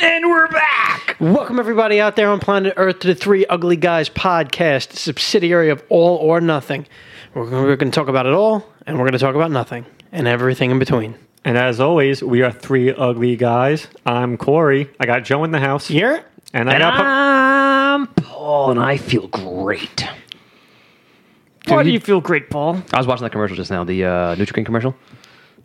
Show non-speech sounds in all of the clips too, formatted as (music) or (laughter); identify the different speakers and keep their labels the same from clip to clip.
Speaker 1: And we're back!
Speaker 2: Welcome, everybody out there on planet Earth, to the Three Ugly Guys podcast, subsidiary of All or Nothing. We're going, we're going to talk about it all, and we're going to talk about nothing, and everything in between.
Speaker 3: And as always, we are three ugly guys. I'm Corey. I got Joe in the house.
Speaker 2: Yeah?
Speaker 3: And I
Speaker 1: And
Speaker 3: got. Pa-
Speaker 1: I'm Paul, and I feel great.
Speaker 2: Why do you feel great, Paul?
Speaker 1: I was watching that commercial just now, the uh, Nutrigrain commercial.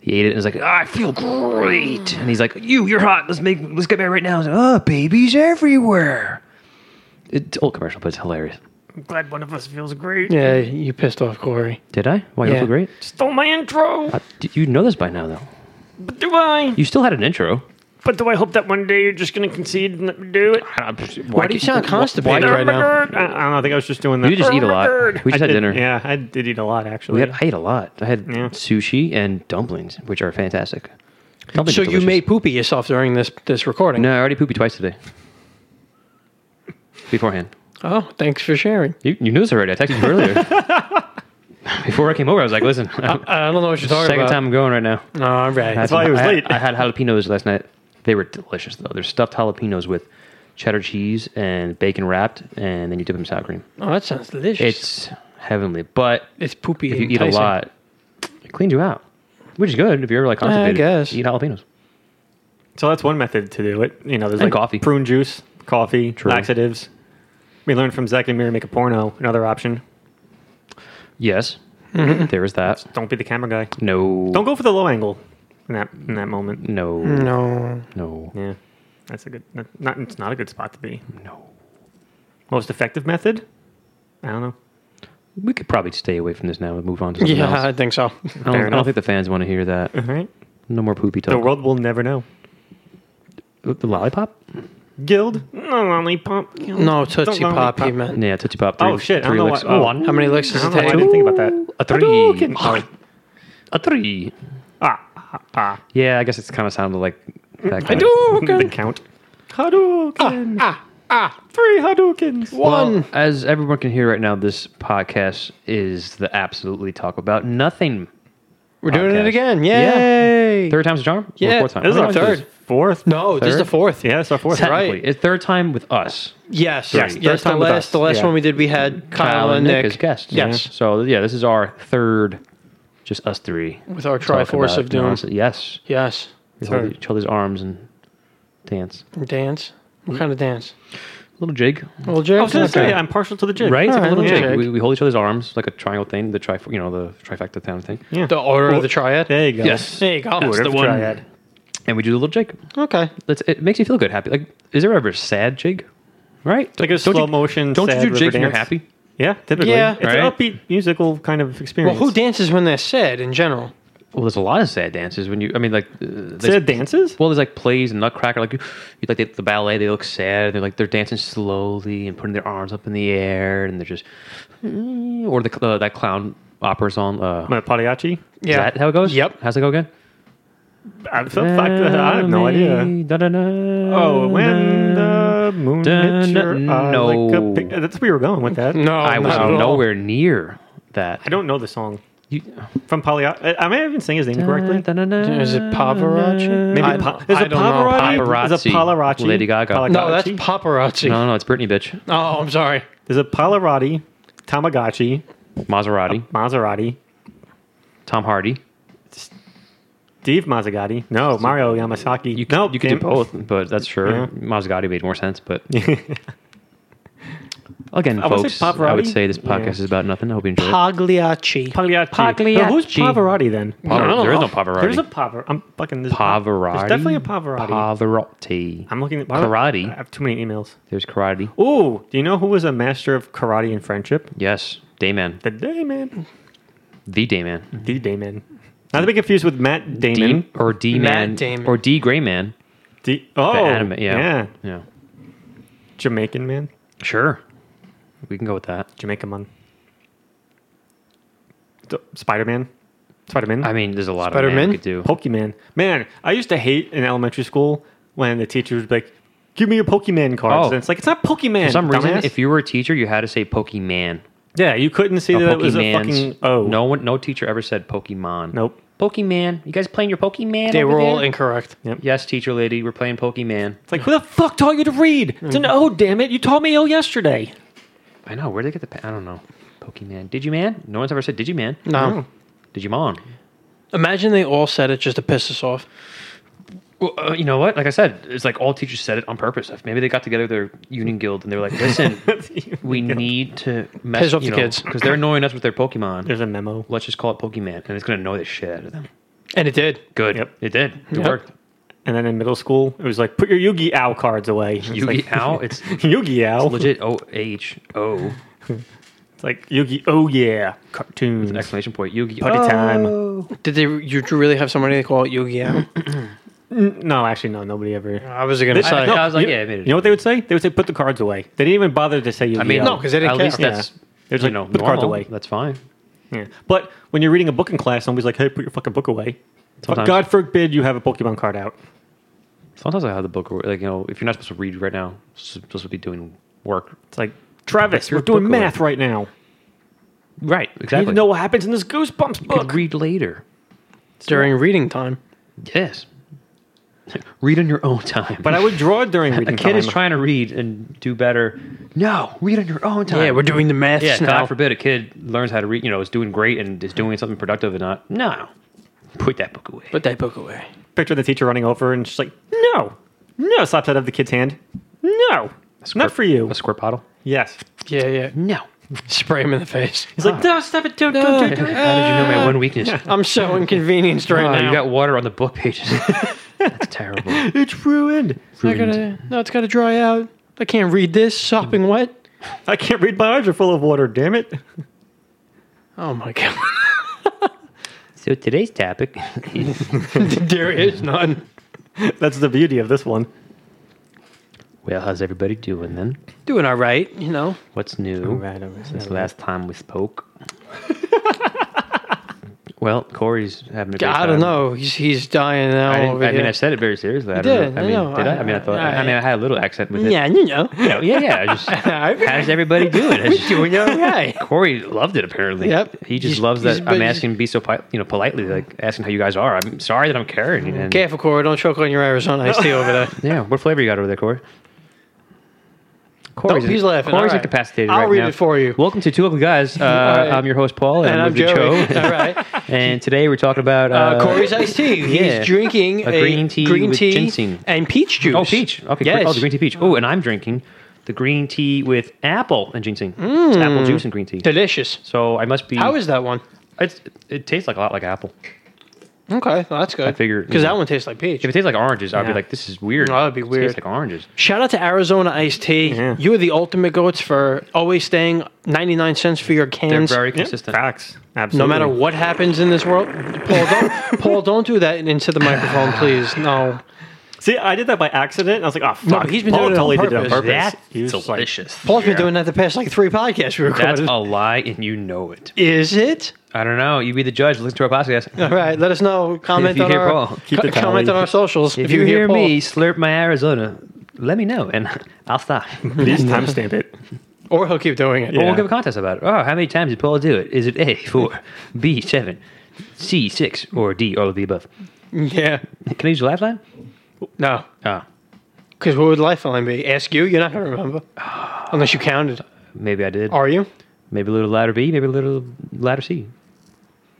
Speaker 1: He ate it and was like, "Ah, "I feel great," and he's like, "You, you're hot. Let's make, let's get married right now." I was like, "Oh, babies everywhere." It's an old commercial, but it's hilarious.
Speaker 4: I'm glad one of us feels great.
Speaker 2: Yeah, you pissed off Corey.
Speaker 1: Did I? Why you
Speaker 2: Yeah.
Speaker 1: feel great?
Speaker 4: Stole my intro.
Speaker 1: Uh, d- you know this by now, though.
Speaker 4: But do I?
Speaker 1: You still had an intro.
Speaker 4: But do I hope that one day you're just going to concede and let me do it?
Speaker 1: Why,
Speaker 2: Why do you sound constipated
Speaker 1: why-
Speaker 2: right now?
Speaker 3: I, I don't know. I think I was just doing that.
Speaker 1: You just eat a lot.
Speaker 4: Bird.
Speaker 1: We just
Speaker 3: I
Speaker 1: had
Speaker 3: did-
Speaker 1: dinner.
Speaker 3: Yeah, I did eat a lot actually.
Speaker 1: We had, I ate a lot. I had
Speaker 3: Yeah.
Speaker 1: sushi and dumplings, which are fantastic. Dumplings
Speaker 2: So
Speaker 1: are
Speaker 2: you
Speaker 1: delicious.
Speaker 2: may poopy yourself during this, this recording.
Speaker 1: No, I already pooped twice (laughs) today. Beforehand.
Speaker 2: Oh, thanks for sharing.
Speaker 1: You, you knew this already. I texted you earlier. (laughs) Before I came over, I was like, listen, I'm-
Speaker 2: I don't know what you're talking
Speaker 1: second
Speaker 2: about.
Speaker 1: time I'm going right now.
Speaker 2: All right.
Speaker 1: That's
Speaker 3: why he was late.
Speaker 1: I had jalapenos last night. They were delicious, though. They're stuffed jalapenos with cheddar cheese and bacon wrapped, and then you dip them in sour cream.
Speaker 2: oh, that sounds delicious.
Speaker 1: It's heavenly, but
Speaker 2: it's poopy.
Speaker 1: if you eat a
Speaker 2: enticing.
Speaker 1: lot, it cleans you out, which is good if you're ever like constipated.
Speaker 2: guess.
Speaker 1: Eat jalapenos.
Speaker 3: So that's one method to do it. You know, there's
Speaker 1: And
Speaker 3: like
Speaker 1: coffee.
Speaker 3: prune juice, coffee,
Speaker 1: True.
Speaker 3: laxatives. We learned from Zach and Miri make a porno. Another option.
Speaker 1: Yes, there is that.
Speaker 3: Don't be the camera guy.
Speaker 1: No,
Speaker 3: Don't go for the low angle in that in that moment.
Speaker 1: no,
Speaker 2: No.
Speaker 1: no,
Speaker 3: Yeah, that's a good. that- Not it's not a good spot to be.
Speaker 1: no.
Speaker 3: Most effective method? I don't know.
Speaker 1: We could probably stay away from this now and move on to something
Speaker 2: Yeah, I
Speaker 1: else.
Speaker 2: think so.
Speaker 1: I don't,
Speaker 3: fair
Speaker 1: I don't
Speaker 3: enough.
Speaker 1: think the fans want to hear that.
Speaker 3: All right.
Speaker 1: No more poopy talk. Uh,
Speaker 3: The world will never know.
Speaker 1: the lollipop?
Speaker 3: Guild.
Speaker 4: No lollipop.
Speaker 2: (laughs) No, Tootsie
Speaker 3: Don't
Speaker 2: Pop, he
Speaker 3: lollipop.
Speaker 2: meant.
Speaker 1: Yeah, Tootsie Pop.
Speaker 3: Oh, shit, I don't
Speaker 1: Three
Speaker 3: know
Speaker 1: licks.
Speaker 3: why- oh.
Speaker 1: One,
Speaker 2: How many licks does
Speaker 3: I
Speaker 2: it
Speaker 3: don't know why I
Speaker 2: take?
Speaker 3: didn't think about that.
Speaker 1: a three.
Speaker 3: Oh,
Speaker 1: Oh, A three.
Speaker 3: Ah, ah, ah.
Speaker 1: Yeah, I guess it's kind of sounded like that. Kind
Speaker 3: the count. Hadouken. Ah, ah, Three Hadoukens.
Speaker 2: One.
Speaker 1: as everyone can hear right now, this podcast is the absolutely talk about nothing.
Speaker 2: We're doing
Speaker 1: podcast.
Speaker 2: it again. Yay.
Speaker 1: Third time's a charm? Or
Speaker 2: Yeah,
Speaker 1: fourth time?
Speaker 2: this is
Speaker 1: I
Speaker 2: our
Speaker 1: don't know.
Speaker 2: third.
Speaker 3: Fourth.
Speaker 2: No, this is the
Speaker 1: Third?
Speaker 2: fourth.
Speaker 3: Yeah, it's our fourth.
Speaker 2: Right.
Speaker 1: Technically, It's third time with us.
Speaker 2: Yes. Yes.
Speaker 3: Yes, third
Speaker 2: The
Speaker 3: time with
Speaker 2: last,
Speaker 3: us.
Speaker 2: the last
Speaker 3: Yeah.
Speaker 2: one we did, we had Kyle,
Speaker 1: Kyle
Speaker 2: and Nick,
Speaker 1: as guests.
Speaker 2: Yes.
Speaker 1: Yeah. So, yeah, this is our third, just us three.
Speaker 2: With our
Speaker 1: Talk
Speaker 2: Triforce
Speaker 1: about
Speaker 2: of Doom.
Speaker 1: nonsense. Yes.
Speaker 2: Yes.
Speaker 1: We hold
Speaker 3: Third.
Speaker 1: each other's arms and dance.
Speaker 2: Dance. What kind of dance?
Speaker 1: little jig.
Speaker 2: Well,
Speaker 3: I
Speaker 2: Jake's
Speaker 3: was gonna
Speaker 2: not
Speaker 3: say
Speaker 2: good.
Speaker 3: I'm partial to the jig.
Speaker 1: Right? It's like
Speaker 2: Alright,
Speaker 1: a little
Speaker 2: little
Speaker 1: jig.
Speaker 2: jig.
Speaker 1: We, we hold each other's arms, like a triangle thing, the tri, you know, the trifecta kind of thing.
Speaker 3: Yeah.
Speaker 2: the order of the triad.
Speaker 3: There you go.
Speaker 1: Yes.
Speaker 2: There you go.
Speaker 3: Order
Speaker 1: the
Speaker 3: of
Speaker 1: one.
Speaker 3: triad.
Speaker 1: And we do the little jig.
Speaker 2: Okay.
Speaker 1: That's, it makes you feel good, happy. Like, is there ever a sad jig? Right?
Speaker 3: Like a
Speaker 1: Don't
Speaker 3: slow
Speaker 1: you,
Speaker 3: motion.
Speaker 1: Don't
Speaker 3: sad
Speaker 1: you do jigs
Speaker 3: river
Speaker 1: when you're
Speaker 3: dance.
Speaker 1: happy?
Speaker 3: Yeah, typically.
Speaker 2: Yeah.
Speaker 3: It's an
Speaker 1: Right?
Speaker 3: upbeat musical kind of
Speaker 2: Well,
Speaker 3: experience.
Speaker 2: who dances when they're sad in general?
Speaker 1: Well, there's a lot of sad dances when you. I mean, like, uh, there's-
Speaker 3: Sad dances?
Speaker 1: Well, there's like plays and Nutcracker, like you, you like they, the ballet. They look sad. They're like they're dancing slowly and putting their arms up in the air, and they're just. Or the uh, that clown opera's on. Uh,
Speaker 3: My Pagliacci?
Speaker 1: Is
Speaker 2: Yeah.
Speaker 1: that how it goes?
Speaker 2: Yep.
Speaker 1: How's it go again?
Speaker 3: I'm so fucked. I have no idea. Oh, when the moon
Speaker 1: Dun-
Speaker 3: hits your eye
Speaker 1: no.
Speaker 3: like a pic- That's where you were going with that.
Speaker 2: No,
Speaker 1: I was
Speaker 2: not at all.
Speaker 1: nowhere near that.
Speaker 3: Oh, I don't know the song
Speaker 1: You,
Speaker 3: from Polly. Am I even saying his name correctly?
Speaker 2: Is it Pavarotti?
Speaker 3: Maybe
Speaker 2: I-
Speaker 3: pa- there's
Speaker 2: I
Speaker 3: a
Speaker 2: don't know.
Speaker 3: Pavarotti. There's a
Speaker 1: Paparazzi.
Speaker 3: Polarotti.
Speaker 1: Lady Gaga.
Speaker 3: Polarotti.
Speaker 2: No, that's paparazzi.
Speaker 1: No, no, it's Britney, bitch.
Speaker 2: Oh, I'm sorry.
Speaker 3: There's a Polarotti, Tamagotchi,
Speaker 1: Maserati.
Speaker 3: Oh. Maserati,
Speaker 1: Tom Hardy.
Speaker 3: Steve Mazzagatti. No, Mario Yamasaki.
Speaker 1: You can,
Speaker 3: no,
Speaker 1: you can do
Speaker 3: damn-
Speaker 1: both, but that's sure.
Speaker 3: Yeah.
Speaker 1: Maserati made more
Speaker 3: (laughs)
Speaker 1: sense, but again,
Speaker 3: I would say
Speaker 1: folks, I would
Speaker 3: Pavarotti.
Speaker 1: say this podcast
Speaker 3: Yeah.
Speaker 1: is about nothing. I hope you enjoy. it.
Speaker 2: Pagliacci.
Speaker 3: Pagliacci.
Speaker 1: Pagliacci.
Speaker 3: But who's Pavarotti then?
Speaker 1: Pavar-
Speaker 2: No,
Speaker 1: there is
Speaker 2: no.
Speaker 1: no Pavarotti.
Speaker 3: There's a Pavarotti. I'm fucking this.
Speaker 1: Pavarotti.
Speaker 3: There's definitely a Pavarotti.
Speaker 1: Pavarotti.
Speaker 3: I'm looking at
Speaker 1: Karate.
Speaker 3: I have too many emails.
Speaker 1: There's karate.
Speaker 3: Ooh, do you know who was a master of karate and friendship?
Speaker 1: Yes, Dayman,
Speaker 3: The Dayman.
Speaker 1: the Dayman,
Speaker 3: The Dayman. Not to be confused with Matt Damon.
Speaker 1: D or D man
Speaker 2: Matt Damon.
Speaker 1: or D Grayman.
Speaker 3: D- oh,
Speaker 1: The anime, yeah.
Speaker 3: yeah.
Speaker 1: yeah,
Speaker 3: Jamaican man.
Speaker 1: sure, we can go with that.
Speaker 3: Jamaica man. Spider Man. Spider Man.
Speaker 1: I mean, there's a lot of man
Speaker 2: Spider-Man?
Speaker 1: we could do.
Speaker 3: Pokemon. Man, I used to hate in elementary school when the teacher would be like, give me your Pokemon cards.
Speaker 1: Oh.
Speaker 3: And it's like, it's not Pokemon.
Speaker 1: For some reason,
Speaker 3: dumbass."
Speaker 1: if you were a teacher, you had to say Pokemon.
Speaker 3: yeah, you couldn't see
Speaker 1: No,
Speaker 3: that it was a
Speaker 1: Pokemans.
Speaker 3: fucking oh. O.
Speaker 1: No one, no teacher ever said Pokemon.
Speaker 3: Nope.
Speaker 1: Pokemon. You guys playing your Pokemon?
Speaker 2: They
Speaker 1: over
Speaker 2: were all
Speaker 1: there?
Speaker 2: incorrect.
Speaker 1: Yes, teacher lady, we're playing Pokemon.
Speaker 3: It's like, who the fuck taught you to read?
Speaker 2: Mm.
Speaker 3: It's an O, damn it. You taught me O yesterday.
Speaker 1: I know. Where would they get the? Pa- I don't know. Pokemon. Digimon. No one's ever said Digimon.
Speaker 2: No.
Speaker 1: Digimon.
Speaker 2: Imagine they all said it just to piss us off.
Speaker 1: Well, uh, you know what? Like I said, it's like all teachers said it on purpose. Maybe they got together their union guild and they were like, "Listen, we need to mess
Speaker 2: Piss off
Speaker 1: you
Speaker 2: the
Speaker 1: know,
Speaker 2: kids.
Speaker 1: because they're annoying us with their Pokemon.
Speaker 3: There's a memo.
Speaker 1: Let's just call it Pokemon, and it's going to annoy the shit out of them."
Speaker 2: And it did.
Speaker 1: Good.
Speaker 3: Yep.
Speaker 1: It did. It worked.
Speaker 3: And then in middle school, it was like, put your Yu Gi Oh cards away. It's
Speaker 1: Yu Gi
Speaker 3: (laughs)
Speaker 1: Oh. It's
Speaker 3: Like, Yu Gi Oh.
Speaker 1: legit. O H O.
Speaker 3: It's like Yu Gi Oh yeah. Cartoons.
Speaker 1: Exclamation point. Yu Gi
Speaker 3: Party time.
Speaker 1: Oh.
Speaker 2: Did they? You really have somebody to call it Yu-Gi-Oh?
Speaker 3: No, actually, no. Nobody ever.
Speaker 2: I was gonna
Speaker 1: I-
Speaker 2: say.
Speaker 1: no. was like,
Speaker 3: you,
Speaker 1: yeah, I made it.
Speaker 3: You know what they would say? They would say, put the cards away. They didn't even bother to say Yu Gi Oh.
Speaker 1: I mean,
Speaker 2: No, 'cause they didn't
Speaker 1: at
Speaker 2: care.
Speaker 1: least that's
Speaker 3: There's
Speaker 1: you
Speaker 3: like,
Speaker 1: know
Speaker 3: put the cards
Speaker 1: normal.
Speaker 3: away.
Speaker 1: That's fine.
Speaker 3: Yeah. But when you're reading a book in class, somebody's like, hey, put your fucking book away.
Speaker 1: Sometimes.
Speaker 3: God forbid you have a Pokemon card out.
Speaker 1: Sometimes I have the book. Like you know, if you're not supposed to read right now, supposed to be doing work.
Speaker 3: It's like, Travis,
Speaker 1: Put your
Speaker 3: we're doing
Speaker 1: book away.
Speaker 3: math right now.
Speaker 1: Right.
Speaker 3: You need
Speaker 1: Exactly.
Speaker 3: to know
Speaker 4: Oh,
Speaker 3: what happens in this Goosebumps
Speaker 1: You could
Speaker 3: book.
Speaker 1: read later.
Speaker 2: during reading time.
Speaker 1: Yes. (laughs) read on your own time.
Speaker 3: But I would draw during
Speaker 1: (laughs) a
Speaker 3: reading
Speaker 1: kid is
Speaker 3: time.
Speaker 1: trying to read and do better. No, read on your own time.
Speaker 2: Yeah, we're doing the math
Speaker 1: Yeah,
Speaker 2: now.
Speaker 1: God forbid a kid learns how to read. You know, is doing great and is doing something productive and not. No, put that book away.
Speaker 2: Put that book away.
Speaker 3: Picture the teacher running over and she's like, no, no, slaps out of the kid's hand. No, it's not for you.
Speaker 1: A squirt bottle.
Speaker 3: Yes.
Speaker 2: Yeah, yeah.
Speaker 1: (laughs) No.
Speaker 2: Spray him in the face.
Speaker 3: He's
Speaker 1: Ah.
Speaker 3: like, no, stop it, don't, don't,
Speaker 1: How
Speaker 3: don't,
Speaker 1: did you
Speaker 3: don't.
Speaker 1: know my one weakness?
Speaker 2: (laughs)
Speaker 1: (laughs)
Speaker 2: I'm so inconvenienced right
Speaker 1: Oh,
Speaker 2: now.
Speaker 1: you got water on the book pages. (laughs) That's terrible.
Speaker 3: It's ruined.
Speaker 2: It's not gonna- no, it's got to dry out. I can't read this. Sopping wet.
Speaker 3: I can't read. My eyes are full of water. Damn it. (laughs)
Speaker 2: Oh my god. (laughs)
Speaker 1: So today's topic (laughs) is
Speaker 2: there is none.
Speaker 3: That's the beauty of this one.
Speaker 1: well, how's everybody doing then?
Speaker 2: Doing all right, you know.
Speaker 1: What's new since last time we spoke?
Speaker 2: (laughs)
Speaker 1: well, Corey's having a great
Speaker 2: I don't
Speaker 1: time.
Speaker 2: know. He's he's dying now.
Speaker 1: I, didn't,
Speaker 2: over
Speaker 1: I mean,
Speaker 2: here.
Speaker 1: I said it very seriously. I
Speaker 2: You did,
Speaker 1: don't know. I
Speaker 2: I
Speaker 1: mean,
Speaker 2: know.
Speaker 1: did I? I mean, I
Speaker 2: I-
Speaker 1: thought. I,
Speaker 2: I-
Speaker 1: mean, I had a little accent with it.
Speaker 2: yeah, you know.
Speaker 1: You know, yeah, yeah. I
Speaker 2: (laughs)
Speaker 1: just, how's everybody doing? I just-
Speaker 2: Doing all right.
Speaker 1: Corey loved it apparently.
Speaker 2: Yep.
Speaker 1: He just
Speaker 2: He's-
Speaker 1: loves
Speaker 2: he's-
Speaker 1: that I'm
Speaker 2: but-
Speaker 1: asking be so poli- you know politely like asking how you guys are. I'm sorry that I'm caring. And,
Speaker 2: Careful, Cora. Don't choke on your Arizona iced tea over there.
Speaker 1: Yeah, what flavor you got over there, Corey?
Speaker 2: Corey's, he's laughing.
Speaker 1: Corey's
Speaker 2: All right.
Speaker 1: incapacitated
Speaker 2: I'll
Speaker 1: right
Speaker 2: read
Speaker 1: now.
Speaker 2: it for you.
Speaker 1: Welcome to Two Ugly Guys.
Speaker 2: (laughs)
Speaker 1: Uh,
Speaker 2: right.
Speaker 1: I'm your host Paul,
Speaker 2: and I'm
Speaker 1: with the
Speaker 2: Joey.
Speaker 1: Joe.
Speaker 2: all
Speaker 1: (laughs)
Speaker 2: right.
Speaker 1: and today we're talking about uh,
Speaker 2: Uh, Corey's iced tea. (laughs) He's
Speaker 1: yeah.
Speaker 2: drinking
Speaker 1: A
Speaker 2: a,
Speaker 1: green tea with ginseng.
Speaker 2: and peach juice.
Speaker 1: Oh, peach. Okay,
Speaker 2: Yes.
Speaker 1: great. Oh, the green tea peach. Oh, and I'm drinking the green tea with apple and ginseng. It's apple juice and green tea.
Speaker 2: Delicious.
Speaker 1: So I must be.
Speaker 2: Mm. How is that one?
Speaker 1: it's, it? Tastes like a lot like apple.
Speaker 2: Okay, well, that's good. I
Speaker 1: figured, you
Speaker 2: because that
Speaker 1: know.
Speaker 2: one tastes like peach.
Speaker 1: If it tastes like oranges, I'd be
Speaker 3: Yeah.
Speaker 1: like, this is weird.
Speaker 2: Oh, that'd be
Speaker 1: It
Speaker 2: weird.
Speaker 1: Tastes like oranges.
Speaker 2: Shout out to Arizona Iced Tea.
Speaker 3: Yeah.
Speaker 2: You are the ultimate goats for always staying 99 cents for your
Speaker 1: They're
Speaker 2: cans.
Speaker 1: very consistent.
Speaker 3: Facts.
Speaker 2: no
Speaker 3: Absolutely.
Speaker 2: matter what happens in this world, Paul,
Speaker 1: (laughs)
Speaker 2: don't Paul, don't do that into the microphone, please. No,
Speaker 3: See, I did that by accident. and I was like, oh, fuck.
Speaker 2: but he's been
Speaker 3: Paul
Speaker 2: doing it on
Speaker 3: totally did
Speaker 2: purpose.
Speaker 1: That's
Speaker 3: He was just like,
Speaker 1: delicious.
Speaker 2: Paul's been doing that the past like three podcasts we
Speaker 1: That's
Speaker 2: recorded.
Speaker 1: a lie, and you know it.
Speaker 2: Is it?
Speaker 1: I don't know. You be the judge. Listen to our podcast.
Speaker 2: All right, let us know. Comment
Speaker 1: If you
Speaker 2: on
Speaker 1: hear
Speaker 2: our
Speaker 1: Paul,
Speaker 3: keep the
Speaker 2: comment
Speaker 3: tally.
Speaker 2: on our socials.
Speaker 1: If, you, hear
Speaker 2: Paul.
Speaker 1: me slurp my Arizona, let me know, and (laughs) I'll stop.
Speaker 3: (laughs) please timestamp it.
Speaker 2: or he'll keep doing it.
Speaker 1: Or
Speaker 3: Yeah.
Speaker 1: we'll give a contest about it. Oh, how many times did Paul do it? Is it A (laughs) four, B seven, C six, or D all of the above?
Speaker 2: (laughs) Yeah,
Speaker 1: Can I use your lifeline?
Speaker 2: no,
Speaker 1: Oh,
Speaker 2: because what would lifeline be? Ask you? You're not gonna remember (sighs) unless you counted.
Speaker 1: maybe I did.
Speaker 2: Are you?
Speaker 1: Maybe a little ladder B. Maybe a little ladder C.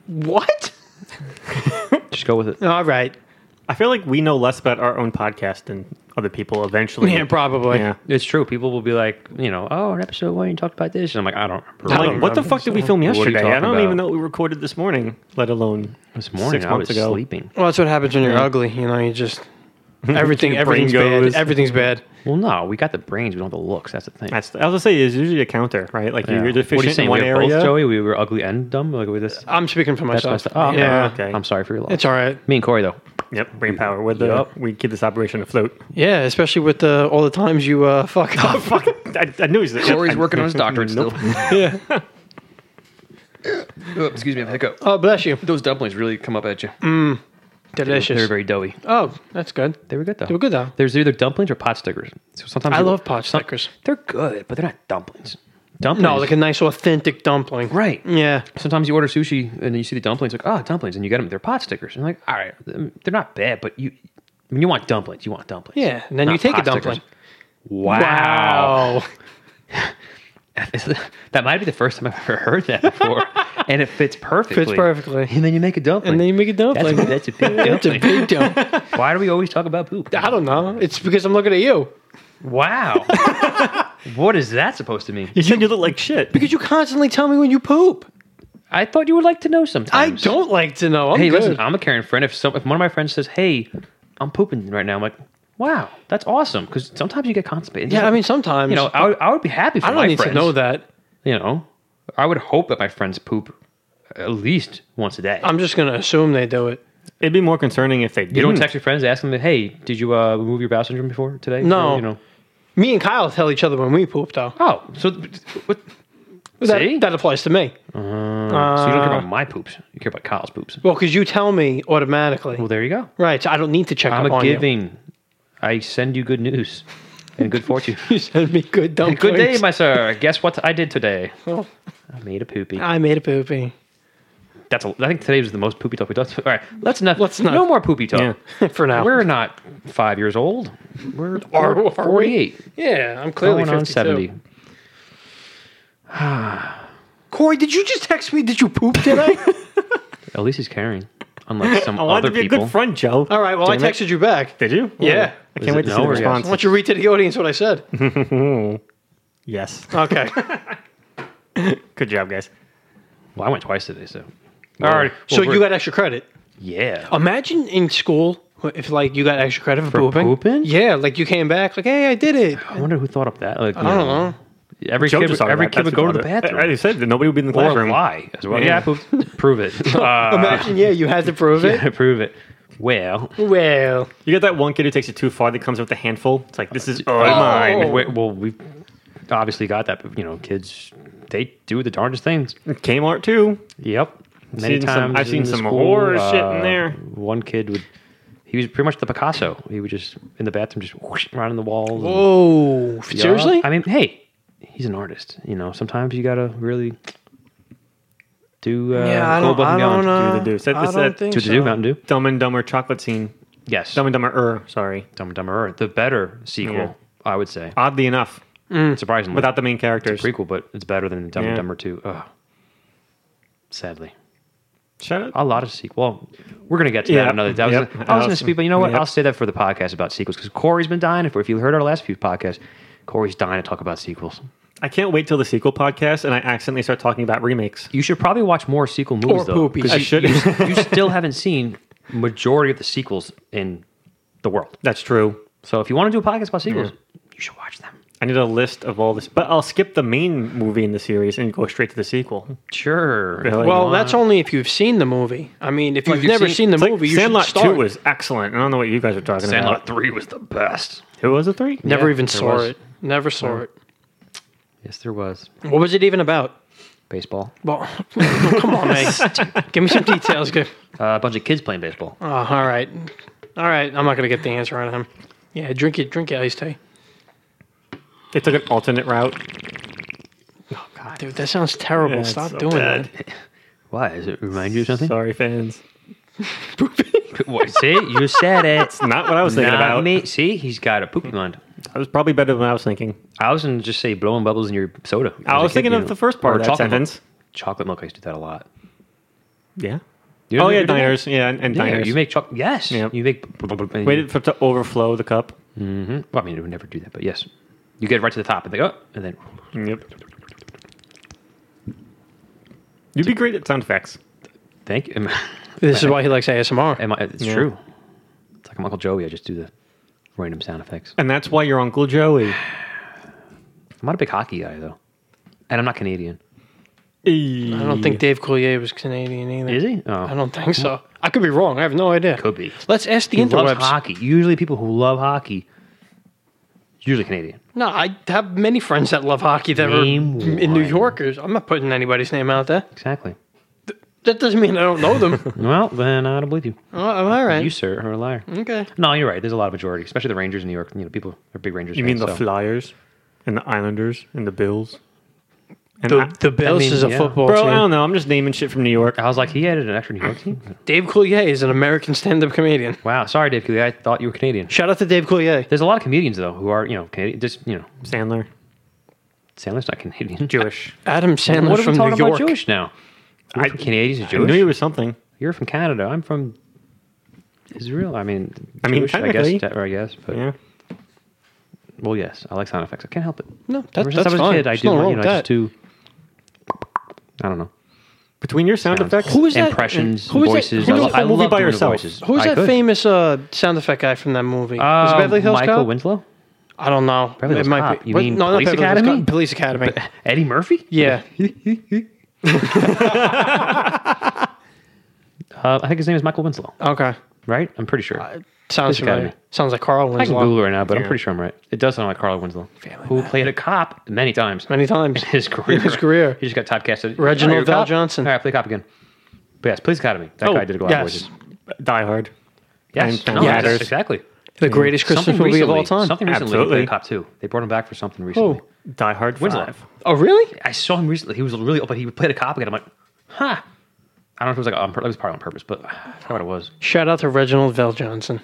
Speaker 2: What?
Speaker 1: Just go with it.
Speaker 2: All right.
Speaker 3: I feel like we know less about our own podcast than other people eventually.
Speaker 2: Yeah, probably.
Speaker 3: Yeah.
Speaker 1: It's true. People will be like, you know, oh, in episode one you talked about this, and I'm like, I don't remember.
Speaker 3: I'm like, what the fuck did we film
Speaker 1: What are you
Speaker 3: yesterday? I
Speaker 1: talking
Speaker 3: don't
Speaker 1: about?
Speaker 3: even know what we recorded this morning, let alone
Speaker 1: This morning
Speaker 3: Six
Speaker 1: I
Speaker 3: months
Speaker 1: was
Speaker 3: ago.
Speaker 1: sleeping.
Speaker 2: Well, that's what happens when you're ugly. You know, you
Speaker 1: (laughs)
Speaker 2: just everything,
Speaker 3: Your
Speaker 2: everything's
Speaker 3: brain
Speaker 2: bad.
Speaker 3: goes.
Speaker 2: Everything's bad.
Speaker 1: Well, no, we got the brains. We don't have the looks. That's the thing.
Speaker 3: That's I was gonna say is usually a counter, right? Like
Speaker 1: Yeah.
Speaker 3: you're
Speaker 1: what are you
Speaker 3: deficient in
Speaker 1: saying?
Speaker 3: one
Speaker 1: we were both,
Speaker 3: area.
Speaker 1: Joey. We were ugly and dumb. Like we this.
Speaker 2: I'm speaking for
Speaker 1: That's my
Speaker 2: myself.
Speaker 1: stuff. Oh, okay.
Speaker 2: yeah,
Speaker 3: okay.
Speaker 1: I'm sorry for your loss.
Speaker 2: it's all right.
Speaker 1: Me
Speaker 2: (laughs)
Speaker 1: and Corey though.
Speaker 3: Yep, brain power. With the
Speaker 1: Yup.
Speaker 3: we keep this operation afloat. (laughs)
Speaker 2: Yeah, especially with the, all the times you uh, (laughs) fuck
Speaker 1: (laughs)
Speaker 2: up.
Speaker 3: Fuck, I, I knew he's
Speaker 1: Corey's
Speaker 3: I-
Speaker 1: working on his doctorate
Speaker 3: Nope.
Speaker 1: still. Oh, excuse me, I have a hiccup.
Speaker 2: Oh, bless you. Mm.
Speaker 1: Those dumplings really come up at you. They're
Speaker 2: Delicious.
Speaker 1: very doughy.
Speaker 2: Oh, that's good.
Speaker 1: They were good though.
Speaker 2: They were good, though.
Speaker 1: There's either dumplings or pot stickers. So sometimes
Speaker 2: I
Speaker 1: you-
Speaker 2: love pot
Speaker 1: some-
Speaker 2: stickers.
Speaker 1: They're good, but they're not dumplings. dumplings.
Speaker 2: No, like Mm. a nice authentic dumpling.
Speaker 1: right.
Speaker 2: Yeah.
Speaker 1: Sometimes you order sushi and then you see the dumplings, like oh dumplings, and you get them. They're pot stickers. And you're like all right, um, they're not bad, but you when you want dumplings, you want dumplings.
Speaker 2: Yeah. And then you
Speaker 1: Not
Speaker 2: take a
Speaker 1: pot
Speaker 2: dumpling.
Speaker 1: stickers. Wow. that might be the first time I've ever heard
Speaker 2: (laughs)
Speaker 1: that before, and it fits perfectly.
Speaker 2: Fits perfectly.
Speaker 1: And then you make a dumpling.
Speaker 2: And then you make a dumpling.
Speaker 1: That's, that's
Speaker 2: (laughs)
Speaker 1: a big
Speaker 2: It's a
Speaker 1: dumpling.
Speaker 2: big dump.
Speaker 1: Why do we always talk about
Speaker 2: (laughs)
Speaker 1: poop?
Speaker 2: I don't know. It's because I'm looking at you.
Speaker 1: Wow.
Speaker 2: (laughs)
Speaker 1: what is that supposed to mean?
Speaker 3: You said you look like shit.
Speaker 2: Because you constantly tell me when you poop.
Speaker 1: I thought you would like to know
Speaker 2: I
Speaker 1: sometimes.
Speaker 2: don't like to know. I'm
Speaker 1: Hey,
Speaker 2: good.
Speaker 1: listen, I'm a caring friend. If some, if one of my friends says, "Hey, I'm pooping right now," I'm like, "Wow, that's awesome." Because sometimes you get constipated.
Speaker 2: yeah, I mean, sometimes.
Speaker 1: you know, I, would- I would be happy for
Speaker 2: I don't
Speaker 1: my
Speaker 2: need
Speaker 1: friends.
Speaker 2: to know that.
Speaker 1: You know, I would hope that my friends poop at least once a day.
Speaker 2: I'm just going to assume they do it.
Speaker 3: It'd be more concerning if they didn't.
Speaker 1: you don't text your friends, ask them, "Hey, did you uh, remove your bowel syndrome before today?"
Speaker 2: No.
Speaker 1: Or, you know.
Speaker 2: Me and Kyle tell each other when we poop, though.
Speaker 1: Oh, so what?
Speaker 2: That,
Speaker 1: See?
Speaker 2: that applies to me.
Speaker 1: Hmm. so you don't care about my poops. You care about Kyle's poops.
Speaker 2: Well, because you tell me automatically.
Speaker 1: Well, there you go.
Speaker 2: right. So I don't need to check
Speaker 1: I'm
Speaker 2: up
Speaker 1: a
Speaker 2: on (laughs)
Speaker 1: giving. I send you good news and good fortune.
Speaker 2: you. You send me good dumplings.
Speaker 1: good day, my sir. Guess what I did today?
Speaker 2: Oh. Ah.
Speaker 1: I made a poopy.
Speaker 2: I made a poopy.
Speaker 1: That's. A, I think today was the most poopy talk we talked. All right, let's not.
Speaker 2: Let's not-
Speaker 1: No more poopy
Speaker 3: Yeah.
Speaker 1: talk.
Speaker 2: For now.
Speaker 1: We're not five years old. We're
Speaker 2: Are- are we?
Speaker 1: 48.
Speaker 2: yeah, I'm clearly
Speaker 1: Going on
Speaker 2: 52.
Speaker 1: 70.
Speaker 2: Corey, did you just text me? Did you poop
Speaker 1: (laughs)
Speaker 2: today?
Speaker 1: At least he's caring. Unlike some
Speaker 3: Oh, I wanted
Speaker 1: other
Speaker 3: to be
Speaker 1: people.
Speaker 3: a good friend, Joe.
Speaker 2: All right. Well,
Speaker 3: Damn
Speaker 2: I
Speaker 3: it.
Speaker 2: texted you back.
Speaker 3: Did you?
Speaker 2: Yeah.
Speaker 3: I
Speaker 1: Is
Speaker 3: can't wait to
Speaker 1: it no
Speaker 3: see the
Speaker 1: or yes?
Speaker 3: response.
Speaker 2: I want you to read to the audience what I said.
Speaker 3: Yes.
Speaker 2: Okay.
Speaker 3: Good job, guys.
Speaker 1: Well, I went twice today, so.
Speaker 3: All right.
Speaker 2: so
Speaker 1: Well,
Speaker 2: you
Speaker 1: we're-
Speaker 2: got extra credit.
Speaker 1: Yeah.
Speaker 3: Oh.
Speaker 2: Imagine in school if like you got extra credit for,
Speaker 1: For
Speaker 2: pooping.
Speaker 1: pooping?
Speaker 2: Yeah, like you came back like, hey, I did it.
Speaker 1: I wonder who thought up that. Like,
Speaker 2: I don't know.
Speaker 1: Every
Speaker 3: Joe
Speaker 1: kid,
Speaker 3: just
Speaker 1: would-
Speaker 3: thought of
Speaker 1: every
Speaker 3: that.
Speaker 1: kid
Speaker 3: That's
Speaker 1: would
Speaker 3: who
Speaker 1: go to the
Speaker 3: thought of it.
Speaker 1: bathroom.
Speaker 3: I, I said that nobody would be in the
Speaker 1: Or
Speaker 3: classroom.
Speaker 1: lie as well.
Speaker 3: Yeah.
Speaker 1: Yeah, I pooped. (laughs)
Speaker 3: (laughs)
Speaker 1: prove it. (laughs) Uh,
Speaker 2: Imagine, yeah, you had to prove
Speaker 1: (laughs)
Speaker 2: it.
Speaker 1: prove it. Well,
Speaker 2: Well,
Speaker 3: You get that one kid who takes it too far that comes with a handful. It's like, this is
Speaker 1: Oh.
Speaker 3: all mine.
Speaker 1: we, well, we obviously got that. But, you know, kids they do the darndest things.
Speaker 3: Kmart, too.
Speaker 1: Yep. Many
Speaker 3: Seen some-
Speaker 1: times
Speaker 3: I've seen
Speaker 1: in the
Speaker 3: some
Speaker 1: school,
Speaker 3: horror
Speaker 1: uh,
Speaker 3: shit in there.
Speaker 1: One kid would. He was pretty much the Picasso. He would just in the bathroom, just whoosh, around in the walls. and-
Speaker 2: oh,
Speaker 1: Yeah.
Speaker 2: seriously?
Speaker 1: I mean, hey, he's an artist. You know, sometimes you gotta really do. Uh,
Speaker 2: Yeah, I
Speaker 1: go
Speaker 2: don't-
Speaker 1: above and
Speaker 2: I
Speaker 1: beyond.
Speaker 2: don't, uh,
Speaker 3: Do the do. Said
Speaker 2: I
Speaker 3: this
Speaker 2: don't
Speaker 3: at-
Speaker 2: think
Speaker 1: Do the do
Speaker 2: so.
Speaker 1: Mountain Dew?
Speaker 3: Dumb and Dumber chocolate scene.
Speaker 1: Yes.
Speaker 3: Dumb and Dumber, er, sorry.
Speaker 1: Dumb and Dumber, the better sequel,
Speaker 3: Yeah.
Speaker 1: I would say.
Speaker 3: Oddly enough,
Speaker 1: Surprisingly,
Speaker 3: without the main characters.
Speaker 1: prequel, but it's better than Dumb
Speaker 3: Yeah.
Speaker 1: and Dumber Two. Ugh. Sadly,
Speaker 3: Shut up.
Speaker 1: a lot of sequels. Well, we're gonna get to
Speaker 3: Yeah.
Speaker 1: that another. That was
Speaker 3: Yep.
Speaker 1: I was gonna speak, but you know what?
Speaker 3: Yep.
Speaker 1: I'll say that for the podcast about sequels because Corey's been dying. If, if you heard our last few podcasts, Corey's dying to talk about sequels.
Speaker 3: I can't wait till the sequel podcast and I accidentally start talking about remakes.
Speaker 1: You should probably watch more sequel movies
Speaker 2: Or
Speaker 1: though.
Speaker 2: poopies.
Speaker 1: 'cause
Speaker 3: I
Speaker 1: you-
Speaker 3: should.
Speaker 1: you, (laughs) you still haven't seen majority of the sequels in the world.
Speaker 3: (laughs) That's true.
Speaker 1: So if you want to do a podcast about sequels, you should watch them.
Speaker 3: I need a list of all this, but I'll skip the main movie in the series and go straight to the sequel.
Speaker 1: Sure.
Speaker 3: Really?
Speaker 2: Well, that's only if you've seen the movie. I mean, if you've
Speaker 1: you've
Speaker 2: never
Speaker 1: seen-
Speaker 2: seen, the
Speaker 3: It's like
Speaker 2: movie, you
Speaker 3: Sandlot
Speaker 2: should start.
Speaker 3: Two was excellent. I don't know what you guys are talking
Speaker 1: Sandlot
Speaker 3: about.
Speaker 1: Three was the best.
Speaker 3: Who was it? Three?
Speaker 2: never
Speaker 1: Yeah,
Speaker 2: even
Speaker 1: there
Speaker 2: saw
Speaker 1: was.
Speaker 2: it. Never saw it.
Speaker 1: Yes, there was
Speaker 2: What was it even about?
Speaker 1: baseball.
Speaker 2: Well, (laughs) come on, man. Give me some details. Good.
Speaker 1: Uh, a bunch of kids playing baseball.
Speaker 2: Oh, all right, all right. I'm not gonna get the answer on him. Yeah, drink it. Drink your iced tea.
Speaker 3: They took an alternate route.
Speaker 2: Dude, that sounds terrible.
Speaker 3: Yeah, it's
Speaker 2: Stop
Speaker 3: so
Speaker 2: doing
Speaker 3: bad.
Speaker 2: that.
Speaker 1: Why? Does it remind you of (laughs) something?
Speaker 3: Sorry, fans.
Speaker 1: What, See, you said it.
Speaker 3: Not what (laughs) I was thinking
Speaker 1: Not
Speaker 3: about.
Speaker 1: me. See, he's got a poopy mind.
Speaker 3: I was probably better than I was thinking.
Speaker 1: I was gonna just say blowing bubbles in your soda.
Speaker 3: I
Speaker 1: As a
Speaker 3: was
Speaker 1: kid,
Speaker 3: thinking
Speaker 1: you
Speaker 3: of
Speaker 1: know.
Speaker 3: the first part
Speaker 1: Or
Speaker 3: of that
Speaker 1: chocolate
Speaker 3: sentence.
Speaker 1: Milk. Chocolate milk. I used to do that a lot.
Speaker 3: Yeah.
Speaker 1: You
Speaker 3: Oh
Speaker 1: ever
Speaker 3: yeah,
Speaker 1: do that?
Speaker 3: diners. Yeah, and, and
Speaker 1: Yeah,
Speaker 3: diners.
Speaker 1: you make chocolate. Yes,
Speaker 3: Yep.
Speaker 1: you make. and you-
Speaker 3: Waited for it to overflow the cup.
Speaker 1: Well, I mean, it would never do that, but yes, you get right to the top and they go, and then
Speaker 3: Yep. You'd be great at sound effects.
Speaker 1: thank you. Am,
Speaker 2: This
Speaker 1: (laughs)
Speaker 2: is why he likes ASMR.
Speaker 1: am I, it's
Speaker 3: Yeah.
Speaker 1: true. It's like I'm Uncle Joey. I just do the random sound effects.
Speaker 3: And that's why your Uncle Joey.
Speaker 1: I'm not a big hockey guy though, and I'm not Canadian.
Speaker 2: I don't think Dave Coulier was Canadian either.
Speaker 1: Is he? Oh,
Speaker 2: I don't think so. I could be wrong. I have no idea.
Speaker 1: Could be.
Speaker 2: Let's ask the
Speaker 1: He loves
Speaker 2: interwebs.
Speaker 1: hockey. Usually, people who love hockey, usually Canadian.
Speaker 2: No, I have many friends that love hockey that
Speaker 1: Name
Speaker 2: are in New
Speaker 1: one.
Speaker 2: Yorkers. I'm not putting anybody's name out there.
Speaker 1: Exactly.
Speaker 2: That doesn't mean I don't know
Speaker 1: (laughs)
Speaker 2: them.
Speaker 1: Well, then I don't believe you.
Speaker 2: oh, all right. Mm.
Speaker 1: You sir are a liar.
Speaker 2: okay.
Speaker 1: No, you're right. There's a lot of majority, especially the Rangers in New York. You know, people are big Rangers.
Speaker 3: You mean
Speaker 1: fans,
Speaker 3: the
Speaker 1: so.
Speaker 3: Flyers and the Islanders and the Bills? And I-
Speaker 2: The, the Bills
Speaker 1: mean,
Speaker 2: is a
Speaker 1: yeah.
Speaker 2: football
Speaker 3: bro,
Speaker 2: team.
Speaker 3: I don't know. I'm just naming shit from New York.
Speaker 1: I was like, he added an extra New York
Speaker 2: (laughs)
Speaker 1: team.
Speaker 2: Dave Coulier is an American stand-up comedian.
Speaker 1: Wow, sorry, Dave. Coulier, I thought you were Canadian.
Speaker 2: Shout out to Dave Coulier.
Speaker 1: There's a lot of comedians though who are you know Canadian. Just you know,
Speaker 3: Sandler,
Speaker 1: Sandler's not Canadian.
Speaker 3: Jewish.
Speaker 2: Adam Sandler
Speaker 1: (laughs) What are we
Speaker 2: from
Speaker 1: talking
Speaker 2: New
Speaker 1: about?
Speaker 2: York.
Speaker 1: Jewish now? We're
Speaker 3: I-
Speaker 1: from Canadians and
Speaker 3: I knew
Speaker 1: Jewish.
Speaker 3: he was something.
Speaker 1: You're from Canada. I'm from Israel. I mean,
Speaker 3: I mean,
Speaker 1: Jewish, I
Speaker 3: technically.
Speaker 1: guess, or I guess, but
Speaker 3: Yeah.
Speaker 1: well, yes, I like sound effects. I can't help it.
Speaker 2: No, that-
Speaker 1: Ever since
Speaker 2: that's
Speaker 1: I was
Speaker 2: fine.
Speaker 1: a kid, I
Speaker 2: There's
Speaker 1: do.
Speaker 2: nothing
Speaker 1: You
Speaker 2: wrong
Speaker 1: know, I
Speaker 2: with
Speaker 1: just
Speaker 2: that.
Speaker 1: do. I don't know.
Speaker 3: Between your sound
Speaker 1: Sounds-
Speaker 3: effects,
Speaker 2: Who is that?
Speaker 1: Impressions,
Speaker 2: Who is that-
Speaker 1: voices.
Speaker 2: who
Speaker 1: I,
Speaker 2: did
Speaker 1: lo-
Speaker 2: the
Speaker 1: I
Speaker 3: movie
Speaker 1: love
Speaker 3: by
Speaker 1: doing the
Speaker 3: yourself?
Speaker 1: voices.
Speaker 2: Who's
Speaker 1: I
Speaker 2: that
Speaker 1: could.
Speaker 2: famous uh, sound effect guy from that movie? was it
Speaker 1: Uh,
Speaker 2: Beverly Hills
Speaker 1: Michael
Speaker 2: Cop?
Speaker 1: Winslow?
Speaker 2: I don't know.
Speaker 1: Beverly Hills
Speaker 2: it might
Speaker 1: Cop.
Speaker 2: be.
Speaker 1: You
Speaker 2: What-
Speaker 1: mean
Speaker 2: no,
Speaker 1: Police
Speaker 2: not Beverly Hills
Speaker 1: Academy?
Speaker 2: Cop, Police Academy.
Speaker 1: Eddie Murphy?
Speaker 2: (laughs) yeah.
Speaker 1: (laughs) Uh, I think his name is Michael Winslow,
Speaker 2: Okay.
Speaker 1: right? I'm pretty sure.
Speaker 2: Sounds
Speaker 1: Police Academy.
Speaker 2: familiar. Sounds like Carl
Speaker 1: I can
Speaker 2: Uh, Winslow.
Speaker 1: Google it right now, but I'm pretty sure I'm right. It does sound like Carl Winslow, who played a cop many times. (laughs)
Speaker 2: Many times.
Speaker 1: his career.
Speaker 2: his career.
Speaker 1: He just got typecasted.
Speaker 2: Reginald
Speaker 1: Oh, you're a
Speaker 2: Val
Speaker 1: cop?
Speaker 2: Johnson.
Speaker 1: All right, play cop again. But yes, Police Academy. That guy did a lot
Speaker 2: Oh, yes.
Speaker 1: of voices.
Speaker 3: Die Hard.
Speaker 1: Yes.
Speaker 3: And
Speaker 1: No,
Speaker 2: Yes.
Speaker 1: yes. Exactly.
Speaker 2: The greatest Christmas movie
Speaker 1: recently,
Speaker 2: of all time. Oh.
Speaker 1: Something recently.
Speaker 3: Absolutely.
Speaker 1: He played a cop too. They brought him back for something recently.
Speaker 2: Who?
Speaker 3: Die Hard
Speaker 1: Winslow.
Speaker 3: Five.
Speaker 2: Oh, really?
Speaker 1: I saw him recently. He was really, but he played a cop again. I'm like, huh. I don't know if it was like on purpose. It was probably on purpose, but I forgot what it was.
Speaker 2: Shout out to Reginald Vell Johnson.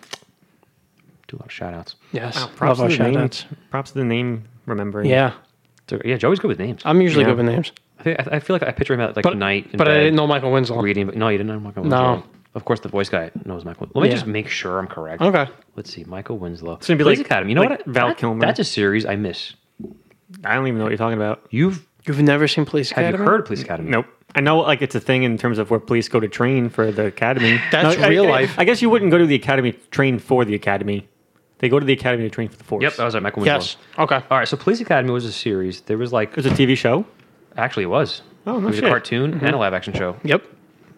Speaker 1: Do a lot of shout outs.
Speaker 2: Yes.
Speaker 3: Props
Speaker 2: Love
Speaker 3: to
Speaker 2: our
Speaker 3: the
Speaker 2: shout
Speaker 3: name.
Speaker 2: outs.
Speaker 3: Props to the name remembering.
Speaker 2: Yeah.
Speaker 1: Yeah, Joey's good with names. i
Speaker 2: I'm usually
Speaker 3: Yeah.
Speaker 2: good with names.
Speaker 1: think- I, I feel like I picture him at like
Speaker 2: But,
Speaker 1: night. in
Speaker 2: but I
Speaker 1: bed,
Speaker 2: didn't know Michael Winslow.
Speaker 1: Reading, but no, you didn't know Michael
Speaker 2: No.
Speaker 1: Winslow. Of course, the voice guy knows Michael. Let me
Speaker 2: Yeah.
Speaker 1: just make sure I'm correct.
Speaker 2: Okay.
Speaker 1: Let's see, Michael Winslow. It's
Speaker 3: gonna be like-
Speaker 1: Academy. You know
Speaker 3: like
Speaker 1: what?
Speaker 3: Val
Speaker 1: That-
Speaker 3: Kilmer.
Speaker 1: That's a series I miss.
Speaker 3: I don't even know what you're talking about.
Speaker 1: You've
Speaker 2: You've never seen Police
Speaker 1: have
Speaker 2: Academy?
Speaker 1: you heard of Police Academy?
Speaker 3: Nope. I know, like it's a thing in terms of where police go to train for the academy.
Speaker 2: That's
Speaker 3: I-
Speaker 2: real
Speaker 3: I,
Speaker 2: life.
Speaker 3: I, guess you wouldn't go to the academy to train for the academy. They go to the academy to train for the force.
Speaker 1: Yep, that was right, Michael Winslow.
Speaker 2: Yes. Okay.
Speaker 1: All right, so Police Academy was a series. There was like
Speaker 3: There's a TV show.
Speaker 1: actually it was.
Speaker 3: Oh,
Speaker 1: it
Speaker 3: no
Speaker 1: was a
Speaker 3: shit. Mm-hmm.
Speaker 1: cartoon and a live action show.
Speaker 2: Yep.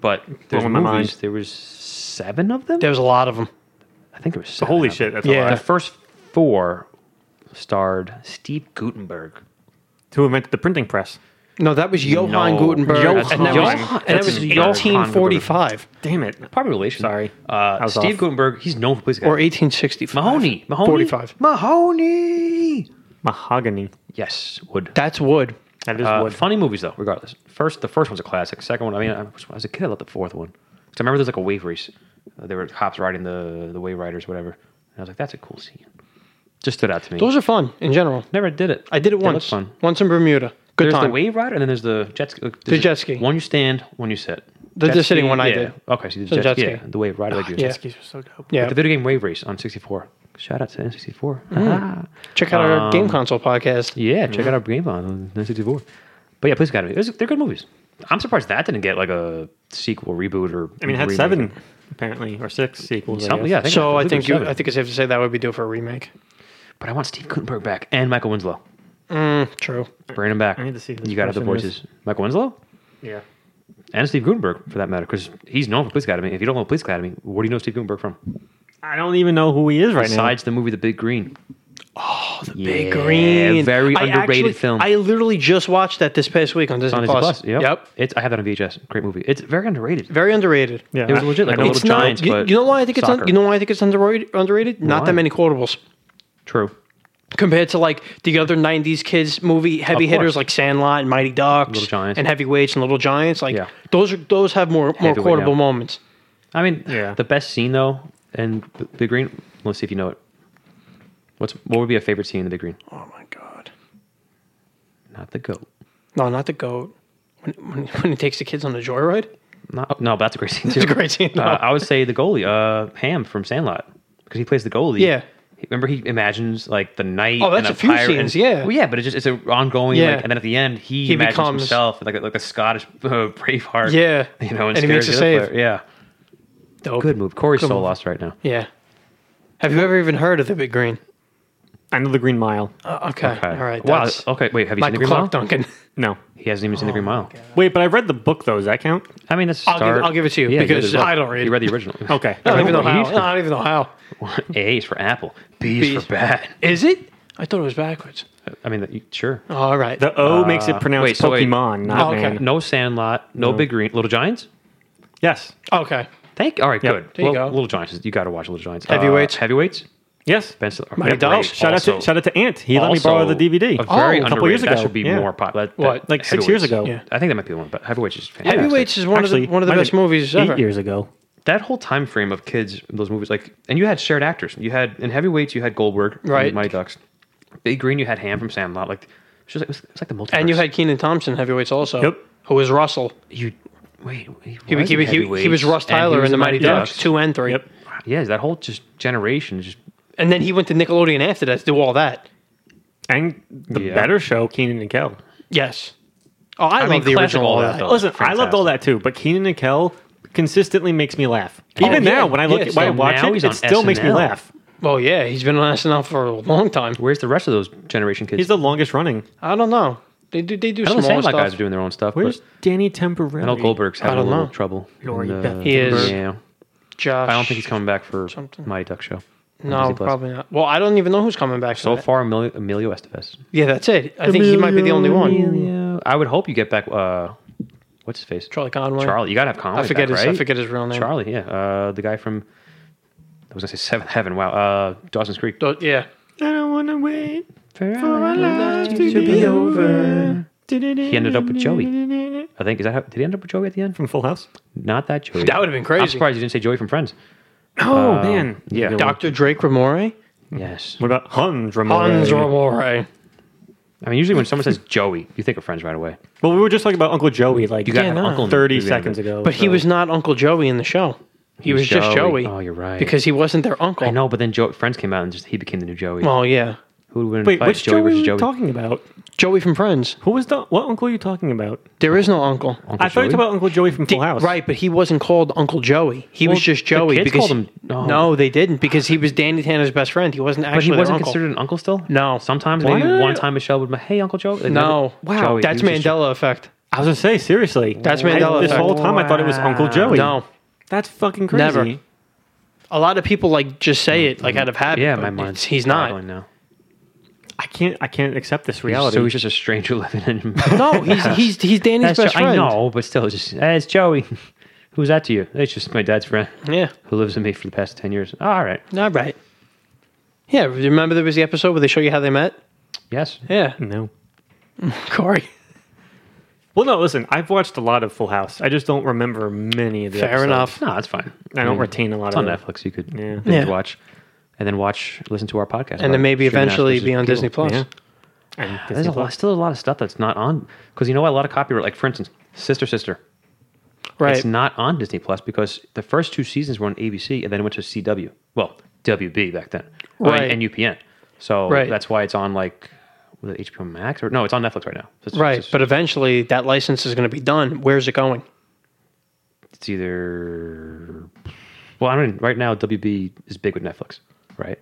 Speaker 1: But there's
Speaker 3: Blowing my
Speaker 1: movies.
Speaker 3: mind.
Speaker 1: There was seven of them.
Speaker 2: There was a lot of them.
Speaker 1: I think there was. Seven
Speaker 3: Holy
Speaker 1: of
Speaker 3: shit, that's
Speaker 2: Yeah.
Speaker 3: a lot.
Speaker 1: them. The first four starred Steve Gutenberg.
Speaker 3: Who invented the printing press?
Speaker 2: No, that was Johann
Speaker 1: No.
Speaker 2: Gutenberg.
Speaker 1: Johann.
Speaker 2: And that was,
Speaker 1: Johann.
Speaker 2: and that was
Speaker 1: That's Johann
Speaker 2: 1845
Speaker 3: Damn it!
Speaker 1: Probably relation.
Speaker 3: Sorry. I
Speaker 1: Uh,
Speaker 3: was
Speaker 1: Steve
Speaker 3: off.
Speaker 1: Gutenberg. He's known for Police Academy.
Speaker 2: or 1865.
Speaker 1: Mahoney. Mahoney.
Speaker 2: 45.
Speaker 1: Mahoney.
Speaker 3: Mahogany.
Speaker 1: Yes, would.
Speaker 2: That's wood.
Speaker 3: That is
Speaker 1: Uh,
Speaker 3: wood.
Speaker 1: Funny movies though, regardless. First, the first one's a classic. Second one, I mean, I, which one- I was a kid. I loved the fourth one because I remember there's like a wave race. Uh, there were cops riding the the wave riders, whatever. And I was like, that's a cool scene. Just stood out to me.
Speaker 2: Those are fun in general.
Speaker 1: Never did it.
Speaker 2: I did it
Speaker 1: They look
Speaker 2: once.
Speaker 1: Fun.
Speaker 2: Once in Bermuda. Good
Speaker 1: there's
Speaker 2: time.
Speaker 1: the wave rider, and then there's the jet ski. look, there's
Speaker 2: jet ski.
Speaker 1: One you stand, one you sit.
Speaker 2: The-
Speaker 1: Jet
Speaker 2: the sitting
Speaker 1: ski,
Speaker 2: one I
Speaker 1: yeah.
Speaker 2: did.
Speaker 1: Okay, so the
Speaker 2: So
Speaker 1: jet,
Speaker 2: jet
Speaker 1: ski.
Speaker 2: ski.
Speaker 1: yeah, the wave rider. like you.
Speaker 2: yeah.
Speaker 1: Ski.
Speaker 2: are so dope. Yeah.
Speaker 1: The video game Wave Race on 64. Shout out to N64.
Speaker 2: Mm-hmm.
Speaker 1: Ah.
Speaker 2: Check out our game console podcast.
Speaker 1: Yeah, check out our game on 964. But yeah, Police Academy. It was, they're good movies. I'm surprised that didn't get like a sequel, reboot, or
Speaker 3: I mean, it had
Speaker 1: remake.
Speaker 3: seven apparently, or six sequels. I
Speaker 1: Something,
Speaker 3: guess.
Speaker 1: yeah. I
Speaker 2: So I think
Speaker 1: believe there's
Speaker 2: you,
Speaker 1: seven.
Speaker 2: I think it's safe to say that would be due for a remake.
Speaker 1: But I want Steve Gutenberg back and Michael Winslow.
Speaker 2: True.
Speaker 1: Bring him back.
Speaker 3: I need to see who this
Speaker 1: You got other
Speaker 3: person is.
Speaker 1: voices. Michael Winslow
Speaker 3: Yeah.
Speaker 1: and Steve Gutenberg, for that matter, because he's known for Police Academy. If you don't know Police Academy, where do you know Steve Gutenberg from?
Speaker 3: I don't even know who he is right
Speaker 1: Besides the movie The Big Green. Oh, The
Speaker 2: Big Green.
Speaker 1: Very
Speaker 2: I
Speaker 1: underrated
Speaker 2: actually-
Speaker 1: film.
Speaker 2: I literally just watched that this past week on Disney,
Speaker 1: on Disney
Speaker 2: Plus.
Speaker 1: Plus. Yep. It's, I have that on VHS. Great movie. It's very underrated.
Speaker 2: Very underrated.
Speaker 3: now.
Speaker 1: It was legit, like
Speaker 3: I
Speaker 1: a
Speaker 3: know
Speaker 1: little
Speaker 2: It's not.
Speaker 1: Giants,
Speaker 2: you,
Speaker 1: but
Speaker 2: you know why I think it's un,
Speaker 1: soccer.
Speaker 2: you know why I think it's underrated? Underrated. Not
Speaker 1: Why?
Speaker 2: that many quotables
Speaker 1: True.
Speaker 2: compared to like the other '90s kids movie heavy
Speaker 1: Of course.
Speaker 2: hitters like Sandlot and Mighty Ducks,
Speaker 1: Little Giants.
Speaker 2: and Heavyweights and Little Giants. Like
Speaker 1: Yeah.
Speaker 2: those are those have more more
Speaker 1: Heavyweight,
Speaker 2: quotable
Speaker 1: yeah.
Speaker 2: moments.
Speaker 1: I mean,
Speaker 3: Yeah.
Speaker 1: the best scene though in B- Big Green. Let's see if you know it. What's what would be a favorite scene in the Big Green?
Speaker 2: Oh my god!
Speaker 1: Not the goat.
Speaker 2: No, not the goat. When, when, (laughs) when it takes the kids on the joyride.
Speaker 1: Not, no, but that's a great scene too.
Speaker 2: It's a great scene.
Speaker 1: Uh,
Speaker 2: though.
Speaker 1: I would say the goalie, uh, Ham from Sandlot, because he plays the goalie.
Speaker 2: Yeah.
Speaker 1: He- Remember, he imagines like the night.
Speaker 2: Oh, that's
Speaker 1: and
Speaker 2: a few
Speaker 1: pirate
Speaker 2: scenes, yeah.
Speaker 1: well, yeah, but it's just it's an ongoing.
Speaker 2: Yeah.
Speaker 1: Like, and then at the end, he,
Speaker 2: He
Speaker 1: imagines
Speaker 2: becomes-
Speaker 1: himself like a, like a Scottish (laughs) uh, braveheart.
Speaker 2: Yeah.
Speaker 1: you know,
Speaker 2: And
Speaker 1: and,
Speaker 2: he
Speaker 1: scares
Speaker 2: makes a
Speaker 1: the other
Speaker 2: save.
Speaker 1: player. Yeah,
Speaker 2: Dope.
Speaker 1: good move. Corey's
Speaker 2: Good
Speaker 1: so
Speaker 2: move.
Speaker 1: lost right now.
Speaker 2: Yeah. Have you ever even heard of the Big Green?
Speaker 3: I know the Green Mile.
Speaker 2: Uh, okay. All right.
Speaker 1: Wow.
Speaker 2: that's-
Speaker 1: Okay. Wait. Have you seen the
Speaker 2: Michael
Speaker 1: Green Mile?
Speaker 2: Clark Duncan.
Speaker 3: No.
Speaker 1: He hasn't even seen the Green Mile.
Speaker 3: Wait, but I read the book though. Does that count?
Speaker 1: I mean, that's. a
Speaker 2: I'll give-
Speaker 1: start.
Speaker 2: I'll give it to you,
Speaker 1: you
Speaker 2: because
Speaker 1: did as well.
Speaker 2: I don't read
Speaker 1: You
Speaker 2: it.
Speaker 1: read the original.
Speaker 3: Okay.
Speaker 2: I don't
Speaker 1: (laughs) I
Speaker 2: even know how.
Speaker 1: believe-
Speaker 2: (laughs) I don't even know how.
Speaker 1: (laughs) A is for apple. B
Speaker 2: B
Speaker 1: is
Speaker 2: is-
Speaker 1: for bat.
Speaker 2: Is it? I thought it was backwards.
Speaker 1: I mean, that you- sure.
Speaker 2: All right.
Speaker 3: The O makes it pronounced
Speaker 1: Uh, wait, so wait.
Speaker 3: Pokemon, not
Speaker 2: Oh, okay.
Speaker 3: man.
Speaker 1: No Sandlot. No, Big Green. Little Giants.
Speaker 3: Yes.
Speaker 2: okay.
Speaker 1: Thank. All right.
Speaker 3: Yep.
Speaker 1: Good.
Speaker 2: There you
Speaker 1: Well,
Speaker 2: go.
Speaker 1: Little Giants. You got to watch Little Giants.
Speaker 2: Heavyweights.
Speaker 1: heavyweights.
Speaker 3: Yes.
Speaker 1: Ben Stiller.
Speaker 3: McDonald's. Shout out to
Speaker 1: Also-
Speaker 3: shout out to Ant. He let me
Speaker 1: also
Speaker 3: borrow the DVD.
Speaker 1: A very
Speaker 2: a
Speaker 3: Oh, couple years
Speaker 1: underrated- That
Speaker 3: ago,
Speaker 1: should be
Speaker 3: yeah.
Speaker 1: more popular.
Speaker 2: What,
Speaker 3: like six years ago?
Speaker 2: Yeah.
Speaker 1: I think that might be the one, but Heavyweights is fantastic.
Speaker 2: Heavyweights is one
Speaker 3: Actually,
Speaker 2: of the one of the
Speaker 3: might
Speaker 2: best
Speaker 3: be
Speaker 2: movies
Speaker 3: Eight
Speaker 2: ever.
Speaker 3: years ago.
Speaker 1: that whole time frame of kids those movies like and you had shared actors you had in heavyweights you had goldberg from
Speaker 2: Right.
Speaker 1: mighty ducks big green you had ham from sandlot like it's just like, it, was, it was like the multiverse.
Speaker 2: And you had Keenan Thompson heavyweights also.
Speaker 3: Yep.
Speaker 2: Who was Russell?
Speaker 1: you wait he,
Speaker 2: He,
Speaker 1: was
Speaker 2: he,
Speaker 1: in
Speaker 2: he, he was
Speaker 1: Heavyweights,
Speaker 2: Russ
Speaker 1: and he
Speaker 2: Tyler
Speaker 1: was
Speaker 2: in the Mighty Ducks two and three.
Speaker 3: Yep.
Speaker 1: yeah that whole just generation is just
Speaker 2: And then he went to Nickelodeon after that to do all that.
Speaker 3: And the
Speaker 1: Yeah.
Speaker 3: better show, Keenan and Kel.
Speaker 2: Yes. Oh, I, love
Speaker 1: mean,
Speaker 2: the
Speaker 1: classic
Speaker 2: original
Speaker 1: all
Speaker 2: all
Speaker 1: that,
Speaker 2: that.
Speaker 1: though.
Speaker 3: Listen, I loved
Speaker 1: Oh, fantastic. Oh,
Speaker 3: all that too, but Keenan and Kel consistently makes me laugh. Even
Speaker 2: yeah,
Speaker 3: now, when I look
Speaker 2: yeah,
Speaker 3: at when I
Speaker 1: so
Speaker 3: watch
Speaker 1: now
Speaker 3: it,
Speaker 1: he's
Speaker 3: it
Speaker 1: on
Speaker 3: still makes me
Speaker 1: SNL.
Speaker 3: laugh.
Speaker 2: Well, yeah, he's been on SNL for a long time.
Speaker 1: where's the rest of those generation kids
Speaker 3: He's the longest running.
Speaker 2: I don't know. They do. They do
Speaker 1: i
Speaker 2: some
Speaker 1: know the
Speaker 2: more
Speaker 1: sandlot
Speaker 2: stuff.
Speaker 1: guys are doing their own stuff
Speaker 3: Where's
Speaker 1: but
Speaker 3: Danny Temperelli?
Speaker 1: i know goldberg's
Speaker 2: I
Speaker 1: having a
Speaker 2: don't
Speaker 1: little
Speaker 2: know.
Speaker 1: trouble
Speaker 3: Lori
Speaker 1: And,
Speaker 3: Beth
Speaker 2: He is.
Speaker 1: yeah
Speaker 2: Josh.
Speaker 1: i don't think he's coming back for
Speaker 2: Something.
Speaker 1: mighty duck show
Speaker 2: No,
Speaker 1: Disney Plus.
Speaker 2: probably not. Well, I don't even know who's coming back.
Speaker 1: so
Speaker 2: for that.
Speaker 1: far emilio, emilio estevez
Speaker 2: yeah, that's it. I think he might be the only one.
Speaker 1: Emilio. I would hope you get back. Uh, what's his face?
Speaker 2: Charlie Conway.
Speaker 1: Charlie. You gotta have Conway.
Speaker 2: I forget
Speaker 1: back,
Speaker 2: his.
Speaker 1: Right?
Speaker 2: I forget his real name.
Speaker 1: Charlie. Yeah. Uh, the guy from. I was gonna say Seventh Heaven. Wow. Uh, Dawson's Creek.
Speaker 2: Don't- yeah.
Speaker 3: I don't want to wait
Speaker 1: He ended up with Joey. I think. Is that how, did he end up with Joey at the end?
Speaker 3: from Full House.
Speaker 1: Not that Joey.
Speaker 2: That would have been
Speaker 1: I'm
Speaker 2: crazy.
Speaker 1: surprised you didn't say Joey from Friends.
Speaker 3: Oh man.
Speaker 1: Yeah.
Speaker 2: Doctor Drake Ramore.
Speaker 1: yes.
Speaker 3: What about Hans
Speaker 2: Hans
Speaker 3: Ramon?
Speaker 2: Ramore.
Speaker 1: I mean, usually when someone says Joey, you think of Friends right away.
Speaker 3: Well, we were just talking about Uncle Joey like
Speaker 1: You got
Speaker 2: Yeah,
Speaker 1: an
Speaker 2: no.
Speaker 1: uncle. in the
Speaker 3: thirty
Speaker 1: movie, I mean.
Speaker 3: seconds ago.
Speaker 2: But he
Speaker 3: so-
Speaker 2: was not Uncle Joey in the show. He was just Joey.
Speaker 1: Oh, you're right.
Speaker 2: Because he wasn't their uncle.
Speaker 1: I know, but then Joe, Friends came out and just he became the new Joey.
Speaker 2: Well, yeah.
Speaker 1: Who would win? in a
Speaker 3: Wait,
Speaker 1: fight,
Speaker 3: which
Speaker 1: Joey
Speaker 3: Joey were
Speaker 1: versus
Speaker 3: you
Speaker 1: Joey?
Speaker 3: talking about?
Speaker 2: Joey from Friends.
Speaker 3: Who was the what uncle are you talking about?
Speaker 2: There is no uncle.
Speaker 1: Uncle
Speaker 3: I thought you were
Speaker 1: Joey?
Speaker 3: talking about Uncle Joey from Full House.
Speaker 2: Right, but he wasn't called Uncle Joey. He was
Speaker 1: Well,
Speaker 2: just
Speaker 1: the
Speaker 2: Joey
Speaker 1: kids
Speaker 2: because
Speaker 1: called him- no.
Speaker 2: no, they didn't because he was Danny Tanner's best friend. He wasn't
Speaker 1: But
Speaker 2: actually
Speaker 1: he
Speaker 2: their
Speaker 1: wasn't
Speaker 2: uncle.
Speaker 1: considered an uncle still?
Speaker 2: No.
Speaker 1: Sometimes,
Speaker 3: Why?
Speaker 1: maybe one time Michelle would be, hey, Uncle Joe. Like,
Speaker 2: no,
Speaker 1: never-
Speaker 2: wow,
Speaker 1: Joey,
Speaker 2: that's
Speaker 1: he was just-
Speaker 2: Mandela effect.
Speaker 3: I was gonna say seriously.
Speaker 2: That's
Speaker 3: I-
Speaker 2: Mandela
Speaker 3: This
Speaker 2: effect.
Speaker 3: whole time I thought it was Uncle
Speaker 1: Wow.
Speaker 3: Joey.
Speaker 2: No,
Speaker 3: that's fucking crazy.
Speaker 2: Never. a lot of people like just say it like out of habit.
Speaker 1: Yeah,
Speaker 2: but
Speaker 1: my
Speaker 2: it's-
Speaker 1: mind's
Speaker 2: He's not.
Speaker 1: boggling now.
Speaker 3: I can't. I can't accept this reality.
Speaker 1: So he's just a stranger living
Speaker 2: (laughs)
Speaker 1: in.
Speaker 2: No,
Speaker 1: (laughs)
Speaker 2: he's he's he's Danny's
Speaker 1: that's
Speaker 2: best
Speaker 1: Jo-
Speaker 2: friend.
Speaker 1: I know, but still, it's just hey, it's Joey. (laughs) Who's that to you? It's just my dad's friend
Speaker 2: Yeah.
Speaker 1: who lives with me for the past ten years. All right.
Speaker 2: All right. Yeah, remember there was the episode where they show you how they met?
Speaker 1: Yes.
Speaker 2: Yeah,
Speaker 3: no.
Speaker 2: Corey.
Speaker 3: Well, no. Listen, I've watched a lot of Full House. I just don't remember many of the.
Speaker 2: Fair
Speaker 3: episodes.
Speaker 2: enough.
Speaker 1: No, that's fine.
Speaker 3: I don't retain a lot
Speaker 1: Mm. It's
Speaker 3: of
Speaker 1: on
Speaker 3: it.
Speaker 1: Netflix. You could
Speaker 3: Yeah.
Speaker 1: binge
Speaker 2: Yeah.
Speaker 1: watch, and then watch, listen to our podcast, about
Speaker 2: And then maybe
Speaker 1: Sugar Nash
Speaker 2: eventually
Speaker 1: versus
Speaker 2: be on
Speaker 1: Cable.
Speaker 2: Disney Plus.
Speaker 3: Yeah. And Disney
Speaker 1: There's a lot,
Speaker 3: Plus.
Speaker 1: still a lot of stuff that's not on because you know what? A lot of copyright, like for instance, Sister Sister.
Speaker 2: Right.
Speaker 1: It's not on Disney Plus because the first two seasons were on ABC and then it went to CW. Well, WB back then. Oh, and-
Speaker 2: Right.
Speaker 1: And, UPN. So
Speaker 2: Right.
Speaker 1: that's why it's on like was it HBO Max or no, it's on Netflix right now. It's,
Speaker 2: right,
Speaker 1: It's,
Speaker 2: but eventually that license is going to be done. Where's it going?
Speaker 1: it's either. Well, I mean, right now WB is big with Netflix, right?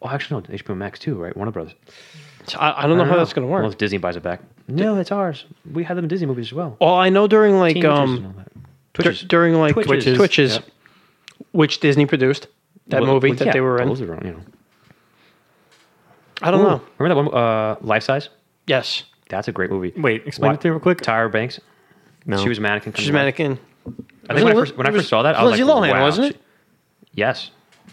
Speaker 1: Well, actually, no, HBO Max too, right? Warner Brothers.
Speaker 2: So I, I don't know how that's going to work.
Speaker 1: Unless Disney buys it back. No, it's ours. We had them in Disney movies as well.
Speaker 2: All I know during like
Speaker 1: Teenagers and
Speaker 2: um
Speaker 1: all that.
Speaker 2: dur-
Speaker 1: Twitches.
Speaker 2: during like
Speaker 1: Twitches.
Speaker 2: Twitches,
Speaker 1: Twitches. Yeah.
Speaker 2: which Disney produced that
Speaker 1: Well,
Speaker 2: movie
Speaker 1: well,
Speaker 2: that
Speaker 1: yeah,
Speaker 2: they were in.
Speaker 1: those are, you know.
Speaker 2: I don't know.
Speaker 1: Remember that one, uh, Life Size?
Speaker 2: Yes,
Speaker 1: That's a great movie.
Speaker 3: Wait, explain
Speaker 1: What?
Speaker 3: it to me real quick.
Speaker 1: Tyra Banks.
Speaker 3: No.
Speaker 1: She was a mannequin.
Speaker 2: she's a
Speaker 1: come to life.
Speaker 2: mannequin.
Speaker 1: I
Speaker 2: Wasn't
Speaker 1: think when,
Speaker 2: it
Speaker 1: I first, when I
Speaker 2: Liz- it
Speaker 1: first saw that, I was
Speaker 2: Lindsay Lohan,
Speaker 1: like, wow.
Speaker 2: wasn't it?
Speaker 1: she- yes.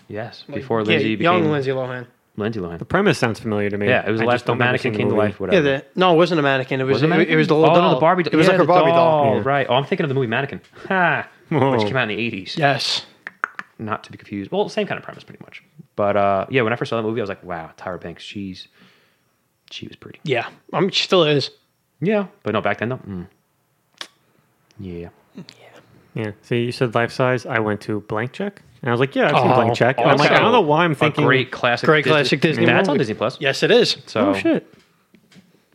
Speaker 1: Yes. Before
Speaker 2: Yeah,
Speaker 1: Lindsay became
Speaker 2: young Lindsay Lohan.
Speaker 1: Lindsay Lohan.
Speaker 3: premise sounds familiar to me.
Speaker 1: Yeah, it was
Speaker 3: I just
Speaker 1: the last
Speaker 3: don't
Speaker 1: the
Speaker 3: remember
Speaker 1: mannequin
Speaker 3: seeing
Speaker 1: came
Speaker 3: the
Speaker 1: to
Speaker 3: movie.
Speaker 1: life,
Speaker 2: Yeah,
Speaker 1: whatever.
Speaker 2: the, no, it wasn't a mannequin. It was
Speaker 1: Was it
Speaker 2: it,
Speaker 1: mannequin?
Speaker 2: was the little
Speaker 1: oh,
Speaker 2: doll.
Speaker 1: No, the Barbie doll.
Speaker 2: It was
Speaker 1: Yeah,
Speaker 2: like a
Speaker 1: the
Speaker 2: Barbie doll.
Speaker 1: doll, Right. Oh, I'm thinking of the movie Mannequin. Ha! Which
Speaker 3: Whoa.
Speaker 1: came out in the 80s.
Speaker 2: Yes,
Speaker 1: Not to be confused. Well, same kind of premise, pretty much. But uh, yeah, when I first saw that movie, I was like, wow, Tyra Banks, she's, she was pretty.
Speaker 2: yeah. I mean, she still is.
Speaker 1: Yeah. But no, back then, though. Mm. Yeah.
Speaker 3: Yeah. So you said life size. I went to blank check, and I was like, yeah, I've seen
Speaker 2: Oh,
Speaker 3: blank check. And I'm like, I
Speaker 1: Also,
Speaker 3: don't know why I'm thinking.
Speaker 1: A great classic,
Speaker 2: Great classic Disney
Speaker 1: That's on
Speaker 2: movie.
Speaker 1: Disney Plus.
Speaker 2: Yes, it is.
Speaker 1: So,
Speaker 3: Oh shit.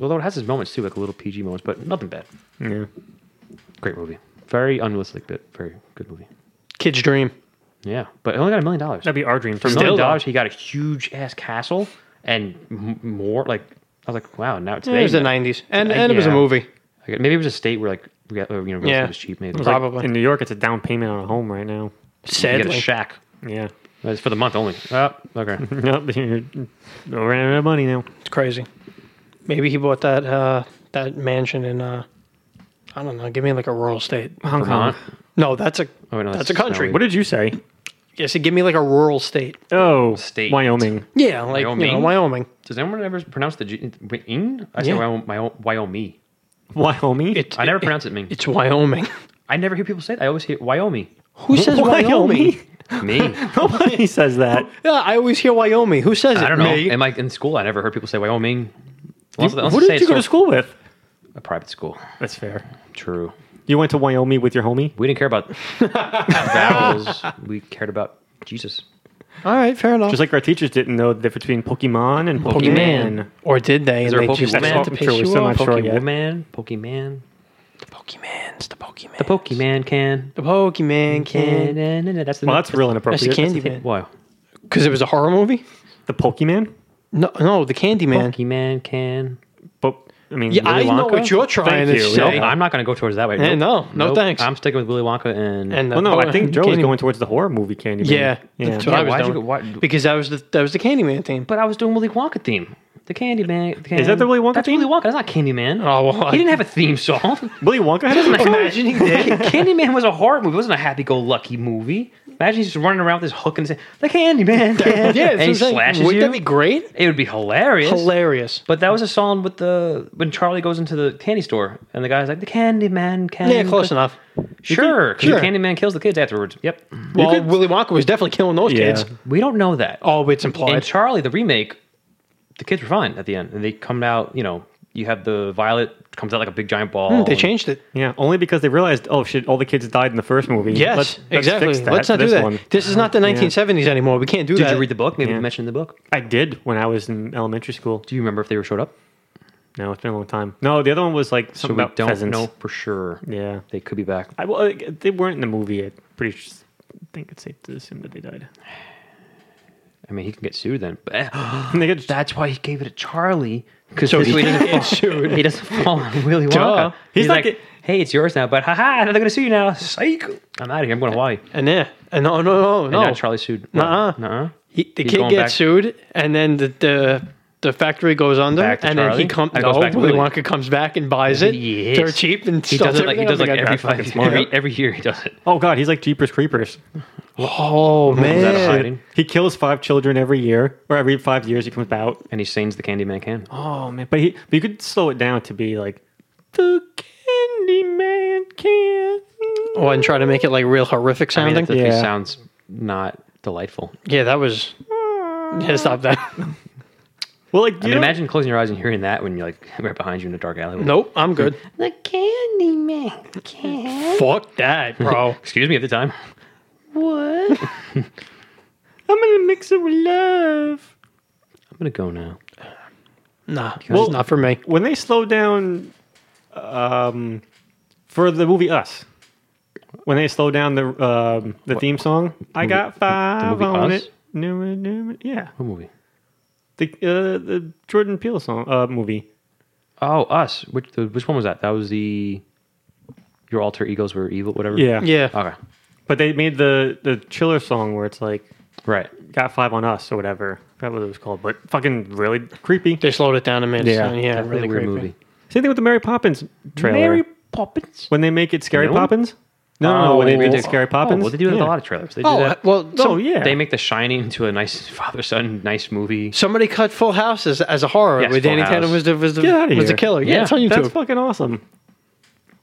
Speaker 1: Although it has its moments too, like little PG moments, but nothing bad.
Speaker 3: Yeah.
Speaker 1: Great movie. Very unrealistic, but very good movie.
Speaker 2: Kid's dream.
Speaker 1: Yeah, but it only got a million dollars.
Speaker 3: That'd be our dream.
Speaker 2: (laughs)
Speaker 1: For a
Speaker 3: Still,
Speaker 1: million
Speaker 2: though.
Speaker 1: dollars, he got a huge ass castle and m- more. Like I was like, wow. Now
Speaker 2: Yeah,
Speaker 1: today,
Speaker 2: it was the '90s, and
Speaker 1: Uh,
Speaker 2: and it was a
Speaker 1: yeah.
Speaker 2: movie.
Speaker 1: I gu- maybe it was a state where like we got, uh, you know real
Speaker 2: Yeah.
Speaker 1: estate was cheap. Maybe
Speaker 2: It was
Speaker 1: Like,
Speaker 2: Probably.
Speaker 3: in New York, it's a down payment on a home right now.
Speaker 1: you get a
Speaker 2: Sadly,
Speaker 1: shack.
Speaker 3: Yeah. (laughs)
Speaker 1: That's for the month only. Oh, okay.
Speaker 3: Nope. You're (laughs) you're running out of money now.
Speaker 2: it's crazy. Maybe he bought that uh, that mansion in uh, I don't know. Give me like a rural state. Uh-huh.
Speaker 3: Hong Kong.
Speaker 1: Vermont.
Speaker 2: No, that's a
Speaker 1: Oh, wait, no,
Speaker 2: that's,
Speaker 1: that's
Speaker 2: a country.
Speaker 1: snowy.
Speaker 3: What did you say?
Speaker 2: I said, give me like a rural state.
Speaker 3: Oh,
Speaker 1: State.
Speaker 3: Wyoming.
Speaker 2: Yeah, like Wyoming. You know,
Speaker 1: Wyoming?
Speaker 2: Wyoming.
Speaker 1: Does anyone ever pronounce the G? In? I say
Speaker 2: Yeah.
Speaker 1: Wyom- Wyom- Wyoming.
Speaker 3: Wyoming.
Speaker 2: It-
Speaker 1: I never
Speaker 2: it-
Speaker 1: pronounce it Ming.
Speaker 2: It's Wyoming.
Speaker 1: (laughs) I never hear people say it. I always hear
Speaker 2: (laughs)
Speaker 1: Wyoming.
Speaker 2: Who says
Speaker 1: (laughs)
Speaker 2: Wyoming?
Speaker 1: Me.
Speaker 3: Nobody says
Speaker 1: (laughs)
Speaker 3: that.
Speaker 2: Yeah, I always hear Wyoming. Who says it?
Speaker 1: I don't know.
Speaker 2: Me.
Speaker 1: Am I in school? I never heard people say Wyoming. Unless, unless
Speaker 3: Who
Speaker 1: they say
Speaker 3: did you
Speaker 1: it's
Speaker 3: go to
Speaker 1: sort
Speaker 3: school with?
Speaker 1: of A private school.
Speaker 3: That's fair.
Speaker 1: True.
Speaker 3: You went to Wyoming with your homie?
Speaker 1: We didn't
Speaker 2: (laughs)
Speaker 1: care about vowels. We cared about Jesus.
Speaker 2: All right, fair enough.
Speaker 3: Just like our teachers didn't know the difference between Pokemon and Pokemon.
Speaker 1: Pokemon.
Speaker 2: or did they?
Speaker 1: Is
Speaker 2: and
Speaker 1: there a
Speaker 2: they just
Speaker 1: Pokemon
Speaker 2: thought
Speaker 1: to
Speaker 2: to
Speaker 3: piss
Speaker 2: piss
Speaker 3: you
Speaker 2: you off?
Speaker 3: off? not sure yet.
Speaker 1: Pokemon. Pokemon.
Speaker 2: Pokemans, the Pokemans.
Speaker 1: The Pokemon can.
Speaker 2: The Pokemon can.
Speaker 1: That's the
Speaker 3: Well, that's real
Speaker 2: That's
Speaker 3: inappropriate.
Speaker 2: the
Speaker 1: Wow.
Speaker 2: Candyman. Because it was a horror movie?
Speaker 3: The Pokemon?
Speaker 2: No, no, the Candyman.
Speaker 1: Pokemon can.
Speaker 3: But I mean,
Speaker 2: Yeah, I
Speaker 3: Willy
Speaker 2: know
Speaker 3: Wonka?
Speaker 2: what you're trying
Speaker 3: Thank
Speaker 2: to
Speaker 3: you,
Speaker 2: say.
Speaker 1: Nope, I'm not going to go towards that way.
Speaker 2: Eh, no. No, thanks.
Speaker 1: I'm sticking with Willy Wonka and.
Speaker 2: And uh, the
Speaker 3: Well, no, I think Joe was
Speaker 2: Candyman.
Speaker 3: going towards the horror movie Candyman.
Speaker 2: (laughs) Yeah,
Speaker 3: yeah.
Speaker 2: that's what I was
Speaker 1: why'd you
Speaker 2: doing.
Speaker 1: go- why-
Speaker 2: because that was the that was the Candyman theme.
Speaker 1: but I was doing Willy Wonka theme. The Candyman. Can.
Speaker 3: that the Willy Wonka
Speaker 1: That's
Speaker 3: theme?
Speaker 1: Willy Wonka. That's not Candyman.
Speaker 2: Oh, well, I-
Speaker 1: he didn't have a
Speaker 2: (laughs)
Speaker 1: theme song.
Speaker 3: Willy Wonka had a
Speaker 1: Imagine he did. (laughs) Candyman was a horror movie. It wasn't a happy-go-lucky movie. Imagine he's just running around with his hook and saying, "The
Speaker 2: (laughs)
Speaker 1: Candyman."
Speaker 2: (laughs)
Speaker 1: Can.
Speaker 2: yeah,
Speaker 1: and he slashes
Speaker 2: Would
Speaker 1: you.
Speaker 2: that be great?
Speaker 1: it would be hilarious.
Speaker 2: Hilarious.
Speaker 1: But that was a song with the when Charlie goes into the candy store and the guy's like, "The Candyman can."
Speaker 2: yeah, close enough.
Speaker 1: Sure, 'cause
Speaker 2: sure.
Speaker 1: The Candyman kills the kids afterwards. Yep.
Speaker 2: Well, Willy Wonka was definitely killing those
Speaker 3: Yeah.
Speaker 2: kids.
Speaker 1: We don't know that.
Speaker 2: Oh, it's
Speaker 1: And
Speaker 2: implied.
Speaker 1: Charlie, the remake, the kids were fine at the end, and they come out. You know, you have the Violet comes out like a big giant ball.
Speaker 2: Hmm, they
Speaker 1: and-
Speaker 2: changed it.
Speaker 3: Yeah, only because they realized, oh shit, all the kids died in the first movie.
Speaker 2: Yes,
Speaker 3: let's, let's
Speaker 2: exactly.
Speaker 3: Fix that
Speaker 2: Let's not
Speaker 3: for
Speaker 2: do
Speaker 3: this
Speaker 2: that.
Speaker 3: One.
Speaker 2: This is not the 1970s anymore. We can't do
Speaker 1: Did
Speaker 2: that.
Speaker 1: you read the book? Maybe
Speaker 3: Yeah.
Speaker 1: they mentioned in the book.
Speaker 3: I did when I was in elementary school.
Speaker 1: Do you remember if they were showed up?
Speaker 3: No, it's been a long time. No, the other one was like
Speaker 1: So
Speaker 3: something
Speaker 1: we
Speaker 3: about
Speaker 1: don't
Speaker 3: pheasants.
Speaker 1: know for sure.
Speaker 3: Yeah,
Speaker 1: They could be back.
Speaker 3: I, well, like, they weren't in the movie. I pretty s- think it's safe to assume that they
Speaker 2: (gasps)
Speaker 3: died.
Speaker 1: I mean, he can get sued then. But
Speaker 3: And they get
Speaker 1: that's why he gave it to Charlie. Because
Speaker 2: So
Speaker 1: so he,
Speaker 2: he
Speaker 1: doesn't
Speaker 2: didn't get
Speaker 1: fall-
Speaker 2: sued.
Speaker 1: he doesn't fall on Willy Wonka.
Speaker 2: Duh.
Speaker 1: He's,
Speaker 3: He's not
Speaker 1: like,
Speaker 3: get-
Speaker 1: hey, it's yours now, but haha, they're going to sue you now. Psych. I'm out of here. I'm going to Hawaii.
Speaker 2: And yeah, and no, no, no,
Speaker 1: And
Speaker 2: no.
Speaker 1: now Charlie sued.
Speaker 2: Nuh-uh.
Speaker 1: Nuh-uh.
Speaker 2: He, the
Speaker 1: He's
Speaker 2: kid
Speaker 1: going
Speaker 2: gets
Speaker 1: back-
Speaker 2: sued, and then the the, the factory goes under,
Speaker 1: Back to
Speaker 2: and then
Speaker 1: Charlie,
Speaker 2: he comes.
Speaker 1: and it goes
Speaker 2: No,
Speaker 1: back to
Speaker 2: Willy
Speaker 1: Willy.
Speaker 2: Wonka comes back and buys it.
Speaker 1: Yes.
Speaker 2: They're cheap and
Speaker 1: He does it like he does like every
Speaker 3: that's
Speaker 1: five
Speaker 3: fucking smart.
Speaker 1: every, every year he does it.
Speaker 3: oh god, he's like Jeepers Creepers.
Speaker 2: Oh
Speaker 1: Is that a
Speaker 2: man!
Speaker 1: hiding?
Speaker 3: He kills five children every year, or every five years he comes out.
Speaker 1: And he sings the Candyman can.
Speaker 3: Oh man, but he but you could slow it down to be like the Candyman can.
Speaker 2: Oh, and try to make it like real horrific
Speaker 1: I mean,
Speaker 2: sounding.
Speaker 1: that definitely
Speaker 3: Yeah.
Speaker 1: sounds not delightful.
Speaker 2: yeah, that was. Yeah, stop that. (laughs)
Speaker 3: Well, like you
Speaker 1: I mean,
Speaker 3: know-
Speaker 1: imagine closing your eyes and hearing that when you're like (laughs) right behind you in a dark alley.
Speaker 2: nope, I'm good.
Speaker 1: The Candyman can.
Speaker 2: Fuck that,
Speaker 1: (laughs)
Speaker 2: bro.
Speaker 1: Excuse me at the time.
Speaker 2: what?
Speaker 3: I'm gonna mix it with love.
Speaker 1: I'm gonna go now.
Speaker 2: Nah, it's
Speaker 3: Well-
Speaker 2: not for me.
Speaker 3: When they slow down, um, for the movie Us, when they slow down the um the theme song, I got five
Speaker 1: movie
Speaker 3: on
Speaker 1: Us?
Speaker 3: it. New, new, yeah,
Speaker 1: What movie?
Speaker 3: the uh, the Jordan Peele song uh movie.
Speaker 1: Oh, us. Which the, which one was that? That was the your alter egos were evil, whatever.
Speaker 3: Yeah,
Speaker 2: Yeah.
Speaker 1: Okay.
Speaker 3: But they made the the chiller song where it's like
Speaker 1: Right.
Speaker 3: got five on us or whatever. I forgot what it was called, but fucking really creepy.
Speaker 2: They slowed it down a minute.
Speaker 3: Yeah,
Speaker 2: Yeah, yeah, really
Speaker 1: Definitely a weird
Speaker 2: creepy.
Speaker 1: movie.
Speaker 3: Same thing with the Mary Poppins trailer.
Speaker 1: Poppins.
Speaker 3: when they make it Scary
Speaker 1: New one?
Speaker 3: Poppins? No, no, no, when they
Speaker 1: Oh,
Speaker 3: redid Scary Poppins.
Speaker 1: Oh, well, they do that with
Speaker 3: yeah.
Speaker 1: a lot of trailers. They do
Speaker 2: Oh
Speaker 1: that.
Speaker 2: well,
Speaker 3: Oh,
Speaker 2: some-
Speaker 3: yeah.
Speaker 1: They make The Shining into a nice (laughs) father son, nice movie.
Speaker 2: Somebody cut Full House as, as a horror
Speaker 1: Yes,
Speaker 2: with
Speaker 1: Full
Speaker 2: Danny
Speaker 1: House.
Speaker 2: Tanner was the was the,
Speaker 3: Get outta
Speaker 2: was the
Speaker 3: here.
Speaker 2: killer. Yeah,
Speaker 1: Yeah,
Speaker 2: it's on YouTube.
Speaker 3: That's fucking awesome.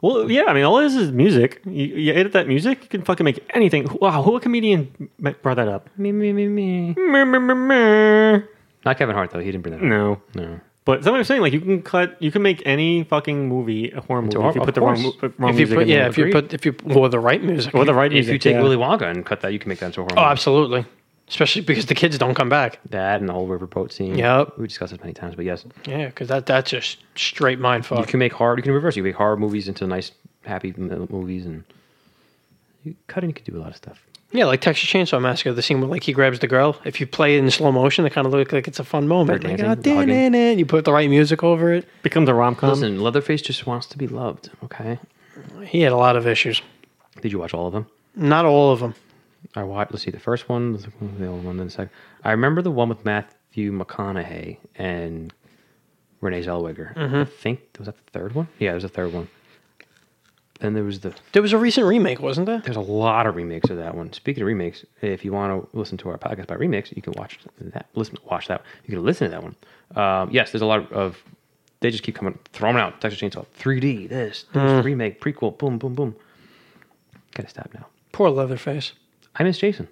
Speaker 3: Well, yeah, I mean, all this is music. You, you edit that music, you can fucking make anything. Wow, who a comedian m- brought that up?
Speaker 1: Me, me, me, me.
Speaker 3: Meh, meh, meh, meh.
Speaker 1: Not Kevin Hart, though. He didn't bring that up.
Speaker 3: No,
Speaker 1: No.
Speaker 3: but that's what I'm saying. Like, you can cut, you can make any fucking movie a horror movie
Speaker 1: horror-
Speaker 3: if you
Speaker 1: of
Speaker 3: put the wrong,
Speaker 1: course.
Speaker 3: mu- wrong
Speaker 2: if you
Speaker 3: music
Speaker 2: put
Speaker 3: in there.
Speaker 2: yeah, if you put if you or the right music.
Speaker 3: or the right
Speaker 1: If
Speaker 3: music.
Speaker 1: you take
Speaker 3: yeah.
Speaker 1: Willy Wonka and cut that, you can make that into a horror
Speaker 2: oh,
Speaker 1: movie.
Speaker 2: absolutely. Especially because the kids don't come back.
Speaker 1: That and the whole riverboat scene.
Speaker 2: Yep.
Speaker 1: We discussed it many times, but yes.
Speaker 2: Yeah, because that that's just straight mind
Speaker 1: You
Speaker 2: fuck.
Speaker 1: can make horror, you can reverse it. You make horror movies into nice, happy m- movies, and you cut and you can do a lot of stuff.
Speaker 2: Yeah, like Texas Chainsaw Massacre, the scene where like he grabs the girl. If you play it in slow motion, it kind of looks like it's a fun moment.
Speaker 1: They're
Speaker 2: Like,
Speaker 1: dancing,
Speaker 2: "Ah,
Speaker 1: hugging.
Speaker 2: da-na-na," and you put the right music over it.
Speaker 3: becomes a rom com.
Speaker 1: Listen, Leatherface just wants to be loved, okay?
Speaker 2: He had a lot of issues.
Speaker 1: Did you watch all of them?
Speaker 2: Not all of them.
Speaker 1: I watched. Let's see, the first one, the second one, the old one, then the second. I remember the one with Matthew McConaughey and Renee Zellweger. I think was that the third one. Yeah, it was the third one. Then there was the
Speaker 2: There was a recent remake, wasn't there?
Speaker 1: there's a lot of remakes of that one. Speaking of remakes, if you want to listen to our podcast about remakes, you can watch that. Listen, watch that. You can listen to that one. Um, yes, there's a lot of. They just keep coming, throwing out Texas Chainsaw 3D. This, this remake, prequel, boom, boom, boom. Gotta stop now.
Speaker 2: Poor Leatherface.
Speaker 1: I miss Jason.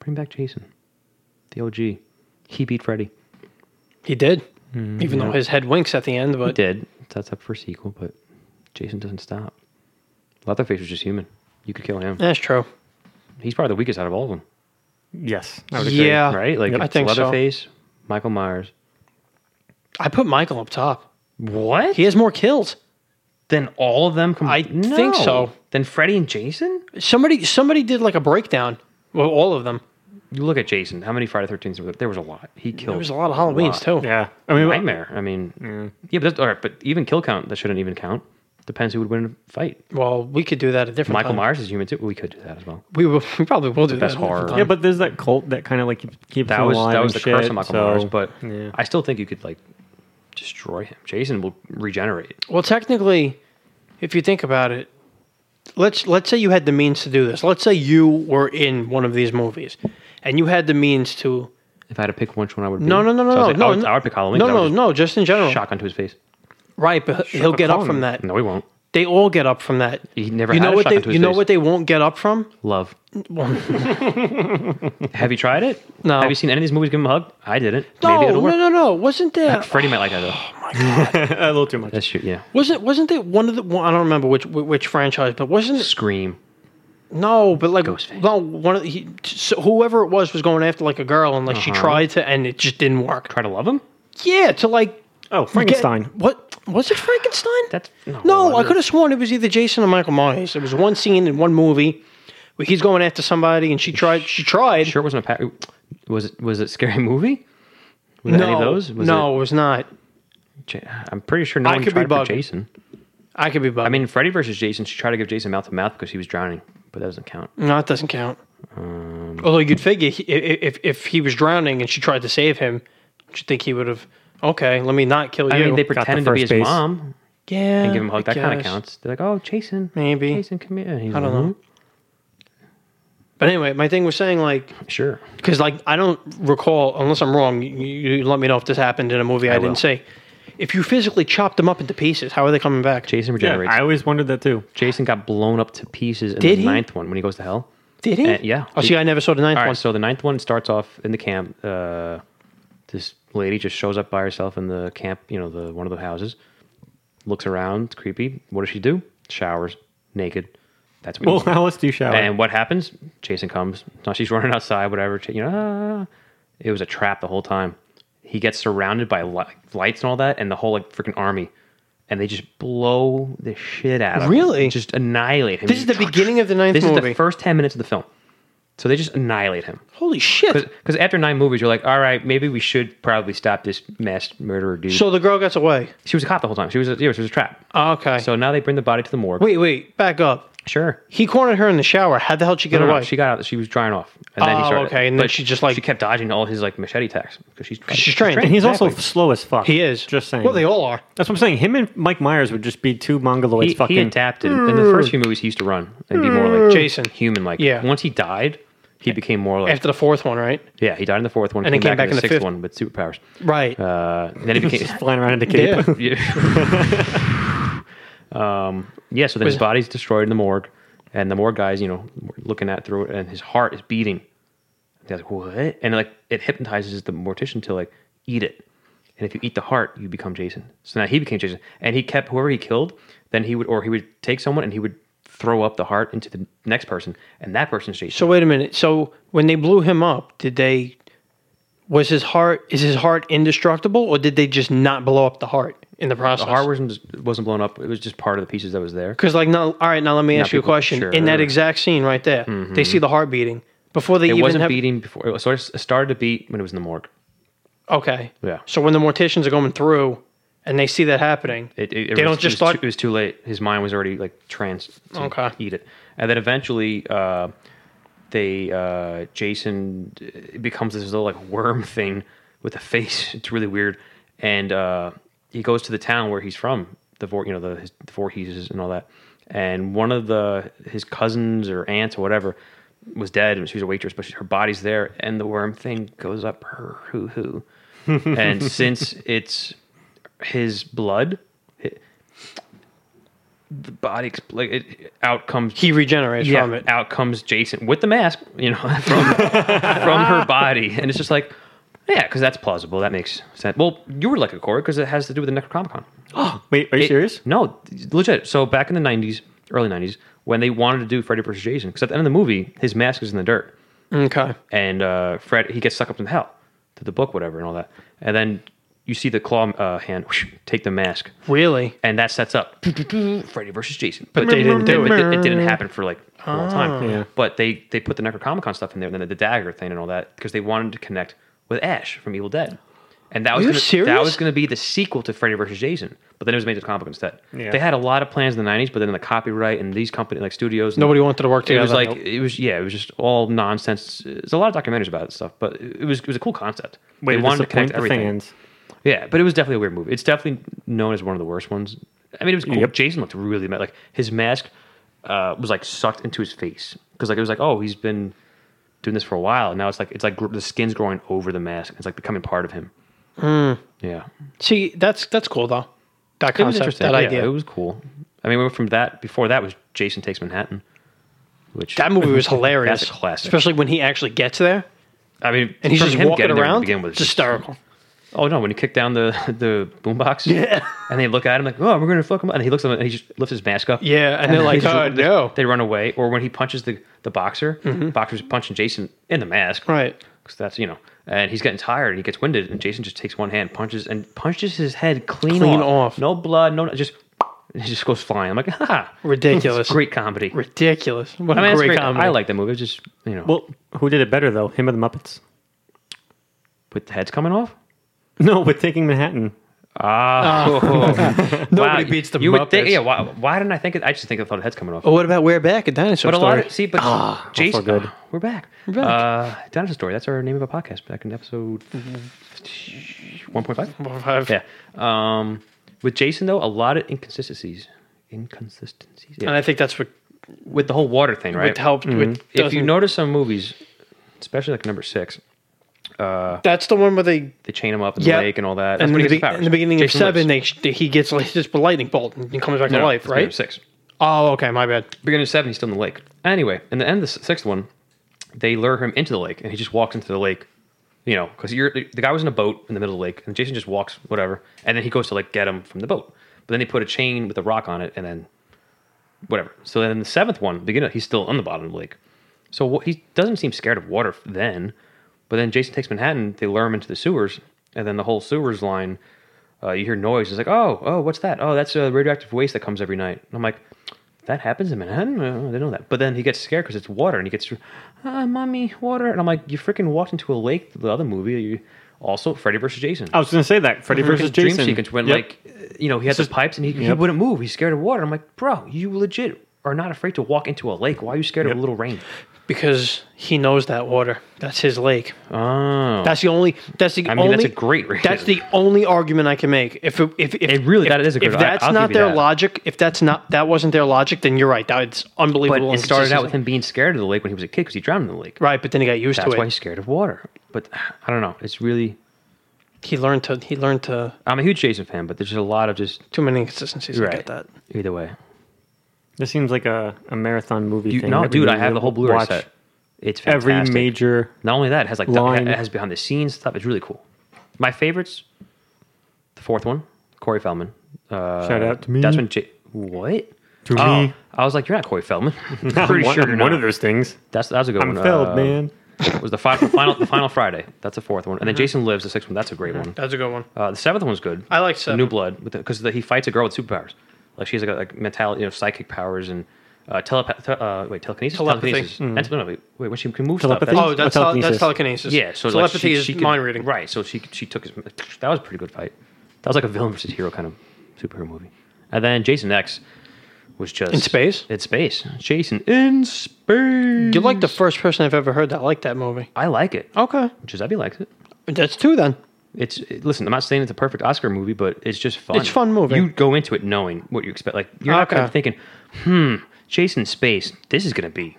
Speaker 1: Bring back Jason, the OG. He beat Freddy.
Speaker 2: He did. Even though his head winks at the end,
Speaker 1: He
Speaker 2: but
Speaker 1: did. That's up for a sequel, but Jason doesn't stop. Leatherface was just human. You could kill him.
Speaker 2: that's true.
Speaker 1: He's probably the weakest out of all of them.
Speaker 3: Yes. I would agree.
Speaker 2: Yeah,
Speaker 1: right? Like
Speaker 2: I
Speaker 1: it's
Speaker 2: think so.
Speaker 1: Leatherface, Michael Myers.
Speaker 2: I put Michael up top.
Speaker 1: What?
Speaker 2: He has more kills.
Speaker 1: Then all of them? Com-
Speaker 2: I think so.
Speaker 1: Then Freddy and Jason?
Speaker 2: Somebody, somebody did like a breakdown. Well, all of them.
Speaker 1: You look at Jason. How many Friday Thirteens were there? There was a lot. He killed.
Speaker 2: There was a lot of Halloweens too.
Speaker 3: Yeah. I mean,
Speaker 1: Nightmare. I mean, yeah, but that's, all right. But even kill count, that shouldn't even count. Depends who would win a fight.
Speaker 2: Well, we could do that a different
Speaker 1: Michael
Speaker 2: time.
Speaker 1: Myers is human too. We could do that as well.
Speaker 2: We, will, we probably will do
Speaker 1: Best
Speaker 2: that. a different
Speaker 1: horror.
Speaker 2: time.
Speaker 3: yeah, but there's that cult that kind of like keeps, keeps
Speaker 1: Um, That
Speaker 3: him
Speaker 1: was
Speaker 3: alive
Speaker 1: that was
Speaker 3: and
Speaker 1: the
Speaker 3: shit,
Speaker 1: curse of Michael
Speaker 3: so, (laughs)
Speaker 1: Myers. But
Speaker 3: yeah.
Speaker 1: I still think you could like destroy him. Jason will regenerate.
Speaker 2: Well, technically, if you think about it, let's let's say you had the means to do this. Let's say you were in one of these movies, and you had the means to.
Speaker 1: If I had to pick which one, I would. Be.
Speaker 2: No, no, no, no,
Speaker 1: So I, was
Speaker 2: no,
Speaker 1: like,
Speaker 2: no,
Speaker 1: I, would,
Speaker 2: no.
Speaker 1: I would pick Halloween.
Speaker 2: No,
Speaker 1: 'cause I
Speaker 2: no,
Speaker 1: would
Speaker 2: no. Just in general,
Speaker 1: just Shock onto his face.
Speaker 2: right? But he'll get up from that.
Speaker 1: No, he won't.
Speaker 2: They all get up from that.
Speaker 1: He never
Speaker 2: You
Speaker 1: had
Speaker 2: know
Speaker 1: a
Speaker 2: what
Speaker 1: shock
Speaker 2: they?
Speaker 1: into his
Speaker 2: You know
Speaker 1: face.
Speaker 2: what they won't get up from?
Speaker 1: Love. Have you tried it?
Speaker 2: No.
Speaker 1: Have you seen any of these movies give him a hug? I didn't.
Speaker 2: No,
Speaker 1: Maybe
Speaker 2: no,
Speaker 1: it'll work.
Speaker 2: no, no. Wasn't there?
Speaker 1: Freddie might like that though.
Speaker 3: a little too much.
Speaker 1: That's true. Yeah.
Speaker 2: Wasn't wasn't there one of the? Well, I don't remember which which franchise, but wasn't
Speaker 1: Scream.
Speaker 2: No, but like
Speaker 1: Ghostface.
Speaker 2: no one of the, he, so whoever it was was going after like a girl and like
Speaker 1: Uh-huh.
Speaker 2: she tried to and it just didn't work.
Speaker 1: Try to love him.
Speaker 2: Yeah, to like
Speaker 3: Oh, Frankenstein.
Speaker 2: get- what was it? Frankenstein?
Speaker 1: That's no.
Speaker 2: no, I
Speaker 1: wasn't.
Speaker 2: could have sworn it was either Jason or Michael Myers. There was one scene in one movie where he's going after somebody and she tried. She tried.
Speaker 1: Sure, it wasn't a. Pa- was it? Was it scary movie? Was it
Speaker 2: no,
Speaker 1: any of those? Was
Speaker 2: no, it, was not.
Speaker 1: It, Ja- I'm pretty sure no
Speaker 2: I
Speaker 1: one
Speaker 2: could be
Speaker 1: tried for
Speaker 2: bugged.
Speaker 1: Jason.
Speaker 2: I could be bugged.
Speaker 1: I mean, Freddy versus Jason. She tried to give Jason mouth to mouth because he was drowning, but that doesn't count.
Speaker 2: no, it doesn't count.
Speaker 1: Um,
Speaker 2: Although you'd figure he, i- i- if if he was drowning and she tried to save him, you'd think he would have. Okay, let me not kill
Speaker 1: I
Speaker 2: you.
Speaker 1: mean, they
Speaker 3: the
Speaker 1: pretended to be
Speaker 3: first
Speaker 1: his
Speaker 3: base.
Speaker 1: mom
Speaker 2: yeah,
Speaker 1: and give him a hug.
Speaker 2: I
Speaker 1: That kind of
Speaker 2: guess.
Speaker 1: counts. They're like, "Oh, Jason,
Speaker 2: Maybe.
Speaker 1: Jason, come here." And he's
Speaker 2: I don't
Speaker 1: like,
Speaker 2: know. But anyway, my thing was saying like
Speaker 1: "Hmm, Sure.
Speaker 2: because like I don't recall unless I'm wrong. You, you let me know if this happened in a movie I,
Speaker 1: will.
Speaker 2: didn't see. If you physically chopped them up into pieces, how are they coming back?
Speaker 1: Jason
Speaker 3: Yeah,
Speaker 1: regenerates.
Speaker 3: I always wondered that too.
Speaker 1: Jason got blown up to pieces in
Speaker 2: Did
Speaker 1: the
Speaker 2: he?
Speaker 1: ninth one when he goes to hell.
Speaker 2: Did he?
Speaker 1: Uh, yeah.
Speaker 2: Oh, see, I never saw the ninth
Speaker 1: All
Speaker 2: one.
Speaker 1: right, so the ninth one starts off in the camp. Uh, this lady just shows up by herself in the camp, you know, the one of the houses. Looks around, it's creepy. What does she do? Showers, naked. That's what.
Speaker 3: Well,
Speaker 1: you do.
Speaker 3: now (laughs) let's do shower.
Speaker 1: and what happens? Jason comes. Now she's running outside. Whatever. Ch- You know, ah. it was a trap the whole time. He gets surrounded by li- lights and all that, and the whole like freaking army, and they just blow the shit out of him.
Speaker 2: Really?
Speaker 1: Just annihilate him.
Speaker 2: this is the beginning of the ninth
Speaker 1: This is
Speaker 2: movie.
Speaker 1: the first ten minutes of the film. So they just annihilate him.
Speaker 2: Holy shit!
Speaker 1: Because after nine movies, you're like, all right, maybe we should probably stop this mass murderer dude.
Speaker 2: So the girl gets away.
Speaker 1: she was a cop the whole time. She was a, yeah, she was a trap.
Speaker 2: Okay.
Speaker 1: Oh, So now they bring the body to the morgue.
Speaker 2: wait, wait, back up.
Speaker 1: sure.
Speaker 2: He cornered her in the shower. How the hell did she get
Speaker 1: No, no,
Speaker 2: away?
Speaker 1: she got out. She was drying off. And
Speaker 2: Oh, okay, and then she just, like-
Speaker 1: she kept dodging all his like machete attacks because she's
Speaker 2: she's trained.
Speaker 3: And he's
Speaker 1: Exactly.
Speaker 3: also slow as fuck.
Speaker 2: he is.
Speaker 3: Just saying.
Speaker 2: Well, they all are.
Speaker 3: That's what I'm saying. Him and Mike Myers would just be two mongoloids
Speaker 1: He,
Speaker 3: fucking.
Speaker 1: he adapted. In the first few movies, he used to run and be more like
Speaker 2: Mm. Jason.
Speaker 1: human. Like
Speaker 2: Yeah.
Speaker 1: Once he died, he became more like
Speaker 2: After the fourth one, right?
Speaker 1: yeah. He died in the fourth one
Speaker 2: And he came back in the
Speaker 1: sixth
Speaker 2: fifth.
Speaker 1: one with superpowers.
Speaker 2: Right.
Speaker 1: Uh, then he
Speaker 2: (laughs)
Speaker 1: became
Speaker 3: (laughs) just flying around in the cape.
Speaker 2: Yeah.
Speaker 1: Yeah. (laughs) um, yeah, so then his body's destroyed in the morgue, and the morgue guy's, you know, looking at through it, and his heart is beating. They're like, what? And like, it hypnotizes the mortician to like eat it. And if you eat the heart, you become Jason. So now he became Jason, and he kept whoever he killed. Then he would, or he would take someone and he would throw up the heart into the next person, and that person's Jason.
Speaker 2: So wait a minute. So when they blew him up, did they? Was his heart? Is his heart indestructible, or did they just not blow up the heart in the process?
Speaker 1: the heart wasn't wasn't blown up; it was just part of the pieces that was there.
Speaker 2: Because like now, all right, now let me ask you a
Speaker 1: people-
Speaker 2: question. In that
Speaker 1: sure. Mm-hmm.
Speaker 2: exact scene right there, they see the heart beating before they
Speaker 1: It
Speaker 2: even
Speaker 1: wasn't
Speaker 2: have.
Speaker 1: beating before. It sort of started to beat when it was in the morgue.
Speaker 2: Okay.
Speaker 1: Yeah.
Speaker 2: So when the morticians are going through, and they see that happening,
Speaker 1: It, it, it
Speaker 2: they don't
Speaker 1: was,
Speaker 2: just
Speaker 1: it was,
Speaker 2: start.
Speaker 1: too, it was too late. His mind was already like trans to
Speaker 2: Okay.
Speaker 1: eat it, and then eventually, uh, they uh, Jason it becomes this little like worm thing with a face. (laughs) It's really weird, and uh, he goes to the town where he's from, the Vor- you know the, his, the Voorheeses and all that, and one of the his cousins or aunts or whatever was dead, and she was a waitress, but she, her body's there, and the worm thing goes up her hoo hoo,
Speaker 2: (laughs)
Speaker 1: and since it's his blood, it, the body expl- like it, out comes
Speaker 2: He regenerates
Speaker 1: yeah,
Speaker 2: from it.
Speaker 1: out comes Jason with the mask, you know, (laughs) from from her body, and it's just like, yeah, because that's plausible. That makes sense. Well, you were like a core because it has to do with the Necrocomicon.
Speaker 3: (laughs) Wait, are you
Speaker 1: It-
Speaker 3: serious?
Speaker 1: No, legit. So back in the '90s, early '90s, when they wanted to do Freddy vs. Jason, because at the end of the movie, his mask is in the dirt,
Speaker 2: Okay.
Speaker 1: and uh, Fred he gets sucked up in hell to the book, whatever, and all that, and then you see the claw uh, hand take the mask,
Speaker 2: Really?
Speaker 1: and that sets up (laughs) Freddy versus Jason.
Speaker 2: But they didn't do
Speaker 1: but
Speaker 2: it.
Speaker 1: It, didn't happen for like a
Speaker 2: Ah.
Speaker 1: long time.
Speaker 3: Yeah.
Speaker 1: But they they put the Necrocomicon stuff in there, and then the dagger thing and all that, because they wanted to connect with Ash from Evil Dead. And that was
Speaker 2: you
Speaker 1: gonna, that
Speaker 2: serious?
Speaker 1: was going to be the sequel to Freddy versus Jason, but then it was made as a comic book instead.
Speaker 3: Yeah.
Speaker 1: They had a lot of plans in the '90s, but then the copyright and these company like studios, and-
Speaker 2: Nobody wanted to work
Speaker 1: It was
Speaker 2: together.
Speaker 1: like it was yeah, it was just all nonsense. There's a lot of documentaries about it and stuff, but it was it was a cool concept.
Speaker 3: Wait,
Speaker 1: they wanted to connect everything.
Speaker 3: Fans.
Speaker 1: Yeah, but it was definitely a weird movie. It's definitely known as one of the worst ones. I mean, it was cool.
Speaker 3: Yep.
Speaker 1: Jason looked really mad. Like his mask uh, was like sucked into his face because like it was like oh he's been doing this for a while and now it's like it's like gr- the skin's growing over the mask. It's like becoming part of him. Yeah,
Speaker 2: See, that's that's cool though. That
Speaker 1: it was
Speaker 2: concept,
Speaker 1: interesting.
Speaker 2: that
Speaker 1: yeah,
Speaker 2: idea.
Speaker 1: it was cool. I mean, we went from that before that was Jason Takes Manhattan, which
Speaker 2: that movie was hilarious.
Speaker 1: (laughs) That's a classic.
Speaker 2: Especially when he actually gets there
Speaker 1: I mean,
Speaker 2: and he's
Speaker 1: from
Speaker 2: just
Speaker 1: him
Speaker 2: walking
Speaker 1: getting there to
Speaker 2: around.
Speaker 1: begin with,
Speaker 2: it's
Speaker 1: (laughs)
Speaker 2: hysterical.
Speaker 1: Oh no! When he kicked down the (laughs) the boombox, yeah, and they look at him like, "Oh, we're gonna fuck him," up. and he looks at him and he just lifts his mask up,
Speaker 2: Yeah, and they're
Speaker 1: then
Speaker 2: like,
Speaker 1: they just-
Speaker 2: "Oh, no." Mm-hmm.
Speaker 1: They run away, or when he punches the the boxer, boxer's punching Jason in the mask,
Speaker 2: Right.
Speaker 1: Because that's you know, and he's getting tired and he gets winded, and Jason just takes one hand, punches and punches his head clean,
Speaker 2: Clean off.
Speaker 1: no blood, no just and he just goes flying. I'm like, ha,
Speaker 2: Ridiculous.
Speaker 1: (laughs) great comedy.
Speaker 2: Ridiculous. What a
Speaker 1: I mean, it's
Speaker 2: great,
Speaker 1: great.
Speaker 2: comedy.
Speaker 1: I like the movie. It's just you know,
Speaker 3: Well, who did it better though? Him or the Muppets? (laughs)
Speaker 1: with the heads coming off.
Speaker 3: No, with Taking Manhattan.
Speaker 1: (laughs) Ah,
Speaker 2: Oh. Nobody beats the
Speaker 1: you
Speaker 2: Muppets.
Speaker 1: Would think, yeah, why, why didn't I think? It, I just think I thought heads coming off.
Speaker 2: But Oh, what about We're Back, a dinosaur
Speaker 1: But a
Speaker 2: story?
Speaker 1: lot of see, but Jason,
Speaker 3: good.
Speaker 1: Ah, we're back.
Speaker 2: We're back.
Speaker 1: Uh, Dinosaur Story. That's our name of a podcast. Back in episode one point five. Yeah. Um, with Jason though, a lot of inconsistencies. Inconsistencies. Yeah.
Speaker 2: And I think that's what
Speaker 1: with the whole water thing, right? Mm-hmm.
Speaker 2: what helped with.
Speaker 1: if you
Speaker 2: doesn't-
Speaker 1: notice some movies, especially like number six,
Speaker 2: that's the one where they
Speaker 1: they chain him up in
Speaker 2: Yeah.
Speaker 1: the lake and all that. That's
Speaker 2: and
Speaker 1: when
Speaker 2: in
Speaker 1: he
Speaker 2: the,
Speaker 1: gets
Speaker 2: be-
Speaker 1: his powers.
Speaker 2: in the beginning
Speaker 1: Jason
Speaker 2: of seven,
Speaker 1: lives.
Speaker 2: they, they he gets like, just a lightning bolt and he comes back
Speaker 1: No,
Speaker 2: to
Speaker 1: no,
Speaker 2: life,
Speaker 1: it's beginning
Speaker 2: right?
Speaker 1: of Six.
Speaker 2: Oh, okay, my bad.
Speaker 1: Beginning of seven, he's still in the lake. Anyway, in the end of the s- sixth one, they lure him into the lake, and he just walks into the lake. You know, because you're the the guy was in a boat in the middle of the lake, and Jason just walks whatever, and then he goes to like get him from the boat. But then they put a chain with a rock on it, and then whatever. So then in the seventh one, beginning, he's still on the bottom of the lake. So wh- he doesn't seem scared of water f- then. But then Jason takes Manhattan. They lure him into the sewers, and then the whole sewers line. Uh, you hear noise. It's like, oh, oh, what's that? Oh, that's uh, radioactive waste that comes every night. And I'm like, that happens in Manhattan. Uh, I didn't know that. But then he gets scared because it's water, and he gets, ah, mommy, water. And I'm like, you freaking walked into a lake. The other movie, you also Freddy versus Jason.
Speaker 3: I was going to say that Freddy versus
Speaker 1: Freaking dream
Speaker 3: Jason
Speaker 1: sequence when
Speaker 3: Yep.
Speaker 1: like uh, you know he had the pipes and he, he
Speaker 3: yep.
Speaker 1: wouldn't move. He's scared of water. I'm like, bro, you legit are not afraid to walk into a lake. Why are you scared of a little rain?
Speaker 2: Because he knows that water. That's his lake.
Speaker 1: Oh,
Speaker 2: That's the only. That's the
Speaker 1: I mean,
Speaker 2: only.
Speaker 1: that's a great reason.
Speaker 2: That's the only argument I can make. If it- if if
Speaker 1: It really-
Speaker 2: if,
Speaker 1: that is a good-
Speaker 2: If
Speaker 1: I-
Speaker 2: that's
Speaker 1: I'll give
Speaker 2: not
Speaker 1: you
Speaker 2: their
Speaker 1: that.
Speaker 2: logic, if that's not that wasn't their logic, then you're right. That's
Speaker 1: but
Speaker 2: unbelievable.
Speaker 1: it
Speaker 2: and
Speaker 1: started out with
Speaker 2: consistent.
Speaker 1: him being scared of the lake when he was a kid because he drowned in the lake.
Speaker 2: Right, but then he got used
Speaker 1: That's
Speaker 2: to
Speaker 1: why
Speaker 2: it.
Speaker 1: he's scared of water. But I don't know. It's really
Speaker 2: He learned to. He learned to.
Speaker 1: I'm a huge Jason fan, but there's a lot of just
Speaker 2: Too many inconsistencies. I
Speaker 1: right.
Speaker 2: get that.
Speaker 1: Either way,
Speaker 3: This seems like a, a marathon movie.
Speaker 1: you,
Speaker 3: thing
Speaker 1: no,
Speaker 3: that we
Speaker 1: dude, I
Speaker 3: need
Speaker 1: have
Speaker 3: to
Speaker 1: the whole Blu-ray
Speaker 3: watch
Speaker 1: set. It's fantastic.
Speaker 3: Every major.
Speaker 1: Not only that, it has like
Speaker 3: line.
Speaker 1: it has behind the scenes stuff. It's really cool. My favorites, the fourth one, Corey Feldman. Uh,
Speaker 3: Shout out to me.
Speaker 1: That's when J- what
Speaker 3: To
Speaker 1: Oh,
Speaker 3: me.
Speaker 1: I was like, you're not
Speaker 3: (laughs)
Speaker 1: Corey Feldman.
Speaker 3: I'm
Speaker 1: Pretty
Speaker 3: one,
Speaker 1: sure
Speaker 3: I'm one
Speaker 1: you're not.
Speaker 3: of those things.
Speaker 1: That's that was a good
Speaker 3: I'm
Speaker 1: one.
Speaker 3: filled,
Speaker 1: Uh,
Speaker 3: man.
Speaker 1: Was the final, the final
Speaker 3: (laughs)
Speaker 1: the final Friday? That's the fourth one, and
Speaker 3: Uh-huh.
Speaker 1: then Jason Lives, the sixth one. That's a great one.
Speaker 2: That's a good one.
Speaker 1: Uh, the seventh one's good.
Speaker 2: I like
Speaker 1: The
Speaker 2: seven.
Speaker 1: New Blood because he fights a girl with superpowers. Like she has like, like mentality, you know, psychic powers and uh, telepath. Te- uh, wait, telekinesis.
Speaker 2: Telepathy.
Speaker 1: Telekinesis. That's no, no, wait, wait, when she can move
Speaker 3: Mm. Telepathy?
Speaker 1: stuff.
Speaker 2: Oh,
Speaker 1: that's-
Speaker 2: that's
Speaker 3: Or
Speaker 2: tele- that's telekinesis.
Speaker 3: telekinesis.
Speaker 1: yeah, so like,
Speaker 2: telepathy
Speaker 1: she-
Speaker 2: is
Speaker 1: she could-
Speaker 2: mind reading.
Speaker 1: right? So she she took his. That was a pretty good fight. That was like a villain versus hero kind of superhero movie. And then Jason X was just
Speaker 2: In space?
Speaker 1: In space, Jason in space.
Speaker 2: You're like Oh. the first person I've ever heard that liked that movie.
Speaker 1: I like it.
Speaker 2: Okay,
Speaker 1: Giuseppe likes it.
Speaker 2: that's two then.
Speaker 1: It's listen. I'm not saying it's a perfect Oscar movie, but it's just fun.
Speaker 2: It's fun movie.
Speaker 1: You go into it knowing what you expect. Like you're not gonna be
Speaker 2: Okay.
Speaker 1: thinking, "Hmm, Chase in space. This is gonna be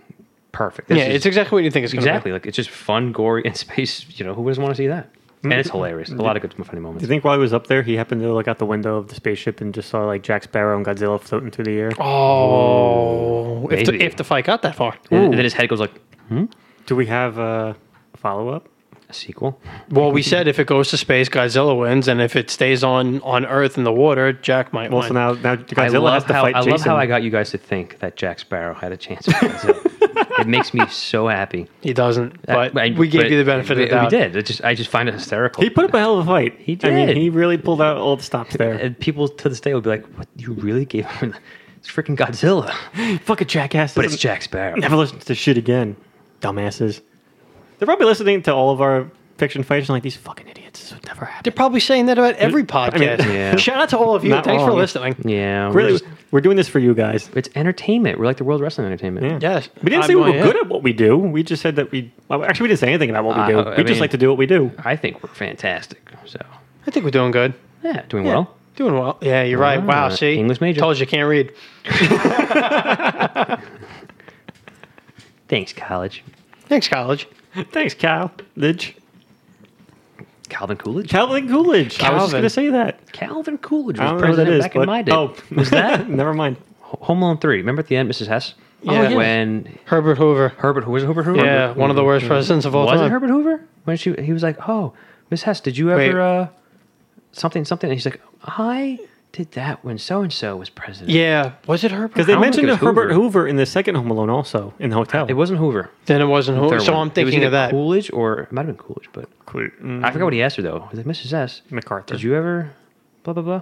Speaker 1: perfect." This
Speaker 2: yeah,
Speaker 1: is-
Speaker 2: it's exactly what you think it's going to
Speaker 1: exactly like it's just fun, gory in (laughs) space. You know who doesn't want to see that? And it's
Speaker 2: Mm-hmm.
Speaker 1: hilarious. A lot of good, funny
Speaker 3: Do
Speaker 1: moments.
Speaker 3: you think while he was up there, he happened to look out the window of the spaceship and just saw like Jack Sparrow and Godzilla floating through the air?
Speaker 2: be. Oh, if the,
Speaker 1: Maybe.
Speaker 2: if the fight got that far.
Speaker 1: And then his head goes like
Speaker 3: Do we have uh, a follow up?
Speaker 1: a sequel.
Speaker 2: Well, we said if it goes to space, Godzilla wins, and if it stays on on Earth in the water, Jack might
Speaker 3: Well,
Speaker 2: win.
Speaker 3: so now, now
Speaker 1: I
Speaker 3: Godzilla has
Speaker 1: love
Speaker 3: to
Speaker 1: how
Speaker 3: fight
Speaker 1: I
Speaker 3: Jason.
Speaker 1: love how I got you guys to think that Jack Sparrow had a chance.
Speaker 2: (laughs)
Speaker 1: with Godzilla. it makes me so happy. Uh,
Speaker 2: he doesn't, but
Speaker 1: I-
Speaker 2: we gave
Speaker 1: but
Speaker 2: you the benefit
Speaker 1: we,
Speaker 2: of the doubt.
Speaker 1: We did. It just I just find it hysterical.
Speaker 3: he put up a hell of a fight. He I mean,
Speaker 1: did.
Speaker 3: he really pulled out all the stops
Speaker 1: (laughs)
Speaker 3: there.
Speaker 1: and people to this day will be like, "What you really gave him? It's freaking Godzilla."
Speaker 3: Fuck a jackass.
Speaker 1: But it's Jack Sparrow.
Speaker 3: Never listen to shit again, dumbasses. They're probably listening to all of our fiction fights and like these fucking idiots. This would never happen.
Speaker 2: They're probably saying that about every podcast.
Speaker 1: Yeah.
Speaker 2: Shout out to all of you.
Speaker 3: Not
Speaker 2: Thanks for
Speaker 3: wrong.
Speaker 2: listening.
Speaker 1: Yeah, we're
Speaker 3: Really,
Speaker 1: just-
Speaker 3: we're doing this for you guys.
Speaker 1: it's entertainment. We're like the world wrestling entertainment.
Speaker 3: Yeah.
Speaker 2: Yes.
Speaker 3: We didn't
Speaker 2: I
Speaker 3: say we were
Speaker 2: believe it.
Speaker 3: good at what we do. We just said that we. Well, actually, we didn't say anything about what we do.
Speaker 1: Uh, I
Speaker 3: we just
Speaker 1: mean-
Speaker 3: like to do what we do.
Speaker 1: I think we're fantastic. So
Speaker 2: I think we're doing good.
Speaker 1: yeah, doing
Speaker 2: Yeah.
Speaker 1: well.
Speaker 2: Doing well. Yeah, you're right. Wow.
Speaker 1: Ah,
Speaker 2: See,
Speaker 1: English major.
Speaker 2: Told you can't read.
Speaker 1: Thanks, college.
Speaker 2: Thanks, college.
Speaker 3: Thanks, Cal. Lidge.
Speaker 1: Calvin Coolidge.
Speaker 3: Calvin Coolidge. I
Speaker 2: Calvin.
Speaker 3: was just going to say that.
Speaker 1: Calvin Coolidge
Speaker 3: I don't
Speaker 1: was
Speaker 3: know who that
Speaker 1: president
Speaker 3: is.
Speaker 1: back
Speaker 3: but-
Speaker 1: in my day.
Speaker 3: Oh,
Speaker 1: (laughs)
Speaker 3: (laughs)
Speaker 2: (laughs)
Speaker 1: was that
Speaker 3: never mind.
Speaker 1: Home Alone three? Remember at the end, Mrs. Hess.
Speaker 2: Oh, Yeah. yeah.
Speaker 1: When
Speaker 2: Herbert Hoover.
Speaker 1: Herbert, who was it, Herbert Hoover?
Speaker 2: Yeah, one of the worst presidents of all
Speaker 1: was
Speaker 2: time.
Speaker 1: it Herbert Hoover? When she he was like, "Oh, Miss Hess, did you
Speaker 2: Wait.
Speaker 1: ever uh, something something?" And he's like, "I did that when so and so was president."
Speaker 2: Yeah, was it Herbert?
Speaker 3: Because they
Speaker 1: I don't think
Speaker 3: mentioned
Speaker 1: it was
Speaker 3: Herbert
Speaker 1: Hoover.
Speaker 3: Hoover in the second Home Alone also in the hotel.
Speaker 1: it wasn't Hoover.
Speaker 2: then it wasn't Hoover.
Speaker 1: Third
Speaker 2: Oh, So
Speaker 1: one.
Speaker 2: I'm
Speaker 1: It was
Speaker 2: thinking
Speaker 1: either
Speaker 2: of that. Mm-hmm.
Speaker 1: Coolidge or it might have been Coolidge, but
Speaker 3: Mm,
Speaker 1: I forgot what he asked her though. He's like, "Mrs. S,
Speaker 3: MacArthur.
Speaker 1: did you ever?" Blah blah blah.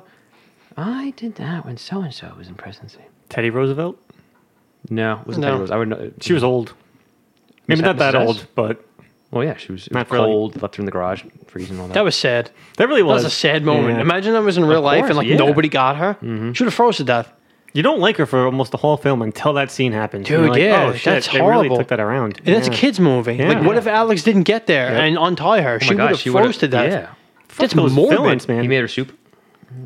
Speaker 1: I did that when so and so was in presidency.
Speaker 3: Teddy Roosevelt?
Speaker 1: No, it wasn't
Speaker 2: No.
Speaker 1: Teddy Roosevelt. I would know.
Speaker 3: She was old. Maybe
Speaker 1: Miss-
Speaker 3: not that
Speaker 1: Mrs. S?
Speaker 3: old, but
Speaker 1: Well, yeah, she was. It was
Speaker 3: Not really.
Speaker 1: cold. Left her in the garage, freezing and all that.
Speaker 2: That was sad.
Speaker 3: that really
Speaker 2: That was
Speaker 3: was.
Speaker 2: a sad moment.
Speaker 3: Yeah.
Speaker 2: Imagine that was in real life
Speaker 1: course,
Speaker 2: and like
Speaker 1: yeah. Mm-hmm.
Speaker 2: nobody got her. She would have froze to death.
Speaker 3: You don't like her for almost the whole film until that scene happens.
Speaker 2: Dude,
Speaker 3: You're like,
Speaker 2: yeah,
Speaker 3: oh, shit,
Speaker 2: that's
Speaker 3: they
Speaker 2: horrible.
Speaker 3: really took that around.
Speaker 2: And that's a
Speaker 3: Yeah.
Speaker 2: kid's movie. Like, what
Speaker 3: Yeah.
Speaker 2: if Alex didn't get there and untie her?
Speaker 1: Oh my
Speaker 2: she
Speaker 1: God,
Speaker 2: would have
Speaker 1: she would've-
Speaker 2: froze to death.
Speaker 1: Yeah,
Speaker 2: That's
Speaker 3: Those
Speaker 2: morbid.
Speaker 3: villains, man.
Speaker 1: he made her soup.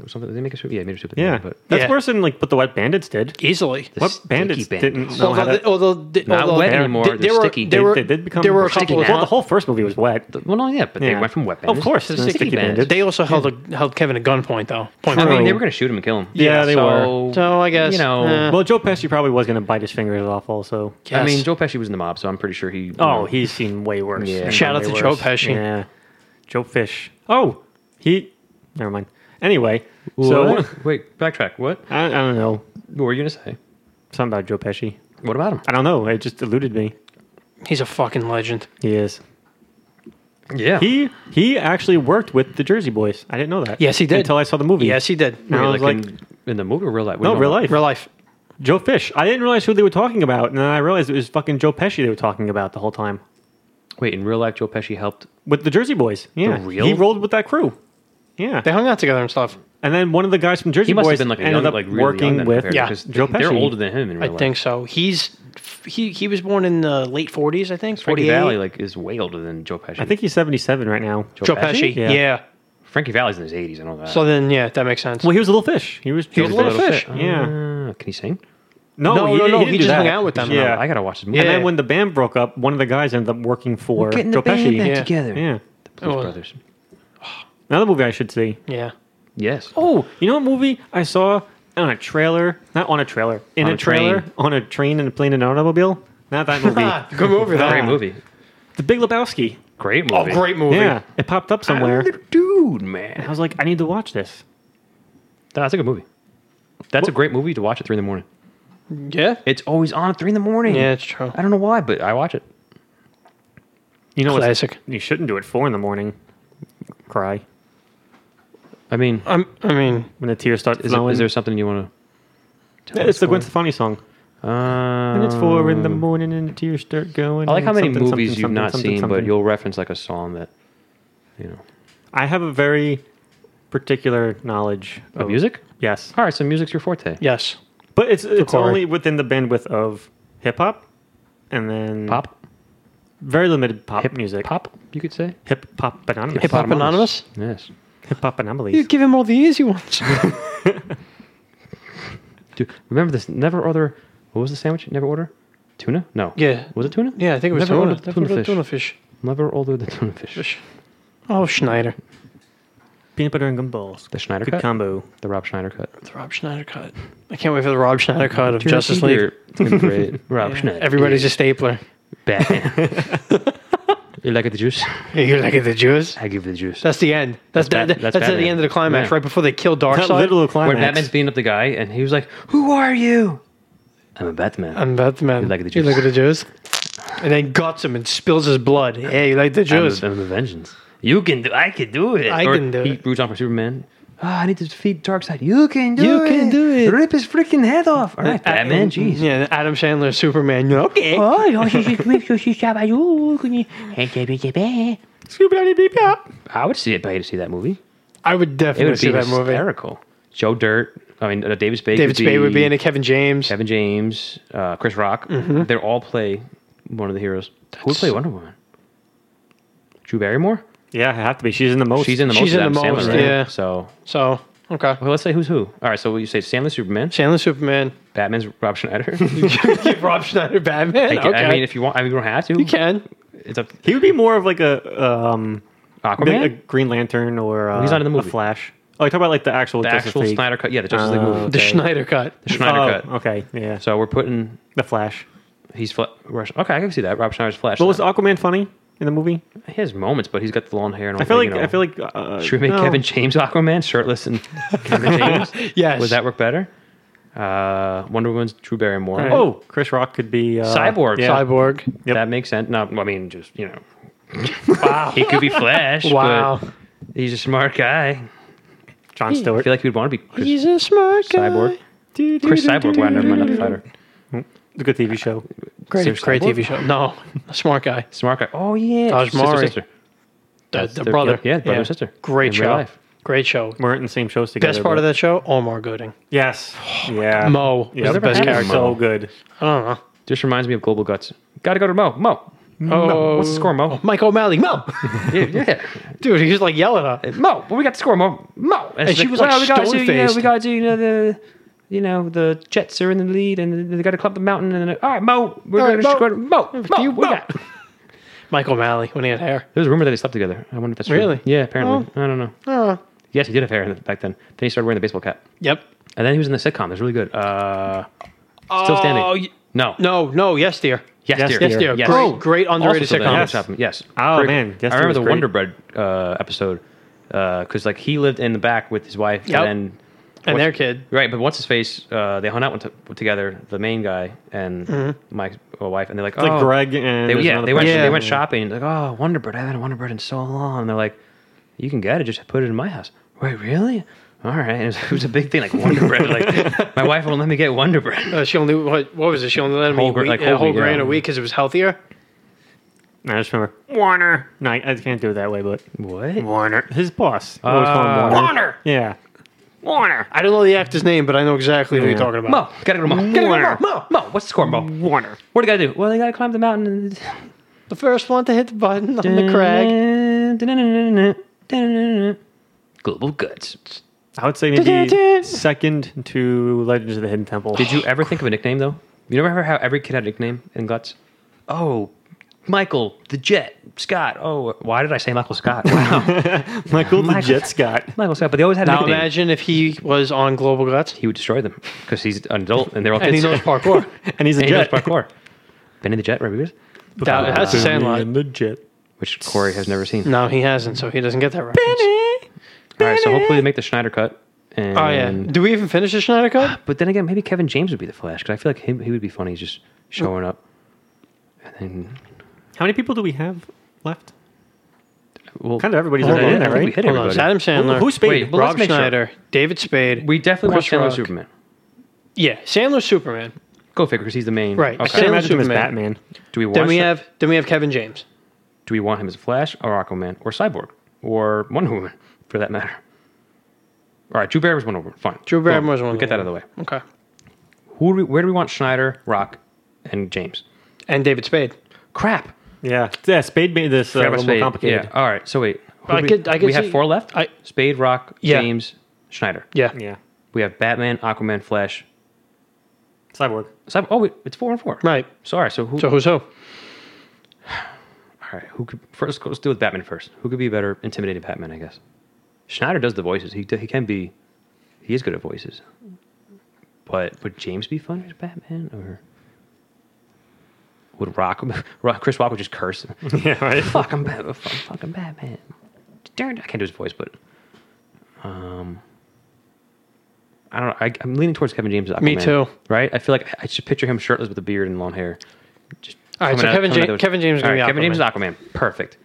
Speaker 1: Or something. Did they make a soup? Yeah, he made her soup. At the
Speaker 3: yeah,
Speaker 1: end, but
Speaker 3: that's
Speaker 2: Yeah.
Speaker 3: worse than like what the Wet Bandits did.
Speaker 2: Easily.
Speaker 1: The
Speaker 3: What
Speaker 1: sticky
Speaker 3: Bandits
Speaker 1: bandit.
Speaker 3: didn't know how
Speaker 2: Although,
Speaker 3: to.
Speaker 2: the- although, the-
Speaker 1: Not
Speaker 2: although
Speaker 1: wet
Speaker 2: there-
Speaker 1: anymore,
Speaker 2: there-
Speaker 1: they're
Speaker 2: there were-
Speaker 1: sticky.
Speaker 2: There oh,
Speaker 1: They-
Speaker 2: were,
Speaker 3: they did become
Speaker 2: there were a
Speaker 3: sticky
Speaker 2: couple of
Speaker 1: now.
Speaker 3: Well, the whole first movie was wet.
Speaker 1: Well, no, yeah, but
Speaker 3: Yeah.
Speaker 1: they went from weapons.
Speaker 3: Of course,
Speaker 1: to
Speaker 3: it's
Speaker 1: sticky
Speaker 3: sticky
Speaker 1: bandits.
Speaker 3: bandits.
Speaker 2: They also held a, held Kevin at gunpoint though. Point
Speaker 1: I mean, they
Speaker 3: True.
Speaker 1: were going to shoot him and kill him.
Speaker 3: Yeah, they
Speaker 1: so,
Speaker 3: were.
Speaker 2: So, I guess,
Speaker 1: you know.
Speaker 2: eh.
Speaker 3: Well, Joe Pesci probably was going to bite his fingers off. Also,
Speaker 1: I mean,
Speaker 2: Yes.
Speaker 1: Joe Pesci was in the mob, so I'm pretty sure he. you
Speaker 3: oh,
Speaker 1: know,
Speaker 3: he's seen way worse.
Speaker 1: Yeah.
Speaker 2: Shout out
Speaker 3: Way
Speaker 2: to
Speaker 3: worse.
Speaker 2: Joe Pesci.
Speaker 3: Yeah, Joe Fish. Oh, he. Never mind. Anyway, so
Speaker 1: What? wait, backtrack. What?
Speaker 3: I, I don't know
Speaker 1: What were you going to say?
Speaker 3: something about Joe Pesci.
Speaker 1: What about him?
Speaker 3: I don't know. It just eluded me.
Speaker 2: he's a fucking legend.
Speaker 3: He is.
Speaker 1: Yeah,
Speaker 3: He he actually worked with the Jersey Boys. I didn't know that.
Speaker 2: Yes, he did.
Speaker 3: Until I saw the movie.
Speaker 2: Yes, he did.
Speaker 3: No. I was
Speaker 1: like,
Speaker 3: like-
Speaker 1: in, in the movie or real life? What do
Speaker 3: No,
Speaker 1: you
Speaker 3: real
Speaker 1: know
Speaker 3: life.
Speaker 2: Real life.
Speaker 3: Joe Fish. I didn't realize who they were talking about, and then I realized it was fucking Joe Pesci they were talking about the whole time
Speaker 1: about- Wait, in real life, Joe Pesci helped.
Speaker 3: with the Jersey Boys. Yeah,
Speaker 1: real?
Speaker 3: he rolled with that crew. Yeah,
Speaker 2: They hung out together and stuff.
Speaker 3: and then one of the guys from Jersey
Speaker 1: He must
Speaker 3: Boys
Speaker 1: have been like a
Speaker 3: ended
Speaker 1: young,
Speaker 3: up
Speaker 1: like really
Speaker 3: working
Speaker 1: young then
Speaker 3: with
Speaker 1: compared,
Speaker 2: Yeah.
Speaker 1: because
Speaker 3: Joe
Speaker 1: they- They're
Speaker 3: Pesci.
Speaker 1: older than him in real
Speaker 2: I
Speaker 1: life.
Speaker 2: think so. He's he he was born in the late forties, I think.
Speaker 1: Frankie
Speaker 2: Forty
Speaker 1: Valley
Speaker 2: eight.
Speaker 1: like is way older than Joe Pesci.
Speaker 3: I think he's seventy-seven right now.
Speaker 2: Joe Pesci. Yeah.
Speaker 3: Yeah.
Speaker 1: Frankie Valley's in his 80s. I know that.
Speaker 2: So then, yeah, that makes sense.
Speaker 3: Well, he was a little fish. He was. He
Speaker 2: was a little fish.
Speaker 3: Yeah.
Speaker 1: Uh, can he sing?
Speaker 3: No,
Speaker 2: No,
Speaker 3: he,
Speaker 2: no, no,
Speaker 3: He,
Speaker 2: he
Speaker 3: didn't do
Speaker 2: just
Speaker 3: that.
Speaker 2: hung out with them.
Speaker 3: Yeah.
Speaker 1: I gotta watch this movie.
Speaker 3: And
Speaker 2: Yeah.
Speaker 3: then when the band broke up, one of the guys ended up working for
Speaker 1: Getting
Speaker 3: Joe
Speaker 1: the band
Speaker 3: Pesci.
Speaker 1: back
Speaker 2: Yeah.
Speaker 1: together.
Speaker 3: Yeah.
Speaker 1: Blues
Speaker 2: Oh.
Speaker 1: Brothers.
Speaker 3: Another movie I should see.
Speaker 2: yeah.
Speaker 1: Yes.
Speaker 3: Oh, you know what movie I saw on a trailer? Not on a trailer. In
Speaker 1: On
Speaker 3: a,
Speaker 1: a
Speaker 3: trailer?
Speaker 1: train.
Speaker 3: On a train and a plane and an automobile? Not that
Speaker 1: (laughs)
Speaker 3: movie.
Speaker 2: Good movie though.
Speaker 1: Great Ah, movie.
Speaker 3: the Big Lebowski.
Speaker 1: Great movie.
Speaker 2: Oh, (laughs) great movie.
Speaker 3: Yeah. It popped up somewhere.
Speaker 1: Dude,
Speaker 3: I
Speaker 1: man.
Speaker 3: was like, I need to watch this.
Speaker 1: That's a good movie. That's a great movie to watch at three in the morning.
Speaker 2: Yeah.
Speaker 1: It's always on at three in the morning.
Speaker 2: Yeah, it's true.
Speaker 1: I don't know why, but I watch it.
Speaker 3: You know what's-
Speaker 2: Classic.
Speaker 3: You shouldn't do it four in the morning. Cry.
Speaker 1: I mean,
Speaker 2: I'm, I mean,
Speaker 3: When the tears start
Speaker 1: is, it,
Speaker 3: flowing.
Speaker 1: is there something you want
Speaker 3: Yeah, it's the Gwen Stefani song.
Speaker 1: to? Uh,
Speaker 3: And it's four in the morning and the tears start going.
Speaker 1: I like how many
Speaker 3: Something,
Speaker 1: movies
Speaker 3: something,
Speaker 1: you've not
Speaker 3: something,
Speaker 1: seen,
Speaker 3: something.
Speaker 1: but you'll reference like a song that, you know,
Speaker 3: I have a very particular knowledge
Speaker 2: Oh.
Speaker 1: of music.
Speaker 3: Yes.
Speaker 1: All right, so music's your forte.
Speaker 2: yes.
Speaker 3: But it's it's
Speaker 2: Corey.
Speaker 3: only within the bandwidth of hip hop, and then
Speaker 1: Pop.
Speaker 3: Very limited pop
Speaker 1: Hip
Speaker 3: music.
Speaker 1: Pop, you could say.
Speaker 3: Hip hop anonymous.
Speaker 2: Hip Hop Anonymous.
Speaker 1: Yes.
Speaker 3: Hip hop anomalies.
Speaker 2: You give him all the easy ones.
Speaker 1: Dude, remember this? Never order. What was the sandwich? Never order tuna? No.
Speaker 2: Yeah.
Speaker 1: Was it tuna?
Speaker 2: (laughs) Yeah, I think it was
Speaker 1: Never
Speaker 2: tuna,
Speaker 1: ordered tuna fish.
Speaker 2: tuna fish.
Speaker 1: Never order the tuna fish.
Speaker 2: Oh, Schneider.
Speaker 3: Peanut butter and gumballs.
Speaker 1: The Schneider
Speaker 3: Good
Speaker 1: cut.
Speaker 3: combo.
Speaker 1: The Rob Schneider cut.
Speaker 2: The Rob Schneider cut. I can't wait for the Rob Schneider cut of Justice League.
Speaker 1: It's gonna be
Speaker 2: (laughs)
Speaker 1: great. Rob Schneider.
Speaker 2: Everybody's a stapler.
Speaker 1: Batman. (laughs) you like the juice?
Speaker 2: You're like the Jews.
Speaker 1: I give you the juice.
Speaker 2: That's the end. That's
Speaker 1: Bat-
Speaker 2: that-
Speaker 1: that's
Speaker 2: that's, at the
Speaker 1: Batman.
Speaker 2: end of the climax,
Speaker 1: Yeah.
Speaker 2: right before they kill
Speaker 3: That
Speaker 2: Darkseid.
Speaker 3: little climax.
Speaker 1: When Batman's beating up the guy, and he was like, "Who are you?" I'm a Batman.
Speaker 2: I'm Batman.
Speaker 1: You like the
Speaker 2: You like
Speaker 1: Jews.
Speaker 2: the Jews. And then guts him and spills his blood. Hey, you like the
Speaker 1: I'm a-
Speaker 2: Jews?
Speaker 1: I'm, a vengeance. You can do. I can do it.
Speaker 2: I
Speaker 1: Or
Speaker 2: can do
Speaker 1: he
Speaker 2: it.
Speaker 1: roots on for Superman. Ah, I need to defeat Darkseid. You can do
Speaker 2: You
Speaker 1: it.
Speaker 2: can do it.
Speaker 1: Rip his freaking head off. All right,
Speaker 2: Ad-
Speaker 1: Batman. Jeez.
Speaker 2: Yeah, Adam Sandler, Superman. You're Okay.
Speaker 1: I would see it. Pay to see that movie.
Speaker 2: I would
Speaker 1: It
Speaker 2: definitely
Speaker 1: would
Speaker 2: see
Speaker 1: be
Speaker 2: that movie.
Speaker 1: hysterical. Joe Dirt. I mean, uh, David Spade.
Speaker 2: David
Speaker 1: could
Speaker 2: Spade would be in it. Mm-hmm. Kevin James.
Speaker 1: Kevin James, uh, Chris Rock. They all play one of the heroes. Who would play Wonder Woman? Drew Barrymore.
Speaker 3: Yeah, it have to be. She's in the most.
Speaker 1: She's in the most.
Speaker 2: Oh, She's
Speaker 1: of
Speaker 2: in the
Speaker 1: Adam Sandler,
Speaker 2: most,
Speaker 1: right?
Speaker 2: yeah.
Speaker 1: So
Speaker 2: So okay,
Speaker 1: well, let's say who's who. All right. So you say Sandler, Superman.
Speaker 2: Sandler, Superman. (laughs)
Speaker 1: Batman's
Speaker 3: (laughs)
Speaker 1: Rob Schneider.
Speaker 2: Give Rob Schneider Batman.
Speaker 1: I,
Speaker 2: okay.
Speaker 1: I mean, if you want, I mean, you don't have to.
Speaker 2: you can.
Speaker 1: It's up
Speaker 3: he would be more of like a um,
Speaker 1: Aquaman.
Speaker 3: a Green Lantern or uh,
Speaker 1: he's not in the
Speaker 3: A
Speaker 1: movie.
Speaker 3: Flash. Oh, you talk about like the actual
Speaker 1: the
Speaker 3: Justice
Speaker 1: actual
Speaker 3: League.
Speaker 1: Snyder cut. Yeah, the Justice League movie.
Speaker 3: Uh,
Speaker 2: The
Speaker 3: Okay.
Speaker 2: Schneider cut.
Speaker 1: The Schneider
Speaker 3: oh,
Speaker 1: cut.
Speaker 3: Okay, yeah.
Speaker 1: So we're putting
Speaker 3: The Flash.
Speaker 1: he's fl- Russian. Okay, I can see that. Rob Schneider's Flash.
Speaker 3: But was Aquaman funny in the movie?
Speaker 1: he has moments, but he's got the long hair and all
Speaker 3: I feel
Speaker 1: that,
Speaker 3: like
Speaker 1: you know.
Speaker 3: I feel like uh,
Speaker 1: Should we make
Speaker 3: no.
Speaker 1: Kevin James Aquaman shirtless
Speaker 3: (laughs)
Speaker 1: and Kevin James?
Speaker 2: Yes.
Speaker 1: Would that work better? Uh, Wonder Woman's Drew Barrymore.
Speaker 2: Right.
Speaker 3: Oh, Chris Rock could be uh,
Speaker 1: Cyborg.
Speaker 3: Yeah.
Speaker 2: Cyborg.
Speaker 3: Yep.
Speaker 1: That makes sense. No, I mean, just, you know. wow. (laughs) He could be Flash.
Speaker 2: Wow.
Speaker 1: But he's a smart guy.
Speaker 3: John
Speaker 1: I
Speaker 3: Stewart.
Speaker 1: feel like he'd want to be Chris,
Speaker 2: He's a smart guy.
Speaker 1: Cyborg.
Speaker 2: Do, do,
Speaker 1: Chris
Speaker 2: do,
Speaker 1: Cyborg.
Speaker 2: do,
Speaker 1: Wow,
Speaker 2: do,
Speaker 1: never
Speaker 2: do,
Speaker 1: mind. Not
Speaker 2: do,
Speaker 1: the
Speaker 2: do.
Speaker 1: fighter.
Speaker 3: It's a good TV show.
Speaker 2: Great,
Speaker 1: Sir
Speaker 2: great
Speaker 1: Cyborg?
Speaker 2: TV show. No, a smart guy.
Speaker 1: Smart guy. Oh, yeah.
Speaker 2: Taj
Speaker 1: Sister,
Speaker 2: Mahal.
Speaker 1: sister.
Speaker 2: The, the
Speaker 1: They're-
Speaker 2: brother.
Speaker 1: Yeah, yeah, brother and sister.
Speaker 2: Great
Speaker 1: In real
Speaker 2: show.
Speaker 1: life.
Speaker 2: Great show.
Speaker 3: Weren't in the same shows together.
Speaker 2: Best part
Speaker 3: but-
Speaker 2: of that show, Omar Gooding.
Speaker 3: Yes.
Speaker 1: Oh,
Speaker 3: yeah.
Speaker 2: Mo was the
Speaker 1: never
Speaker 2: best
Speaker 1: had
Speaker 2: character. Uh-huh.
Speaker 1: Mo.
Speaker 3: So good.
Speaker 2: I don't know.
Speaker 1: Just reminds me of Global Guts. Got to go to Mo. Mo.
Speaker 2: Oh,
Speaker 1: What's the score, Mo?
Speaker 2: Mike O'Malley. Mo,
Speaker 1: (laughs) yeah, yeah.
Speaker 2: (laughs) dude, he was like yelling at. her.
Speaker 1: Uh, Mo, well, we got the score, Mo. Mo.
Speaker 2: And
Speaker 1: she's
Speaker 2: she was, like,
Speaker 1: we gotta do, you know,
Speaker 2: stone-faced.
Speaker 1: we got to do, you know, the, you know, the Jets are in the lead and they got to climb the mountain. And all right, Mo, we're
Speaker 2: All right,
Speaker 1: going to
Speaker 2: Mo.
Speaker 1: score. Mo, Mo,
Speaker 2: you-
Speaker 1: you,
Speaker 2: Mo.
Speaker 1: got.
Speaker 2: Mike O'Malley when he had hair.
Speaker 1: There was a rumor that he slept together. I wonder if that's true.
Speaker 2: Really?
Speaker 1: Yeah, apparently. I don't know.
Speaker 2: Oh,
Speaker 1: Yes, he did have hair back then. Then he started wearing the baseball cap.
Speaker 2: yep.
Speaker 1: And then he was in the sitcom. That's really good. Uh,
Speaker 2: Oh,
Speaker 1: still standing.
Speaker 2: y-
Speaker 1: No.
Speaker 2: No, no, yes, dear.
Speaker 1: Yes,
Speaker 3: Yes,
Speaker 1: dear.
Speaker 2: Yes, dear.
Speaker 1: Yes.
Speaker 2: Great,
Speaker 1: Oh.
Speaker 2: great underrated
Speaker 1: Also, the
Speaker 2: sitcom.
Speaker 1: Yes.
Speaker 3: Yes.
Speaker 1: Yes.
Speaker 3: Oh,
Speaker 1: Great.
Speaker 3: man. Yes,
Speaker 1: I
Speaker 3: it
Speaker 1: remember
Speaker 3: was
Speaker 1: the
Speaker 3: great.
Speaker 1: Wonder Bread uh, episode because like he lived in the back with his wife
Speaker 2: Yep.
Speaker 1: and then
Speaker 2: And
Speaker 1: what's-
Speaker 2: their kid.
Speaker 1: Right, but what's his face? Uh, they hung out t- together, the main guy and my uh, wife, and they're like, oh,
Speaker 3: Like Greg and
Speaker 1: They,
Speaker 3: there's
Speaker 1: yeah,
Speaker 3: another
Speaker 1: they went,
Speaker 2: person.
Speaker 1: they went shopping. And they're like, oh, Wonder Bread. I haven't had Wonder Bread in so long. And they're like, you can get it. Just put it in my house. Wait, really? All right. (laughs) And it was, it was a big thing, like Wonder Bread. Like my wife won't let me get Wonder Bread. (laughs)
Speaker 2: Uh, she only what, what was it? She only let him
Speaker 1: Whole
Speaker 2: eat
Speaker 1: gra-
Speaker 2: wheat,
Speaker 1: like
Speaker 2: yeah,
Speaker 1: whole
Speaker 2: whole
Speaker 1: wheat,
Speaker 2: grain
Speaker 1: yeah.
Speaker 2: a week because it was healthier.
Speaker 3: I just remember.
Speaker 4: Warner.
Speaker 3: No, I, I can't do it that way, but
Speaker 1: What?
Speaker 4: Warner.
Speaker 3: his boss. I always call him
Speaker 1: Uh,
Speaker 3: Warner.
Speaker 4: Warner.
Speaker 3: Yeah.
Speaker 4: Warner.
Speaker 2: I don't know the actor's name, but I know exactly who you're
Speaker 3: Yeah.
Speaker 2: talking about.
Speaker 1: Mo, gotta go to Mo. Gotta go to
Speaker 4: Warner.
Speaker 1: Mo. Mo, Mo, what's the score, Mo?
Speaker 4: Warner.
Speaker 1: What do you gotta do? Well, they gotta climb the mountain. And
Speaker 2: The first one to hit the button on the crag.
Speaker 1: Global guts.
Speaker 3: I would say maybe second to Legends of the Hidden Temple. (laughs)
Speaker 1: Did you ever think of a nickname though? You remember how every kid had a nickname in Guts? Oh, Michael the Jet Scott. Oh, why did I say
Speaker 2: (laughs)
Speaker 1: Michael Scott? Wow,
Speaker 3: Michael the
Speaker 1: Michael-
Speaker 3: Jet Scott?
Speaker 1: Michael Scott. But they always had a
Speaker 2: Now
Speaker 1: nickname.
Speaker 2: imagine if he was on Global Guts
Speaker 1: He would destroy them because he's an adult and they're all
Speaker 2: (laughs)
Speaker 1: kids.
Speaker 2: and he
Speaker 1: (laughs)
Speaker 2: knows parkour.
Speaker 3: And he's a
Speaker 1: And he knows
Speaker 3: jet.
Speaker 1: parkour. Benny the Jet Rodriguez,
Speaker 2: That- that's the Sandlot.
Speaker 3: And the jet.
Speaker 1: which Corey has never seen.
Speaker 2: No, he hasn't, so he doesn't get that reference.
Speaker 1: All right, so hopefully they make the Schneider cut. And,
Speaker 2: Oh yeah. Do we even finish the Schneider Cut?
Speaker 1: But then again, maybe Kevin James would be the Flash because I feel like him, he would be funny just showing up. And then,
Speaker 3: How many people do we have left?
Speaker 1: well,
Speaker 3: Kind of everybody's
Speaker 1: Hold
Speaker 3: already
Speaker 1: on,
Speaker 3: in there,
Speaker 1: I think we
Speaker 3: right?
Speaker 1: hit
Speaker 2: Hold on, it's
Speaker 1: everybody.
Speaker 2: Adam Sandler.
Speaker 3: Who's Spade?
Speaker 1: Wait, well, let's
Speaker 2: Rob
Speaker 1: make sure.
Speaker 2: Schneider, David Spade.
Speaker 1: We definitely want
Speaker 2: Chris
Speaker 1: Sandler
Speaker 2: Rock.
Speaker 1: Superman.
Speaker 2: Yeah, Sandler Superman.
Speaker 1: Go figure, because he's the main.
Speaker 2: Right.
Speaker 3: I can't
Speaker 1: Okay.
Speaker 2: Sandler
Speaker 3: imagine him as
Speaker 2: Superman.
Speaker 3: Batman.
Speaker 1: Do we want?
Speaker 2: Then we
Speaker 1: Sa-
Speaker 2: have then we have Kevin James.
Speaker 1: Do we want him as Flash or Aquaman or Cyborg or Wonder Woman, for that matter? All right, Drew Barrymore's Wonder Woman. Fine.
Speaker 2: Drew Barrymore's
Speaker 1: Boom.
Speaker 2: Wonder
Speaker 1: Get that out of
Speaker 2: Woman.
Speaker 1: the way.
Speaker 2: Okay.
Speaker 1: Who? Do we, where do we want Schneider, Rock, and James?
Speaker 2: And David Spade.
Speaker 1: Crap.
Speaker 3: Yeah, yeah. Spade made this uh, a
Speaker 1: Forgot about
Speaker 3: little more
Speaker 1: Spade.
Speaker 3: complicated.
Speaker 1: Yeah. All right. So wait. Who
Speaker 2: I
Speaker 1: we-
Speaker 2: could- I could
Speaker 1: we have
Speaker 2: see-
Speaker 1: four left.
Speaker 2: I-
Speaker 1: Spade, Rock,
Speaker 2: Yeah.
Speaker 1: James, Schneider.
Speaker 2: Yeah.
Speaker 3: Yeah.
Speaker 1: We have Batman, Aquaman, Flash.
Speaker 3: Cyborg. (laughs)
Speaker 1: So oh, wait, it's four and four.
Speaker 2: Right.
Speaker 1: Sorry. So who?
Speaker 2: So who's who?
Speaker 1: all right. Who could first? Let's do with Batman first. Who could be a better intimidating Batman? I guess. Schneider does the voices. He he can be. He is good at voices. But would James be fun as Batman or? Would Rock, (laughs) Rock Chris Rock would just curse?
Speaker 3: Yeah, right.
Speaker 1: fuck, I'm Batman. Fuck, fucking Batman. Darn, I can't do his voice, but um, I don't know. I, I'm leaning towards Kevin James. as
Speaker 2: Me
Speaker 1: Aquaman,
Speaker 2: too.
Speaker 1: Right? I feel like I should picture him shirtless with a beard and long hair. Just
Speaker 2: All right, so Kevin
Speaker 1: coming out- coming
Speaker 2: Ja-
Speaker 1: out those-
Speaker 2: Kevin James is
Speaker 1: All
Speaker 2: gonna
Speaker 1: right,
Speaker 2: be
Speaker 1: Kevin James is Aquaman. Perfect.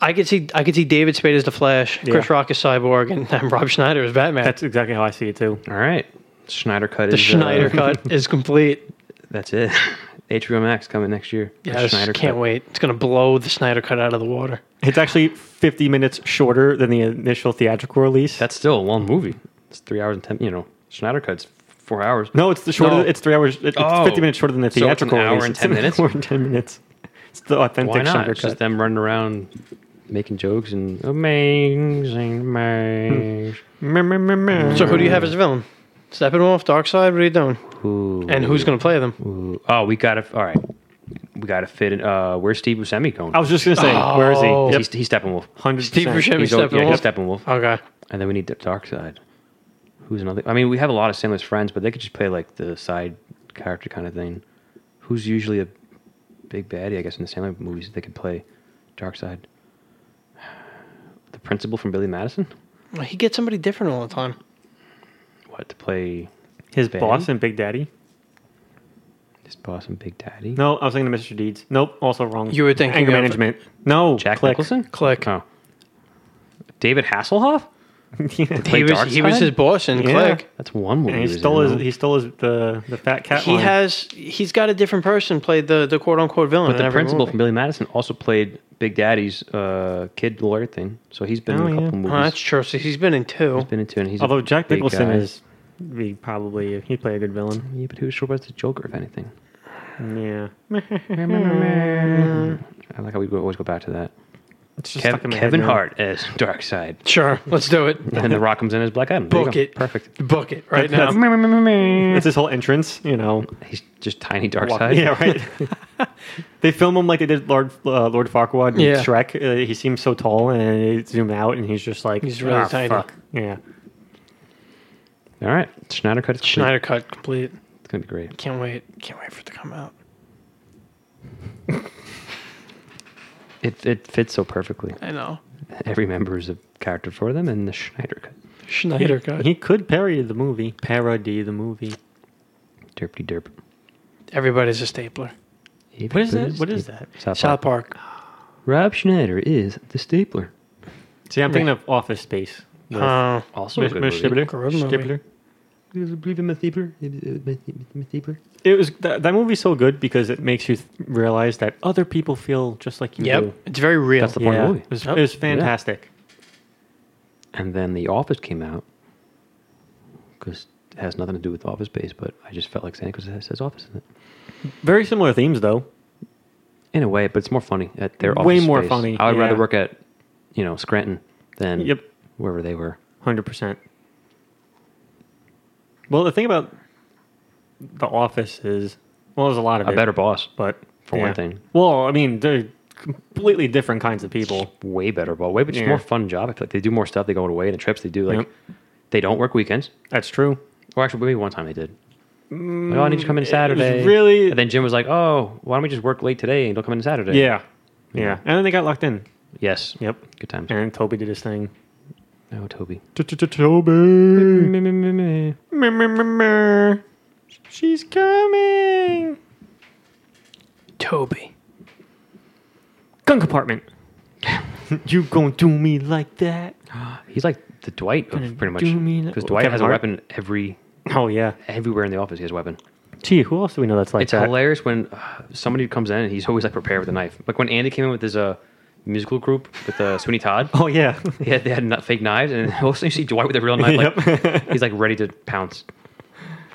Speaker 2: I could see I could see David Spade as the Flash, Chris
Speaker 3: Yeah.
Speaker 2: Rock as Cyborg, and, (laughs) and Rob Schneider as Batman.
Speaker 3: That's exactly how I see it too.
Speaker 1: All right, Schneider cut.
Speaker 2: the
Speaker 1: is, uh,
Speaker 2: Schneider cut is complete.
Speaker 1: (laughs) That's it. HBO Max coming next year. The
Speaker 2: Yes,
Speaker 1: Schneider
Speaker 2: can't
Speaker 1: cut.
Speaker 2: wait. It's gonna blow the Snyder cut out of the water.
Speaker 3: It's actually 50 minutes shorter than the initial theatrical release.
Speaker 1: That's still a long movie. It's three hours and ten. You know, Schneider cuts four hours.
Speaker 3: no, it's the shorter.
Speaker 1: No.
Speaker 3: It's three hours. it- It's
Speaker 1: Oh.
Speaker 3: 50 minutes shorter than the
Speaker 1: So it's an
Speaker 3: theatrical
Speaker 1: hour
Speaker 3: release. (laughs)
Speaker 1: and 10 minutes?
Speaker 3: Hour and 10 minutes. It's the authentic
Speaker 1: Why not?
Speaker 3: Snyder
Speaker 1: It's just
Speaker 3: cut.
Speaker 1: them running around making jokes and amazing, amazing.
Speaker 3: Meh, meh, meh, meh.
Speaker 2: So who do you have as the villain? Steppenwolf, Darkseid, what are you doing?
Speaker 1: (laughs) Ooh.
Speaker 2: And who's gonna play them?
Speaker 1: Ooh. Oh, we gotta. All right, we gotta fit in. Uh, where's Steve Buscemi going?
Speaker 3: I was just gonna say, where is he?
Speaker 2: Oh.
Speaker 1: he's, he's Steppenwolf.
Speaker 3: 100%.
Speaker 2: Steve Buscemi,
Speaker 1: He's, Steppenwolf. Yeah,
Speaker 2: Steppenwolf.
Speaker 1: he's Steppenwolf.
Speaker 2: Okay.
Speaker 1: And then we need the Dark Side. Who's another? I mean, we have a lot of similar friends, but they could just play like the side character kind of thing. Who's usually a big baddie? I guess in the Sandler movies, they could play Dark Side. (sighs) The principal from Billy Madison.
Speaker 2: Well, he gets somebody different all the time.
Speaker 1: What to play?
Speaker 3: His
Speaker 1: Daddy?
Speaker 3: boss and Big Daddy.
Speaker 1: His boss and Big Daddy.
Speaker 3: No, I was thinking of Mr. Deeds. Nope, also wrong.
Speaker 2: You were thinking
Speaker 3: anger
Speaker 2: of-
Speaker 3: management. No,
Speaker 1: Jack
Speaker 3: Click.
Speaker 1: Nicholson.
Speaker 2: Click.
Speaker 1: Oh. David Hasselhoff.
Speaker 3: (laughs) yeah.
Speaker 1: Play
Speaker 2: He was he was
Speaker 1: Darkseid?
Speaker 2: his boss in
Speaker 3: Yeah.
Speaker 2: Click.
Speaker 1: That's one movie.
Speaker 3: And he
Speaker 1: was in,
Speaker 3: stole his.
Speaker 1: though.
Speaker 3: He stole his the the fat cat.
Speaker 2: He
Speaker 3: line.
Speaker 2: has he's got a different person play the the quote unquote villain.
Speaker 1: But
Speaker 2: in
Speaker 1: the
Speaker 2: every
Speaker 1: principal
Speaker 2: movie.
Speaker 1: from Billy Madison also played Big Daddy's uh, kid lawyer thing, so he's been
Speaker 3: Oh,
Speaker 1: in a couple
Speaker 3: yeah.
Speaker 1: movies.
Speaker 2: Oh, that's true. So he's been in two.
Speaker 1: He's been into, and he's a
Speaker 3: Although Jack
Speaker 1: big
Speaker 3: Nicholson
Speaker 1: guy.
Speaker 3: is, he probably he'd play a good villain.
Speaker 1: Yeah, but who sure was the Joker, if anything?
Speaker 3: Yeah,
Speaker 1: I like how we go- always go back to that.
Speaker 3: it's
Speaker 1: Kev-
Speaker 3: stuck in my head
Speaker 1: Kevin
Speaker 3: now.
Speaker 1: Hart as (laughs) Dark Side,
Speaker 2: Sure, let's do it.
Speaker 1: and The Rock comes in as Black Adam. There you
Speaker 2: Book
Speaker 1: go.
Speaker 2: it.
Speaker 1: Perfect.
Speaker 2: Book it right
Speaker 4: (laughs)
Speaker 2: now.
Speaker 3: It's his whole entrance, you know.
Speaker 1: He's just tiny Dark
Speaker 3: walk- (laughs)
Speaker 1: Side.
Speaker 3: Yeah, right.
Speaker 1: (laughs)
Speaker 3: they film him like they did Lord uh, Lord Farquaad in
Speaker 2: Yeah.
Speaker 3: Shrek. Uh, he seems so tall, and they zoom out, and he's just like
Speaker 2: He's really
Speaker 3: "Ah,
Speaker 2: tiny."
Speaker 3: fuck." Yeah,
Speaker 1: All right, Schneider cut. is complete.
Speaker 2: Schneider cut complete.
Speaker 1: It's gonna be great.
Speaker 2: Can't wait. Can't wait for it to come out.
Speaker 1: It it fits so perfectly.
Speaker 2: I know.
Speaker 1: Every member is a character for them, and the Schneider cut.
Speaker 2: Schneider cut.
Speaker 3: he could parody the movie. Parody the movie.
Speaker 1: Derpy derp.
Speaker 2: Everybody's a stapler.
Speaker 3: What is that? What is that?
Speaker 1: South Park.
Speaker 2: South Park.
Speaker 1: Rob Schneider is the stapler.
Speaker 3: See, I'm thinking of Office Space. with
Speaker 2: Uh,
Speaker 1: Also
Speaker 3: Miss- Miss Schibbler.
Speaker 2: Good movie.
Speaker 3: Schibbler.
Speaker 1: Believe in my stapler. My stapler.
Speaker 3: It was that, that movie's so good because it makes you th- realize that other people feel just like you do.
Speaker 2: yep. It's very real.
Speaker 1: That's the point of the movie.
Speaker 3: It was,
Speaker 2: Yep.
Speaker 3: it was fantastic.
Speaker 1: And then The Office came out because it has nothing to do with Office Space, but I just felt like saying because it, says Office in it.
Speaker 3: Very similar themes, though.
Speaker 1: In a way, but it's more funny at their Office
Speaker 3: Way more
Speaker 1: Space.
Speaker 3: funny,
Speaker 1: I would rather
Speaker 3: yeah.
Speaker 1: work at, you know, Scranton than
Speaker 3: Yep.
Speaker 1: wherever they were.
Speaker 3: Hundred percent. Well, the thing about the Office is, well, there's a lot of
Speaker 1: A
Speaker 3: it,
Speaker 1: better boss,
Speaker 3: but
Speaker 1: for one thing.
Speaker 3: Well, I mean, they're completely different kinds of people.
Speaker 1: way better boss, way but just
Speaker 3: Yeah.
Speaker 1: more fun job. I feel like they do more stuff. They go away and the trips they do. Like
Speaker 3: Yep.
Speaker 1: they don't work weekends,
Speaker 3: That's true.
Speaker 1: or actually maybe one time they did. Like, oh, I need you to come in
Speaker 3: Mm, it
Speaker 1: Saturday.
Speaker 3: was really-
Speaker 1: And then Jim was like, "Oh, why don't we just work late today and don't come in Saturday?"
Speaker 3: Yeah, yeah. And then they got locked in.
Speaker 1: Yes.
Speaker 3: Yep.
Speaker 1: Good times.
Speaker 3: And Toby did his thing.
Speaker 1: No, Toby.
Speaker 3: Toby. Meh, meh, meh, meh. She's coming.
Speaker 2: Toby.
Speaker 3: Gun compartment. (laughs) you gonna do me like that?
Speaker 1: He's like the Dwight of
Speaker 3: Gonna
Speaker 1: pretty much
Speaker 3: do me-
Speaker 1: because Dwight
Speaker 3: Kevin
Speaker 1: has a
Speaker 3: Hart?
Speaker 1: weapon every
Speaker 3: Oh yeah.
Speaker 1: everywhere in the office. He has a weapon.
Speaker 3: Gee, who else do we know that's like
Speaker 1: it's
Speaker 3: that?
Speaker 1: hilarious when uh, somebody comes in and he's always like prepared with a knife. Like when Andy came in with his uh, musical group with uh, Sweeney Todd.
Speaker 3: (laughs) Oh yeah.
Speaker 1: They had, they had nut- fake knives, and also you see Dwight with a real knife.
Speaker 3: (laughs)
Speaker 1: Like, he's like ready to pounce.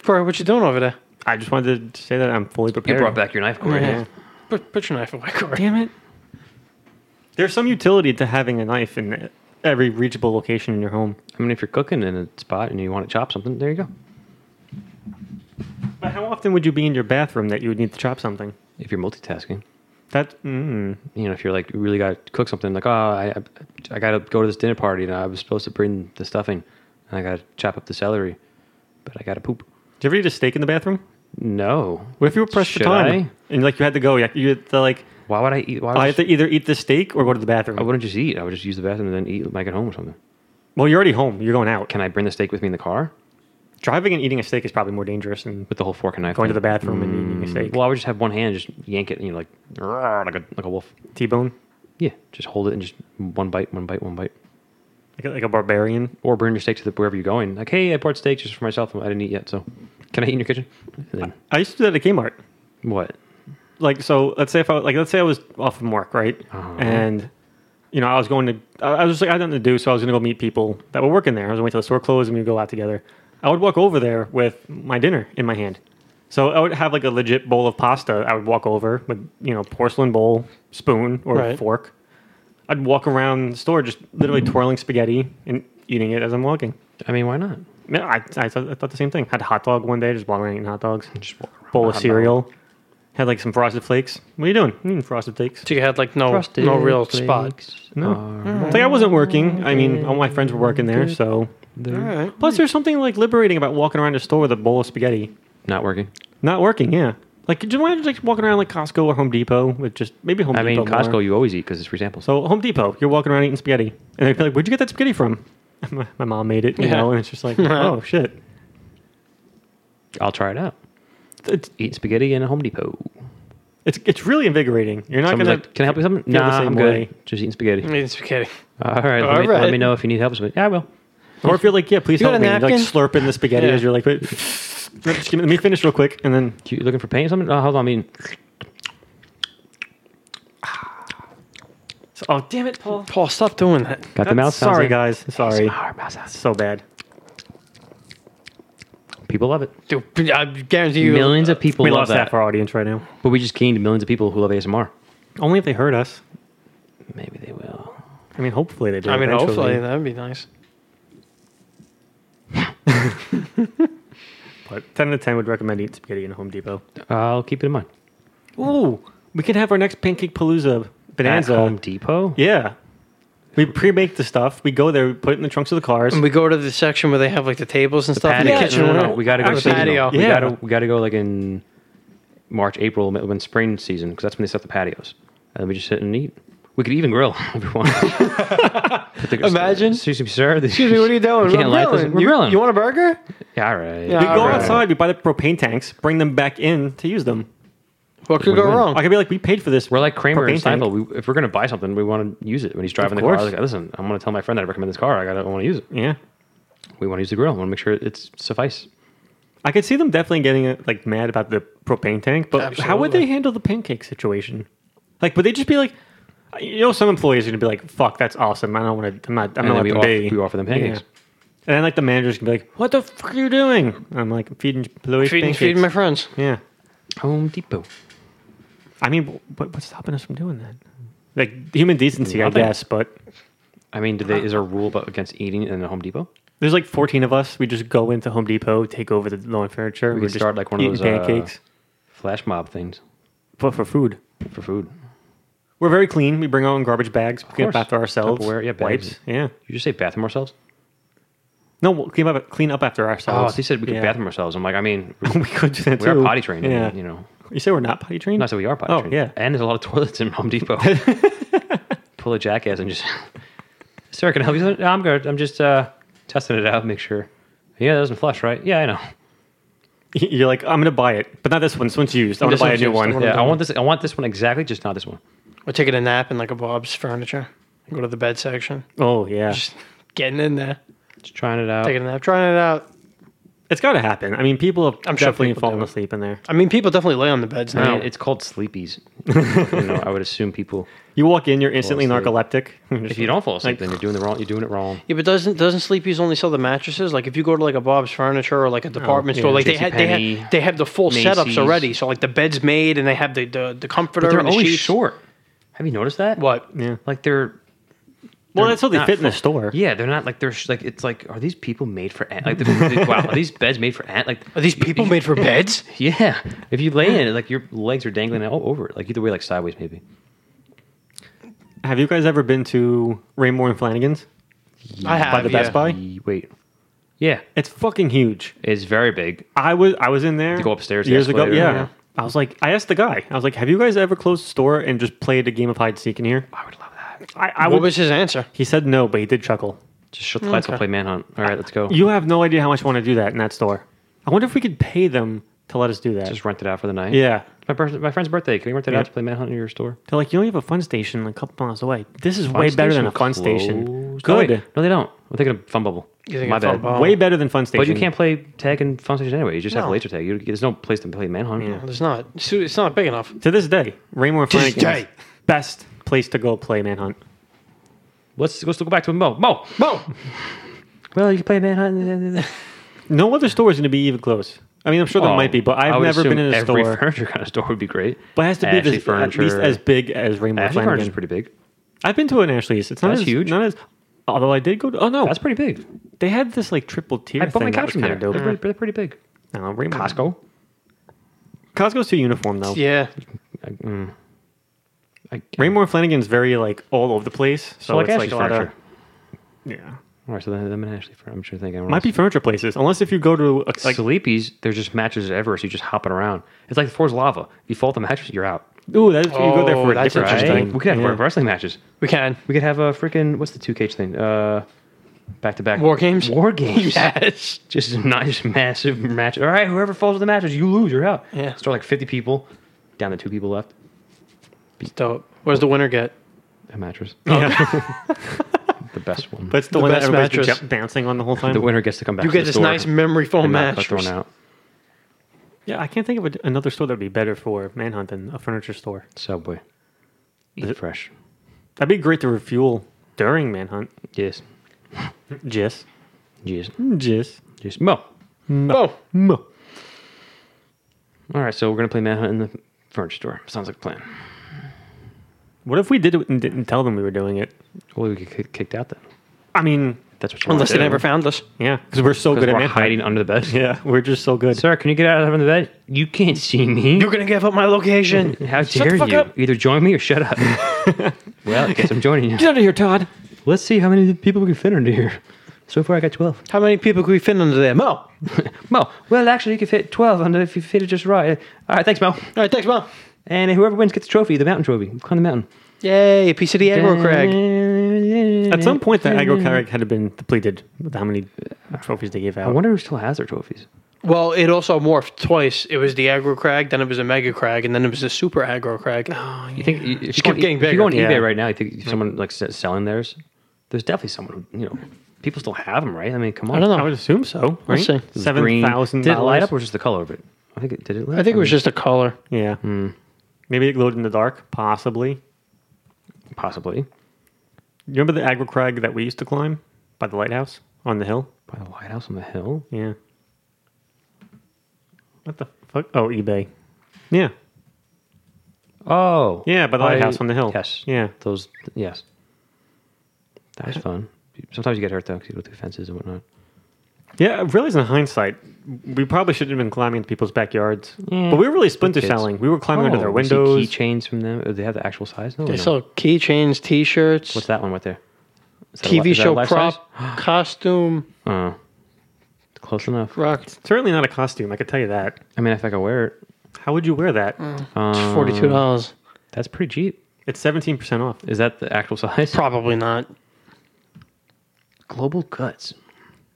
Speaker 2: Bro, what you doing over there?
Speaker 3: I just wanted to say that I'm fully
Speaker 1: You
Speaker 3: prepared.
Speaker 1: brought back your knife, Corey.
Speaker 2: Yeah. Mm-hmm. put, put your knife away, Corey.
Speaker 3: Damn it. There's some utility to having a knife in every reachable location in your home.
Speaker 1: I mean, if you're cooking in a spot and you want to chop something, there you go.
Speaker 3: But how often would you be in your bathroom that you would need to chop something?
Speaker 1: If you're multitasking,
Speaker 3: That mm,
Speaker 1: you know, if you're like you really got to cook something, like oh, I, I got to go to this dinner party and I was supposed to bring the stuffing and I got to chop up the celery, but I got to poop.
Speaker 3: Do you ever eat a steak in the bathroom?
Speaker 1: No,
Speaker 3: What if you were pressed for
Speaker 1: Should
Speaker 3: time and like you had to go? You had- you had to like
Speaker 1: why would I eat? Why would
Speaker 3: I
Speaker 1: I,
Speaker 3: have to either eat the steak or go to the bathroom.
Speaker 1: I wouldn't just eat. I would just use the bathroom and then eat, like at home or something.
Speaker 3: well, you're already home. You're going out.
Speaker 1: Can I bring the steak with me in the car
Speaker 3: Driving and eating a steak is probably more dangerous than
Speaker 1: with the whole fork and knife?
Speaker 3: going to
Speaker 1: thing?
Speaker 3: the bathroom and eating a steak.
Speaker 1: Mm, Well, I would just have one hand, just yank it, and you know, like "Roar," like a like a wolf.
Speaker 3: T-bone,
Speaker 1: Yeah, just hold it and just one bite, one bite, one bite.
Speaker 3: like a, like a barbarian.
Speaker 1: Or bring your steak to the, wherever you're going. Like, hey, I brought steak just for myself. I didn't eat yet, so can I eat in your kitchen? And then
Speaker 3: I used to do that at Kmart.
Speaker 1: what?
Speaker 3: like so let's say if I like let's say I was off from work, right?
Speaker 1: Uh-huh.
Speaker 3: And you know, I was going to I I was just like I had nothing to do, so I was gonna go meet people that were working there. I was gonna wait till the store closed and we would go out together. I would walk over there with my dinner in my hand. So I would have like a legit bowl of pasta. I would walk over with, you know, porcelain bowl, spoon or
Speaker 2: Right.
Speaker 3: fork. I'd walk around the store just literally twirling spaghetti and eating it as I'm walking.
Speaker 1: I mean, why not?
Speaker 3: No, I, I, thought, I thought the same thing. Had a hot dog one day, just walking around eating hot dogs.
Speaker 1: Just walk around
Speaker 3: bowl
Speaker 1: with a
Speaker 3: of
Speaker 1: hot
Speaker 3: cereal. Had like some frosted flakes. What are you doing? I'm eating frosted flakes.
Speaker 2: So you had like no no real spot.
Speaker 3: No.
Speaker 1: Uh,
Speaker 3: It's like I wasn't working. I mean, all my friends were working there, so.
Speaker 2: All right.
Speaker 3: Plus, there's something like liberating about walking around a store with a bowl of spaghetti.
Speaker 1: Not working.
Speaker 3: Not working, yeah. Like, do you mind just like, walking around like Costco or Home Depot with just maybe Home
Speaker 1: I mean,
Speaker 3: Depot? more.
Speaker 1: Costco, you always eat because it's free samples.
Speaker 3: So Home Depot, you're walking around eating spaghetti, and they're like, "Where'd you get that spaghetti from?" (laughs) my, my mom made it, you
Speaker 2: Yeah.
Speaker 3: know, and it's just
Speaker 1: (laughs)
Speaker 3: like, oh shit.
Speaker 1: I'll try it out.
Speaker 3: It's
Speaker 1: Eat spaghetti in a Home Depot.
Speaker 3: it's it's really invigorating. You're not
Speaker 1: Someone's
Speaker 3: gonna
Speaker 1: like, can I help you with something?
Speaker 3: feel the
Speaker 1: Nah,
Speaker 3: same
Speaker 1: I'm
Speaker 3: way. Mm.
Speaker 1: good. Just eating spaghetti.
Speaker 2: I'm eating spaghetti.
Speaker 1: All right, let,
Speaker 2: All
Speaker 1: me, let
Speaker 2: right.
Speaker 1: me know if you need help with something. Yeah, I will.
Speaker 3: Or if you're like, yeah, please
Speaker 2: You got
Speaker 3: help
Speaker 2: a
Speaker 3: me. Like
Speaker 2: napkin?
Speaker 3: slurping the spaghetti
Speaker 2: Yeah.
Speaker 3: as you're like, wait, just give me- let me finish real quick, and then
Speaker 1: You looking for paint or something? Oh, hold on. I mean,
Speaker 3: so, oh damn it, Paul.
Speaker 2: Paul, stop doing that.
Speaker 1: got the mouth. sounds
Speaker 3: Sorry,
Speaker 1: like-
Speaker 3: guys. Sorry,
Speaker 1: Sorry, mouth sounds.
Speaker 3: so bad.
Speaker 1: People love it.
Speaker 2: Dude, I guarantee you.
Speaker 1: millions of people
Speaker 3: uh, we
Speaker 1: love
Speaker 3: lost
Speaker 1: that.
Speaker 3: half our audience right now.
Speaker 1: But we just gained millions of people who love ASMR.
Speaker 3: Only if they heard us.
Speaker 1: Maybe they will.
Speaker 3: I mean, hopefully they do.
Speaker 2: I mean,
Speaker 3: eventually.
Speaker 2: hopefully that would be nice.
Speaker 3: But ten out of ten would recommend eating spaghetti in a Home Depot.
Speaker 1: I'll keep it in mind.
Speaker 3: Ooh, we could have our next pancake palooza bonanza.
Speaker 1: At Home Depot?
Speaker 3: Yeah, we pre-make the stuff. We go there, we put it in the trunks of the cars.
Speaker 2: And we go to the section where they have like the tables and stuff in
Speaker 1: Patio.
Speaker 2: the kitchen.
Speaker 1: No, no, no,
Speaker 2: right?
Speaker 1: We gotta
Speaker 2: Or
Speaker 1: go
Speaker 2: the
Speaker 1: seasonal.
Speaker 2: patio.
Speaker 1: We
Speaker 3: Yeah.
Speaker 1: gotta we gotta go like in March, April, mi- when spring season, because that's when they set the patios. And we just sit and eat. We could even grill (laughs) if we want. Put the-
Speaker 2: (laughs) Imagine.
Speaker 1: Excuse me, sir.
Speaker 2: Excuse me, what are you
Speaker 1: (laughs)
Speaker 2: doing? We're
Speaker 1: can't light this.
Speaker 2: grilling.
Speaker 1: We're
Speaker 2: You-
Speaker 1: grilling.
Speaker 2: You want a burger?
Speaker 1: Yeah, all right.
Speaker 2: Yeah,
Speaker 3: We go
Speaker 2: Alright.
Speaker 3: outside. We buy the propane tanks, bring them back in to use them.
Speaker 2: What could go
Speaker 1: Win-win.
Speaker 2: wrong?
Speaker 3: I could be like, we paid for this.
Speaker 1: Hmm. We're like Kramer and
Speaker 3: propane tank.
Speaker 1: Seinfeld. We, if we're gonna buy something, we want to use it. When he's driving
Speaker 3: Of
Speaker 1: the car, I
Speaker 3: course.
Speaker 1: was like, "Listen, I'm gonna tell my friend that I recommend this car. I gotta want to use it.
Speaker 3: Yeah.
Speaker 1: We want to use the grill. I want to make sure it's suffice."
Speaker 3: I could see them definitely getting uh, like mad about the propane tank, but how would
Speaker 2: Absolutely.
Speaker 3: they handle the pancake situation? Like, would they just be like, uh, you know, some employees are gonna be like, "Fuck, that's awesome. I don't want to. I'm not. I'm not
Speaker 1: And then we
Speaker 3: letting
Speaker 1: offer,
Speaker 3: be."
Speaker 1: we offer them pancakes.
Speaker 3: Yeah. And then like the managers can be like, "What the fuck are you doing?" I'm like, "I'm "Feeding employees
Speaker 2: feeding,
Speaker 3: pancakes."
Speaker 2: feeding my friends.
Speaker 3: yeah.
Speaker 1: Home Depot.
Speaker 3: I mean, what, what's stopping us from doing that? Like human decency, I
Speaker 1: Nothing.
Speaker 3: guess. But
Speaker 1: I mean, do they, is there a rule about against eating in a Home Depot?
Speaker 3: there's like 14 of us. We just go into Home Depot, take over the lawn furniture.
Speaker 1: We
Speaker 3: we're
Speaker 1: could
Speaker 3: just
Speaker 1: start, like, one of
Speaker 3: eating
Speaker 1: those, uh,
Speaker 3: pancakes,
Speaker 1: Flash mob things
Speaker 3: but for food.
Speaker 1: for food.
Speaker 3: We're very clean. We bring our own garbage bags. We clean up
Speaker 1: course.
Speaker 3: after ourselves.
Speaker 1: Tupperware, yeah, bags.
Speaker 3: wipes. Yeah.
Speaker 1: You just say bathroom ourselves?
Speaker 3: No, we'll clean up, clean up after
Speaker 1: Oh,
Speaker 3: ourselves.
Speaker 1: they said we could
Speaker 3: Yeah.
Speaker 1: bathroom ourselves. I'm like, I mean,
Speaker 3: (laughs) we could do that
Speaker 1: we are
Speaker 3: too.
Speaker 1: potty trained.
Speaker 3: Yeah.
Speaker 1: You know,
Speaker 3: You say we're not potty trained?
Speaker 1: not that we are potty
Speaker 3: Oh,
Speaker 1: trained.
Speaker 3: yeah.
Speaker 1: And there's a lot of (laughs) toilets in Home Depot. Pull a jackass and just, (laughs) sir, can I help you? with it?" "No, I'm good. I'm just uh, testing it out, make sure. Yeah, that doesn't flush, right? Yeah, I know.
Speaker 3: (laughs) You're like, I'm going to buy it, but not this one. This one's used. I want
Speaker 1: This
Speaker 3: to buy a
Speaker 1: one's
Speaker 3: new
Speaker 1: used.
Speaker 3: one.
Speaker 1: Yeah, I want this. I want this one exactly, just not this one.
Speaker 2: We're taking a nap in like a Bob's furniture. Go to the bed section.
Speaker 3: Oh, yeah.
Speaker 2: Just getting in there,
Speaker 1: Just trying it out.
Speaker 2: taking a nap, trying it out.
Speaker 3: It's got to happen. I mean, people have
Speaker 2: I'm sure
Speaker 3: definitely
Speaker 2: people
Speaker 3: fallen
Speaker 2: do.
Speaker 3: asleep in there.
Speaker 2: I mean, people definitely lay on the beds
Speaker 1: I
Speaker 2: now.
Speaker 1: mean, it's
Speaker 3: (laughs)
Speaker 1: called sleepies. you know, I would assume people.
Speaker 3: You walk in, you're instantly
Speaker 1: asleep.
Speaker 3: narcoleptic.
Speaker 1: If you don't fall asleep,
Speaker 3: Like-
Speaker 1: then you're doing the wrong. You're doing it wrong.
Speaker 2: yeah, but doesn't doesn't Sleepy's only sell the mattresses? Like if you go to like a Bob's Furniture or like a department
Speaker 3: yeah,
Speaker 2: store, like they had they
Speaker 1: JCPenney,
Speaker 2: had they have the full setups
Speaker 1: Macy's.
Speaker 2: already. So like the bed's made and they have the the, the comforter.
Speaker 1: But they're
Speaker 2: and the
Speaker 1: always
Speaker 2: sheets.
Speaker 1: short. Have you noticed that?
Speaker 2: What?
Speaker 3: yeah.
Speaker 1: Like they're
Speaker 3: Well, that's how they
Speaker 1: not
Speaker 3: fit in the store.
Speaker 1: yeah, they're not like they're sh- like it's like are these people made for ant? Like they're- wow, are these beds made for ant? Like
Speaker 2: Are these people made for
Speaker 1: (laughs)
Speaker 2: beds?
Speaker 1: yeah, if you lay in it, like your legs are dangling all over it. Like either way, like sideways maybe.
Speaker 3: Have you guys ever been to Raymore and Flanagan's?
Speaker 2: I have.
Speaker 3: By the Best
Speaker 2: yeah.
Speaker 3: Buy?
Speaker 1: Ye- Wait, yeah,
Speaker 3: It's fucking huge.
Speaker 1: it's very big.
Speaker 3: I was I was in there.
Speaker 1: To go upstairs, the
Speaker 3: years ago.
Speaker 1: escalator,
Speaker 3: Yeah.
Speaker 1: yeah.
Speaker 3: I was like, I asked the guy. I was like, Have you guys ever closed the store and just played a game of hide and seek in here?
Speaker 1: I would love that.
Speaker 3: I, I
Speaker 2: What
Speaker 3: would.
Speaker 2: was his answer?
Speaker 3: he said no, but he did chuckle.
Speaker 1: Just shut the lights. We'll play manhunt. All right, let's go.
Speaker 3: You have no idea how much I want to do that in that store. I wonder if we could pay them to let us do that.
Speaker 1: Just rent it out for the night.
Speaker 3: yeah.
Speaker 1: It's my birth- my friend's birthday. Can we rent it
Speaker 3: Yeah.
Speaker 1: out to play manhunt in your store?
Speaker 3: They're like, you only have a fun station like a couple miles away. This is way better than a fun station.
Speaker 1: Closed. Oh, wait.
Speaker 3: Good.
Speaker 1: no, they don't. We're thinking of fun bubble.
Speaker 2: thinking
Speaker 1: My
Speaker 2: of Fun
Speaker 1: bad.
Speaker 2: Bubble.
Speaker 3: Way better than fun station.
Speaker 1: But you can't play tag in fun station anyway. You just have
Speaker 2: No.
Speaker 1: a laser tag. You, there's no place to play manhunt.
Speaker 3: Yeah.
Speaker 2: There's not. It's it's not big enough.
Speaker 3: To this day, Raymore
Speaker 2: To this
Speaker 3: Flanagan's
Speaker 2: day.
Speaker 3: best place to go play manhunt.
Speaker 1: Let's let's go back to Mo. Mo.
Speaker 2: Mo,
Speaker 1: Well, you can play manhunt.
Speaker 3: No other store is going to be even close. I mean, I'm sure there
Speaker 1: Oh,
Speaker 3: might be, but
Speaker 1: I
Speaker 3: I've
Speaker 1: would
Speaker 3: never
Speaker 1: assume
Speaker 3: been in a
Speaker 1: every (laughs)
Speaker 3: store.
Speaker 1: furniture kind of store would be great.
Speaker 3: But it has to be
Speaker 1: Ashley
Speaker 3: this, at
Speaker 1: furniture.
Speaker 3: least as big as Raymore
Speaker 1: Ashley furniture is
Speaker 3: Flanagan.
Speaker 1: pretty big.
Speaker 3: I've been to an Ashley's. It's not
Speaker 1: That's
Speaker 3: as,
Speaker 1: huge.
Speaker 3: Not as. Although I did go. To, oh no,
Speaker 1: That's pretty big.
Speaker 3: they had this like triple tier.
Speaker 1: I put my
Speaker 3: thing that
Speaker 1: couch
Speaker 3: was
Speaker 1: in there.
Speaker 3: kinda
Speaker 1: They're
Speaker 3: dope. Hmm.
Speaker 1: pretty, they're pretty big.
Speaker 3: No, Raymore.
Speaker 1: Costco.
Speaker 3: Costco's too uniform though.
Speaker 2: yeah.
Speaker 1: I, mm, I,
Speaker 3: Raymore Flanagan's very like all over the place. So,
Speaker 1: So like
Speaker 3: it's
Speaker 1: Ashley's
Speaker 3: like a lot of
Speaker 1: furniture.
Speaker 3: yeah.
Speaker 1: All right, so then, then Ashley furniture. I'm sure thinking
Speaker 3: Might be furniture places, unless if you go to a, like.
Speaker 1: Sleepies, there's just matches ever, so you're just hopping around. It's like the floor's lava. If you fall off the mattress, you're out.
Speaker 3: Ooh, that's, you go there
Speaker 2: Oh,
Speaker 3: for a
Speaker 2: that's
Speaker 3: different
Speaker 2: interesting.
Speaker 3: thing.
Speaker 1: We could have
Speaker 3: Yeah.
Speaker 1: wrestling matches.
Speaker 2: We can.
Speaker 1: We could have a freaking what's the two cage thing? Uh, back to back
Speaker 2: War games?
Speaker 3: (laughs)
Speaker 1: War games.
Speaker 2: Yes.
Speaker 1: Just a nice massive match. All right, whoever falls to the matches, you lose. You're out.
Speaker 2: Yeah.
Speaker 1: Start like 50 people, down to two people left.
Speaker 2: Dope. What does the winner get?
Speaker 1: A mattress, Oh.
Speaker 3: Yeah.
Speaker 1: the best one.
Speaker 3: but it's the,
Speaker 2: The
Speaker 3: one that
Speaker 2: best
Speaker 3: everybody's been
Speaker 2: mattress.
Speaker 3: jump- bouncing on the
Speaker 1: (laughs)
Speaker 3: whole time.
Speaker 1: the winner gets to come back.
Speaker 2: You
Speaker 1: to
Speaker 2: get
Speaker 1: the
Speaker 2: this
Speaker 1: store
Speaker 2: nice memory foam
Speaker 1: and not get
Speaker 2: mattress.
Speaker 1: thrown out.
Speaker 3: yeah, I can't think of a, another store that'd be better for Manhunt than a furniture store.
Speaker 1: Subway. Eat
Speaker 3: it-
Speaker 1: fresh.
Speaker 3: That'd be great to refuel during Manhunt.
Speaker 1: Yes.
Speaker 3: Jis.
Speaker 1: Yes.
Speaker 3: Jis.
Speaker 1: Yes. Mo. Oh.
Speaker 2: Mo,
Speaker 3: Mo.
Speaker 1: All right, so we're gonna play manhunt in the furniture store. Sounds like a plan.
Speaker 3: What if we did it and didn't tell them we were doing it?
Speaker 1: Well, we get ki- kicked out then.
Speaker 3: I mean,
Speaker 1: If That's what you
Speaker 2: unless
Speaker 1: want
Speaker 2: they
Speaker 1: to do.
Speaker 2: never found us.
Speaker 3: yeah, because we're so
Speaker 1: 'Cause
Speaker 3: good at
Speaker 1: we're
Speaker 3: Manhunt.
Speaker 1: hiding under
Speaker 3: (laughs)
Speaker 1: the bed.
Speaker 3: Yeah, we're just so good.
Speaker 1: Sir, can you get out of the bed? You can't see me.
Speaker 2: You're gonna give up my location.
Speaker 1: (laughs) How
Speaker 2: Shut the
Speaker 1: dare
Speaker 2: fuck
Speaker 1: you?
Speaker 2: up.
Speaker 1: Either join me or shut
Speaker 2: (laughs)
Speaker 1: up. well, I guess I'm joining you.
Speaker 2: out of here, Todd.
Speaker 1: Let's see how many people we can fit under here. So far, I got 12.
Speaker 2: How many people could we fit under there, Mo? All
Speaker 1: Mo, well, actually, you can fit 12 under if you fit it just right. All right, thanks, Mo.
Speaker 2: right, thanks, Mo.
Speaker 1: And whoever wins gets a trophy, the mountain trophy. Climb the mountain.
Speaker 2: Yay, a piece of the aggro, Craig.
Speaker 3: At some point, the aggro carrick had been depleted with how many trophies they gave
Speaker 1: I
Speaker 3: out.
Speaker 1: wonder who still has their trophies.
Speaker 2: Well, it also morphed twice. It was the aggro Crag, then it was a mega Crag, and then it was a super aggro
Speaker 1: (gasps)
Speaker 2: Crag.
Speaker 1: You think you- if
Speaker 2: keep
Speaker 1: you, go on E-
Speaker 2: getting
Speaker 1: if you go on
Speaker 2: bigger.
Speaker 1: eBay
Speaker 3: Yeah.
Speaker 1: right now, you think someone like s- selling theirs? There's definitely someone who you know. People still have them, right? I mean, come on.
Speaker 2: I don't know.
Speaker 3: I would assume so. Right?
Speaker 2: see.
Speaker 1: This
Speaker 3: Seven
Speaker 1: green-
Speaker 3: thousand.
Speaker 1: Did it light up or just the color of it? I think it did. It. Light
Speaker 2: I think it was just a color.
Speaker 3: Yeah.
Speaker 1: Hmm.
Speaker 3: Maybe it glowed in the dark, possibly.
Speaker 1: possibly
Speaker 3: You remember the aggro crag that we used to climb by the lighthouse on the hill?
Speaker 1: by the lighthouse on the hill.
Speaker 3: Yeah. What the fuck? Oh, eBay. Yeah.
Speaker 1: Oh,
Speaker 3: Yeah, by the lighthouse on the hill.
Speaker 1: Yes.
Speaker 3: Yeah.
Speaker 1: Those. Yes. That was fun. Sometimes you get hurt though because you go through fences and whatnot.
Speaker 3: Yeah, I realize in hindsight, we probably shouldn't have been climbing into people's backyards. But we were really splinter
Speaker 1: kids.
Speaker 3: selling. We were climbing under
Speaker 1: Oh,
Speaker 3: their
Speaker 1: we see
Speaker 3: windows.
Speaker 1: Keychains from them. Do they have the actual size? No.
Speaker 2: They
Speaker 1: no.
Speaker 2: sell keychains, T-shirts,
Speaker 1: What's that one right there? Is that a li-
Speaker 2: TV
Speaker 1: is that a
Speaker 2: show
Speaker 1: life size?
Speaker 2: prop, costume,
Speaker 1: Oh, close enough.
Speaker 2: rock.
Speaker 3: Certainly not a costume, I could tell you that.
Speaker 1: I mean, if I could wear it,
Speaker 3: How would you wear that?
Speaker 2: Mm.
Speaker 1: Um,
Speaker 2: It's forty-two dollars.
Speaker 1: that's pretty cheap.
Speaker 3: It's 17% off. (laughs)
Speaker 1: Is that the actual (laughs) size?
Speaker 2: Probably not.
Speaker 1: Global cuts.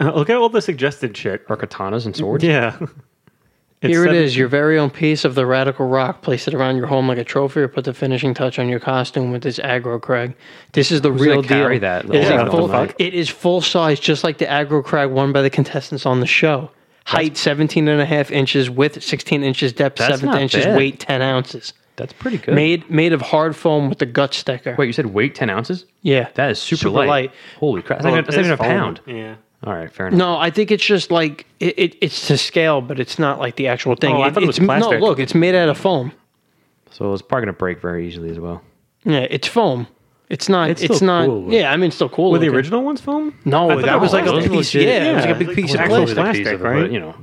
Speaker 3: Uh, look at all the suggested shit.
Speaker 1: Or katanas and swords?
Speaker 3: Yeah. (laughs) It's
Speaker 2: Here it
Speaker 3: seven-
Speaker 2: is, your very own piece of the radical rock. Place it around your home like a trophy, or put the finishing touch on your costume with this aggro crag. This is the
Speaker 1: gonna
Speaker 2: real deal.
Speaker 1: carry that?
Speaker 2: It is
Speaker 1: Yeah,
Speaker 2: a
Speaker 1: what
Speaker 2: full,
Speaker 1: the fuck?
Speaker 2: it is full size, just like the aggro crag won by the contestants on the show. height 17 and a half inches, width 16 inches, depth
Speaker 1: That's
Speaker 2: 7
Speaker 1: not
Speaker 2: inches,
Speaker 1: bad.
Speaker 2: weight 10 ounces.
Speaker 1: That's pretty good.
Speaker 2: Made made of hard foam with the gut sticker.
Speaker 1: Wait, you said weight ten ounces?
Speaker 2: yeah,
Speaker 1: That is super,
Speaker 2: Super
Speaker 1: light.
Speaker 2: light.
Speaker 1: Holy crap! That's
Speaker 3: Well,
Speaker 1: not even- that's not
Speaker 3: it's
Speaker 1: even a pound.
Speaker 3: folded. Yeah.
Speaker 1: All right, fair enough.
Speaker 2: No, I think it's just like it, it, it's to scale, but it's not like the actual thing.
Speaker 3: Oh, I thought it was
Speaker 2: it's,
Speaker 3: plastic.
Speaker 2: No, look, it's made out of foam.
Speaker 1: So it's probably gonna break very easily as well.
Speaker 2: Yeah, it's foam. It's not.
Speaker 1: It's
Speaker 2: It's,
Speaker 1: still
Speaker 2: not.
Speaker 1: cool.
Speaker 2: Yeah, I mean, it's still cool.
Speaker 3: Were the
Speaker 2: looking.
Speaker 3: original ones foam?
Speaker 2: No,
Speaker 3: I
Speaker 2: that,
Speaker 3: thought that
Speaker 2: was like
Speaker 3: was
Speaker 2: a
Speaker 3: those
Speaker 2: piece.
Speaker 1: legit.
Speaker 2: Yeah, it was like a
Speaker 3: Yeah.
Speaker 2: big piece of
Speaker 3: Actually,
Speaker 2: plastic.
Speaker 3: it's plastic, right?
Speaker 1: But, you know,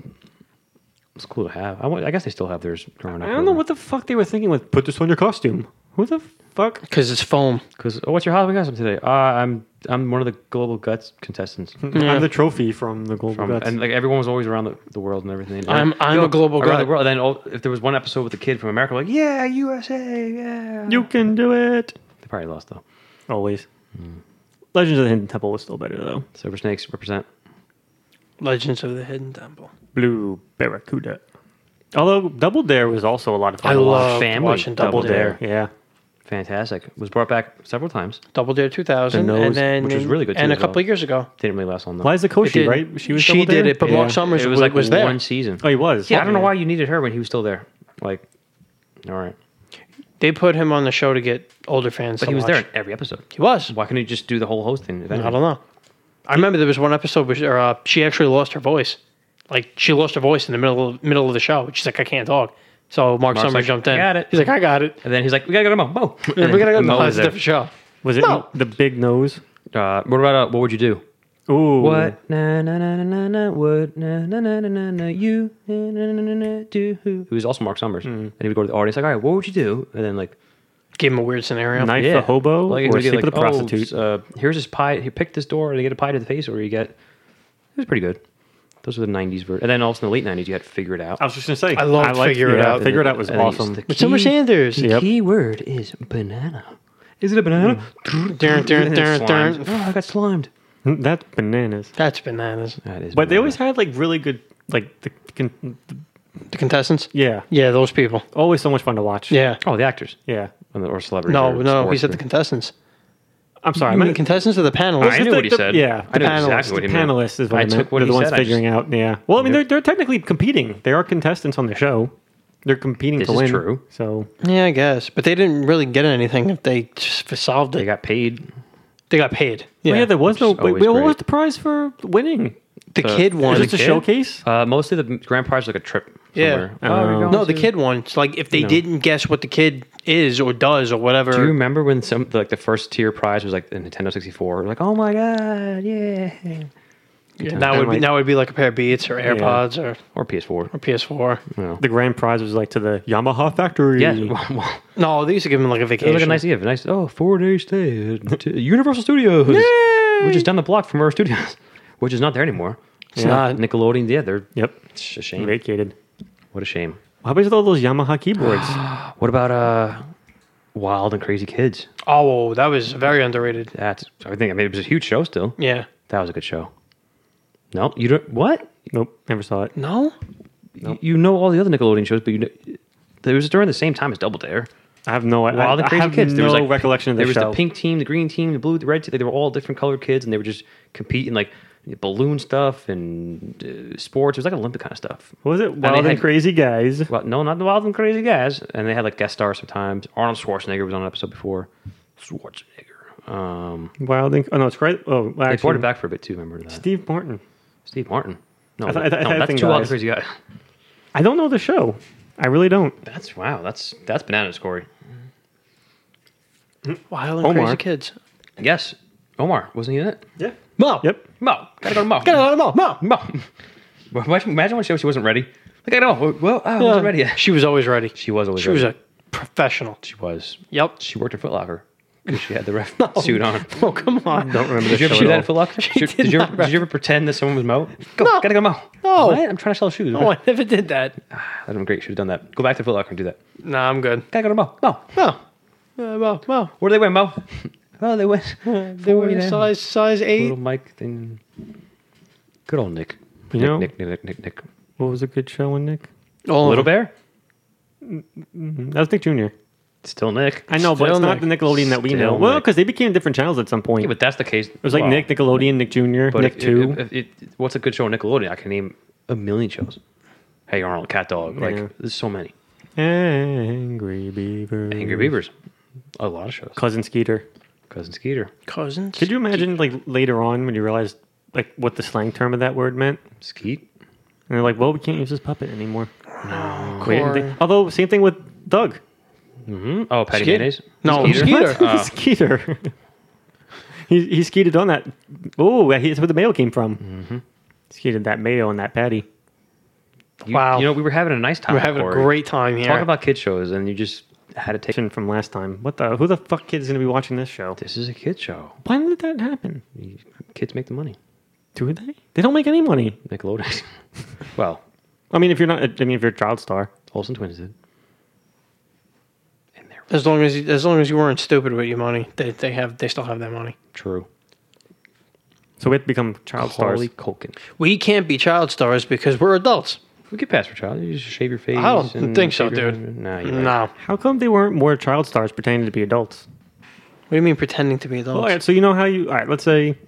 Speaker 1: it's cool to have. I, want- I guess they still have theirs growing up.
Speaker 3: I don't know what the fuck they were thinking with put this on your costume. Who the fuck?
Speaker 2: Because it's foam.
Speaker 1: Because oh, what's your Halloween costume today? Uh, I'm I'm one of the global guts contestants.
Speaker 2: (laughs) Yeah.
Speaker 3: I'm the trophy from the Global
Speaker 1: From,
Speaker 3: Guts.
Speaker 1: and like everyone was always around the, the world and everything. And,
Speaker 2: I'm- I'm a global
Speaker 1: around
Speaker 2: gut.
Speaker 1: the world. Then all, if there was one episode with a kid from America, like yeah, USA, yeah.
Speaker 3: you can do it.
Speaker 1: They probably lost though.
Speaker 3: Always.
Speaker 2: Mm.
Speaker 3: Legends of the Hidden Temple was still better though.
Speaker 1: Silver snakes represent.
Speaker 2: Legends of the Hidden Temple.
Speaker 3: Blue Barracuda. Although Double Dare was also a lot of fun.
Speaker 2: I
Speaker 3: to watch.
Speaker 2: love
Speaker 1: family
Speaker 2: watching Double,
Speaker 1: Double Dare.
Speaker 2: Dare.
Speaker 3: Yeah.
Speaker 1: Fantastic. Was brought back several times.
Speaker 2: Double Dare 2000,
Speaker 3: The Nose,
Speaker 2: and then
Speaker 1: which is really good too
Speaker 2: And a
Speaker 1: as well.
Speaker 2: couple of years ago,
Speaker 1: Didn't really last long though.
Speaker 3: Liza
Speaker 2: It
Speaker 3: Koshy,
Speaker 2: did.
Speaker 3: right? She was
Speaker 2: She
Speaker 3: Double
Speaker 2: did
Speaker 3: Dare?
Speaker 2: it, but
Speaker 3: Yeah.
Speaker 2: Mark Summers
Speaker 1: It was
Speaker 2: was,
Speaker 1: like
Speaker 2: was there.
Speaker 1: one season.
Speaker 3: Oh, he was.
Speaker 1: Yeah, I don't know why you needed her when he was still there. Like, all right,
Speaker 2: They put him on the show to get older fans.
Speaker 1: but
Speaker 2: to
Speaker 1: he was
Speaker 2: watch.
Speaker 1: there in every episode.
Speaker 2: He was.
Speaker 1: Why couldn't he just do the whole host thing?
Speaker 2: I don't know. I remember there was one episode where she, or, uh, she actually lost her voice. Like she lost her voice in the middle of, middle of the show. She's like, I can't talk. So Mark
Speaker 1: Mark's
Speaker 2: Summers
Speaker 1: like,
Speaker 2: jumped in.
Speaker 1: "I got it."
Speaker 2: He's like, I got it.
Speaker 1: And then he's like, "We gotta go to Mo." Mo.
Speaker 2: Yeah, (laughs) we gotta go to
Speaker 1: Mo
Speaker 2: no,
Speaker 1: was
Speaker 2: it's a different show.
Speaker 3: Was it
Speaker 2: No.
Speaker 3: the big nose?
Speaker 1: there. Uh, what about uh, what would you do?
Speaker 3: Ooh.
Speaker 1: What na na na na na na what na na na na na na you na na na na na do who? Who was also Mark Summers,
Speaker 2: Hmm.
Speaker 1: and he would go to the audience like, "All right, what would you do?" And then like,
Speaker 2: Gave him a weird scenario.
Speaker 3: Knife
Speaker 1: yeah,
Speaker 3: the hobo
Speaker 1: like, it
Speaker 3: or
Speaker 1: would be
Speaker 3: sleep
Speaker 1: like,
Speaker 3: with a
Speaker 1: "Oh,
Speaker 3: prostitute.
Speaker 1: Uh, here's his pie. He picked this door, and you get a pie to the face, or you get. It was pretty good. Those were the '90s version, and then also in the late '90s, you had "Figure It Out."
Speaker 3: I was just gonna say.
Speaker 2: I loved Figure It Out.
Speaker 3: Figure it out was
Speaker 1: And then
Speaker 3: awesome.
Speaker 1: it's the
Speaker 2: But Summer
Speaker 1: key-
Speaker 2: Sanders.
Speaker 1: The
Speaker 3: Yep.
Speaker 1: key word is banana. Is it a banana? (laughs)
Speaker 2: Dun, dun, dun,
Speaker 1: Slimed.
Speaker 2: dun.
Speaker 1: Oh, I got slimed.
Speaker 3: (laughs) Mm, That's bananas.
Speaker 2: That's bananas.
Speaker 1: That is
Speaker 3: But they
Speaker 1: banana.
Speaker 3: always had like really good, like the, con-
Speaker 2: The contestants?
Speaker 3: yeah,
Speaker 2: Yeah, those people.
Speaker 3: always so much fun to watch.
Speaker 2: Yeah.
Speaker 1: oh the actors
Speaker 3: yeah.
Speaker 1: And the- or celebrities.
Speaker 2: No, no, he
Speaker 1: or sports
Speaker 2: said the
Speaker 1: people.
Speaker 2: contestants.
Speaker 3: I'm sorry.
Speaker 2: I
Speaker 3: I
Speaker 2: mean, the
Speaker 3: meant
Speaker 2: contestants or the panelists?
Speaker 1: I knew
Speaker 3: the-
Speaker 1: what he
Speaker 3: the-
Speaker 1: said.
Speaker 3: yeah,
Speaker 1: I knew
Speaker 3: the
Speaker 1: exactly what he meant.
Speaker 3: panelists is what
Speaker 1: I
Speaker 3: I,
Speaker 1: took
Speaker 3: meant.
Speaker 1: what
Speaker 3: They're
Speaker 1: he
Speaker 3: the ones
Speaker 1: said, I just-
Speaker 3: figuring out. Yeah. Well, I mean, they're, they're technically competing. They are contestants on the show. They're competing
Speaker 1: This
Speaker 3: to
Speaker 1: is
Speaker 3: win.
Speaker 1: true.
Speaker 3: So
Speaker 2: Yeah, I guess. But they didn't really get anything if they just solved
Speaker 1: They
Speaker 2: it.
Speaker 1: got paid.
Speaker 2: They got paid.
Speaker 3: yeah,
Speaker 2: Yeah,
Speaker 3: yeah there was no.
Speaker 1: Which is
Speaker 3: Wait,
Speaker 1: always
Speaker 3: what was
Speaker 1: great.
Speaker 3: the prize for winning?
Speaker 2: the
Speaker 1: Uh,
Speaker 2: kid won.
Speaker 3: Was it just a
Speaker 1: kid?
Speaker 3: showcase?
Speaker 1: Uh, mostly the grand prize was like a trip.
Speaker 2: Yeah. Um,
Speaker 1: Somewhere. Oh, you're going
Speaker 2: No, the
Speaker 1: to-
Speaker 2: kid won. It's like if they
Speaker 1: No.
Speaker 2: didn't guess what the kid is or does or whatever.
Speaker 1: Do you remember when some like the first tier prize was like the Nintendo 64? We're like, oh my god, yeah.
Speaker 2: yeah, that would be
Speaker 3: like-
Speaker 2: that would be like a pair of Beats or AirPods or,
Speaker 1: Or PS4.
Speaker 2: or PS4.
Speaker 3: The grand prize was like to the Yamaha factory.
Speaker 1: Oh. Yeah, well,
Speaker 2: No, they used to give him like a
Speaker 1: (laughs) it was
Speaker 2: vacation.
Speaker 1: like a nice gift. Nice. Oh, four day stay (laughs) at t- Universal Studios, which is down the block from our studios, (laughs) which is not there anymore. It's
Speaker 2: Yeah.
Speaker 1: not Nickelodeon. Yeah, they're
Speaker 3: Yep.
Speaker 1: It's a shame.
Speaker 3: Vacated.
Speaker 1: What a shame.
Speaker 3: How about all those Yamaha
Speaker 1: (sighs)
Speaker 3: keyboards?
Speaker 1: What about uh, Wild and Crazy Kids?
Speaker 2: oh, that was very underrated.
Speaker 1: That's I think I mean it was a huge show still.
Speaker 2: Yeah.
Speaker 1: That was a good show. No, you don't. What?
Speaker 3: nope, never saw it.
Speaker 2: No.
Speaker 1: You- You know all the other Nickelodeon shows, but you know, it was during the same time as Double Dare.
Speaker 3: I have no. I,
Speaker 1: Wild and
Speaker 3: I
Speaker 1: Crazy
Speaker 3: have
Speaker 1: Kids.
Speaker 3: no
Speaker 1: there was like
Speaker 3: recollection of the
Speaker 1: There was
Speaker 3: show.
Speaker 1: the pink team, the green team, the blue, the red team. They were all different colored kids, and they were just competing like balloon stuff and uh, sports. It was like Olympic kind of stuff.
Speaker 3: What was it?
Speaker 1: they
Speaker 3: Wild and
Speaker 1: had-
Speaker 3: Crazy Guys.
Speaker 1: Well, no, not the Wild and Crazy guys. And they had like guest stars sometimes. Arnold Schwarzenegger was on an episode before. Schwarzenegger. Um,
Speaker 3: Wild and oh no, it's crazy. Oh, well,
Speaker 1: they brought
Speaker 3: actually,
Speaker 1: it back for a bit too. Remember that? Steve,
Speaker 3: Steve Martin.
Speaker 1: Martin. No,
Speaker 3: I thought- I thought- I
Speaker 1: no,
Speaker 3: thought
Speaker 1: that's
Speaker 3: thing
Speaker 1: two Wild and
Speaker 3: guys.
Speaker 1: Crazy guys. (laughs)
Speaker 3: I don't know the show. I really don't.
Speaker 1: That's wow. That's that's bananas, Corey.
Speaker 2: Wild and
Speaker 3: Omar.
Speaker 2: Crazy Kids.
Speaker 1: Yes, Omar wasn't he in it?
Speaker 3: Yeah.
Speaker 2: Mo.
Speaker 3: Yep.
Speaker 1: Mo, gotta go to Mo.
Speaker 2: Get out of Mo. Mo.
Speaker 1: Mo. (laughs) Imagine, imagine when she, she wasn't ready. Like I know. Well, I
Speaker 2: Yeah.
Speaker 1: wasn't ready yet.
Speaker 2: She was always ready.
Speaker 1: She was always.
Speaker 2: She was a professional.
Speaker 1: She was.
Speaker 2: Yep. (laughs)
Speaker 1: She worked in Foot Locker because she had the ref suit on.
Speaker 2: Oh come on.
Speaker 3: Don't remember the
Speaker 1: Did you ever
Speaker 3: show.
Speaker 1: shoot that
Speaker 3: at
Speaker 1: at Foot Locker? Did, you-
Speaker 2: did
Speaker 1: did you ever,
Speaker 2: not
Speaker 1: did you ever pretend that someone was Mo? Go,
Speaker 2: No.
Speaker 1: gotta go Mo.
Speaker 2: No.
Speaker 1: What? I'm trying to sell shoes.
Speaker 2: No, Oh, I never did that.
Speaker 1: That'd been great. Should have done that. Go back to Foot Locker and do that.
Speaker 2: Nah, I'm good.
Speaker 1: Gotta go to Mo. Mo.
Speaker 2: No. Uh, Mo. Mo.
Speaker 1: Where do they win, Mo? Oh, they win.
Speaker 2: They were
Speaker 1: Forty down.
Speaker 2: size size eight.
Speaker 1: Little Mike thing. Good old Nick.
Speaker 3: You
Speaker 1: Nick,
Speaker 3: know-
Speaker 1: Nick, Nick, Nick, Nick, Nick.
Speaker 3: What was a good show with Nick?
Speaker 2: Oh,
Speaker 1: Little Bear?
Speaker 3: That was Nick Jr.
Speaker 1: Still Nick.
Speaker 3: I know, but
Speaker 2: Still
Speaker 3: it's not the Nickelodeon that we
Speaker 1: Still
Speaker 3: know. Well,
Speaker 1: Nick.
Speaker 3: because they became different channels at some point.
Speaker 1: Yeah,
Speaker 3: it
Speaker 1: but that's the case. It
Speaker 3: was like Nick, Nickelodeon, Nick Jr.,
Speaker 1: but
Speaker 3: Nick
Speaker 1: if-
Speaker 3: Two.
Speaker 1: if- if it- what's a good show on Nickelodeon? I can name a million shows. Hey Arnold, Cat Dog, like
Speaker 3: Yeah.
Speaker 1: there's so many.
Speaker 3: Angry Beaver.
Speaker 2: Mm.
Speaker 1: Angry Beavers, a lot of shows.
Speaker 3: Cousin Skeeter.
Speaker 1: Cousin Skeeter,
Speaker 2: Cousins.
Speaker 3: Could you imagine like later on when you realized like what the slang term of that word meant?
Speaker 1: Skeet,
Speaker 3: And they're like, well, we can't use this puppet anymore. Wait,
Speaker 2: Corn.
Speaker 3: they- although, same thing with Doug.
Speaker 1: hmm oh Patty
Speaker 2: Skeet?
Speaker 1: Mayonnaise,
Speaker 2: No, (laughs)
Speaker 1: Skeeter.
Speaker 2: Skeeter.
Speaker 1: Oh.
Speaker 3: Skeeter. (laughs) he, he skeeted on that. Oh, that's where the mayo came from. Mm-hmm. Skeeted that mayo and that patty.
Speaker 1: You-
Speaker 2: Wow.
Speaker 1: you know we were having a nice time.
Speaker 2: We're having
Speaker 1: Corey.
Speaker 2: a great time here.
Speaker 1: talk about kid shows, and you just had to take.
Speaker 3: From last time. What the? Who the fuck kid's going to be watching this show?
Speaker 1: This is a kid show.
Speaker 3: When did that happen?
Speaker 1: You- Kids make the money.
Speaker 3: Do they? They don't make any money.
Speaker 1: Nickelodeon. (laughs) well,
Speaker 3: I mean, if you're not, I mean, if you're a child star.
Speaker 1: Olsen Twins did. And they're
Speaker 2: as long as you, as long as you weren't stupid with your money, they, they have they still have that money.
Speaker 1: true.
Speaker 3: So we have to become child
Speaker 1: Harley
Speaker 3: stars.
Speaker 1: Culkin.
Speaker 2: We can't be child stars because we're adults.
Speaker 1: We get past for child. You just shave your face.
Speaker 2: I don't
Speaker 1: and
Speaker 2: think so,
Speaker 1: shave your-
Speaker 2: dude.
Speaker 1: Nah, you're right.
Speaker 2: No. What
Speaker 3: How come they weren't more child stars pretending to be adults?
Speaker 2: do you mean pretending to be
Speaker 3: All
Speaker 2: adults?
Speaker 3: right, so you know how you. All right, let's say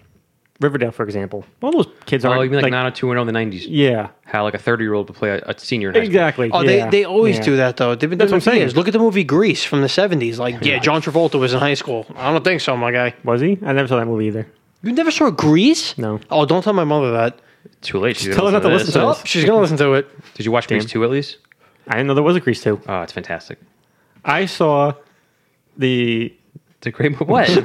Speaker 3: Riverdale, for example. All those kids are.
Speaker 1: Oh, you mean like, 90210 in the 90s?
Speaker 3: Yeah,
Speaker 1: How like a 30 year old would play a, a senior in high school.
Speaker 3: exactly.
Speaker 2: Oh,
Speaker 3: yeah,
Speaker 2: they, they always
Speaker 3: yeah.
Speaker 2: do that though. They've been doing
Speaker 3: That's
Speaker 2: it
Speaker 3: what
Speaker 2: for
Speaker 3: I'm saying.
Speaker 2: years. Look at the movie Grease from the seventies. Like, yeah, John Travolta was in high school. I don't think so, my guy.
Speaker 3: Was he? I never saw that movie either.
Speaker 2: You never saw Grease?
Speaker 3: No.
Speaker 2: Oh, don't tell my mother that.
Speaker 1: Too late. She's
Speaker 3: Tell
Speaker 1: gonna
Speaker 3: her not to
Speaker 1: this.
Speaker 3: listen to
Speaker 2: Oh, she's gonna listen to it.
Speaker 1: Did you watch Grease 2 at least?
Speaker 3: I didn't know there was a Grease too.
Speaker 1: Oh, it's fantastic.
Speaker 3: I saw the.
Speaker 1: It's a great movie. What? (laughs)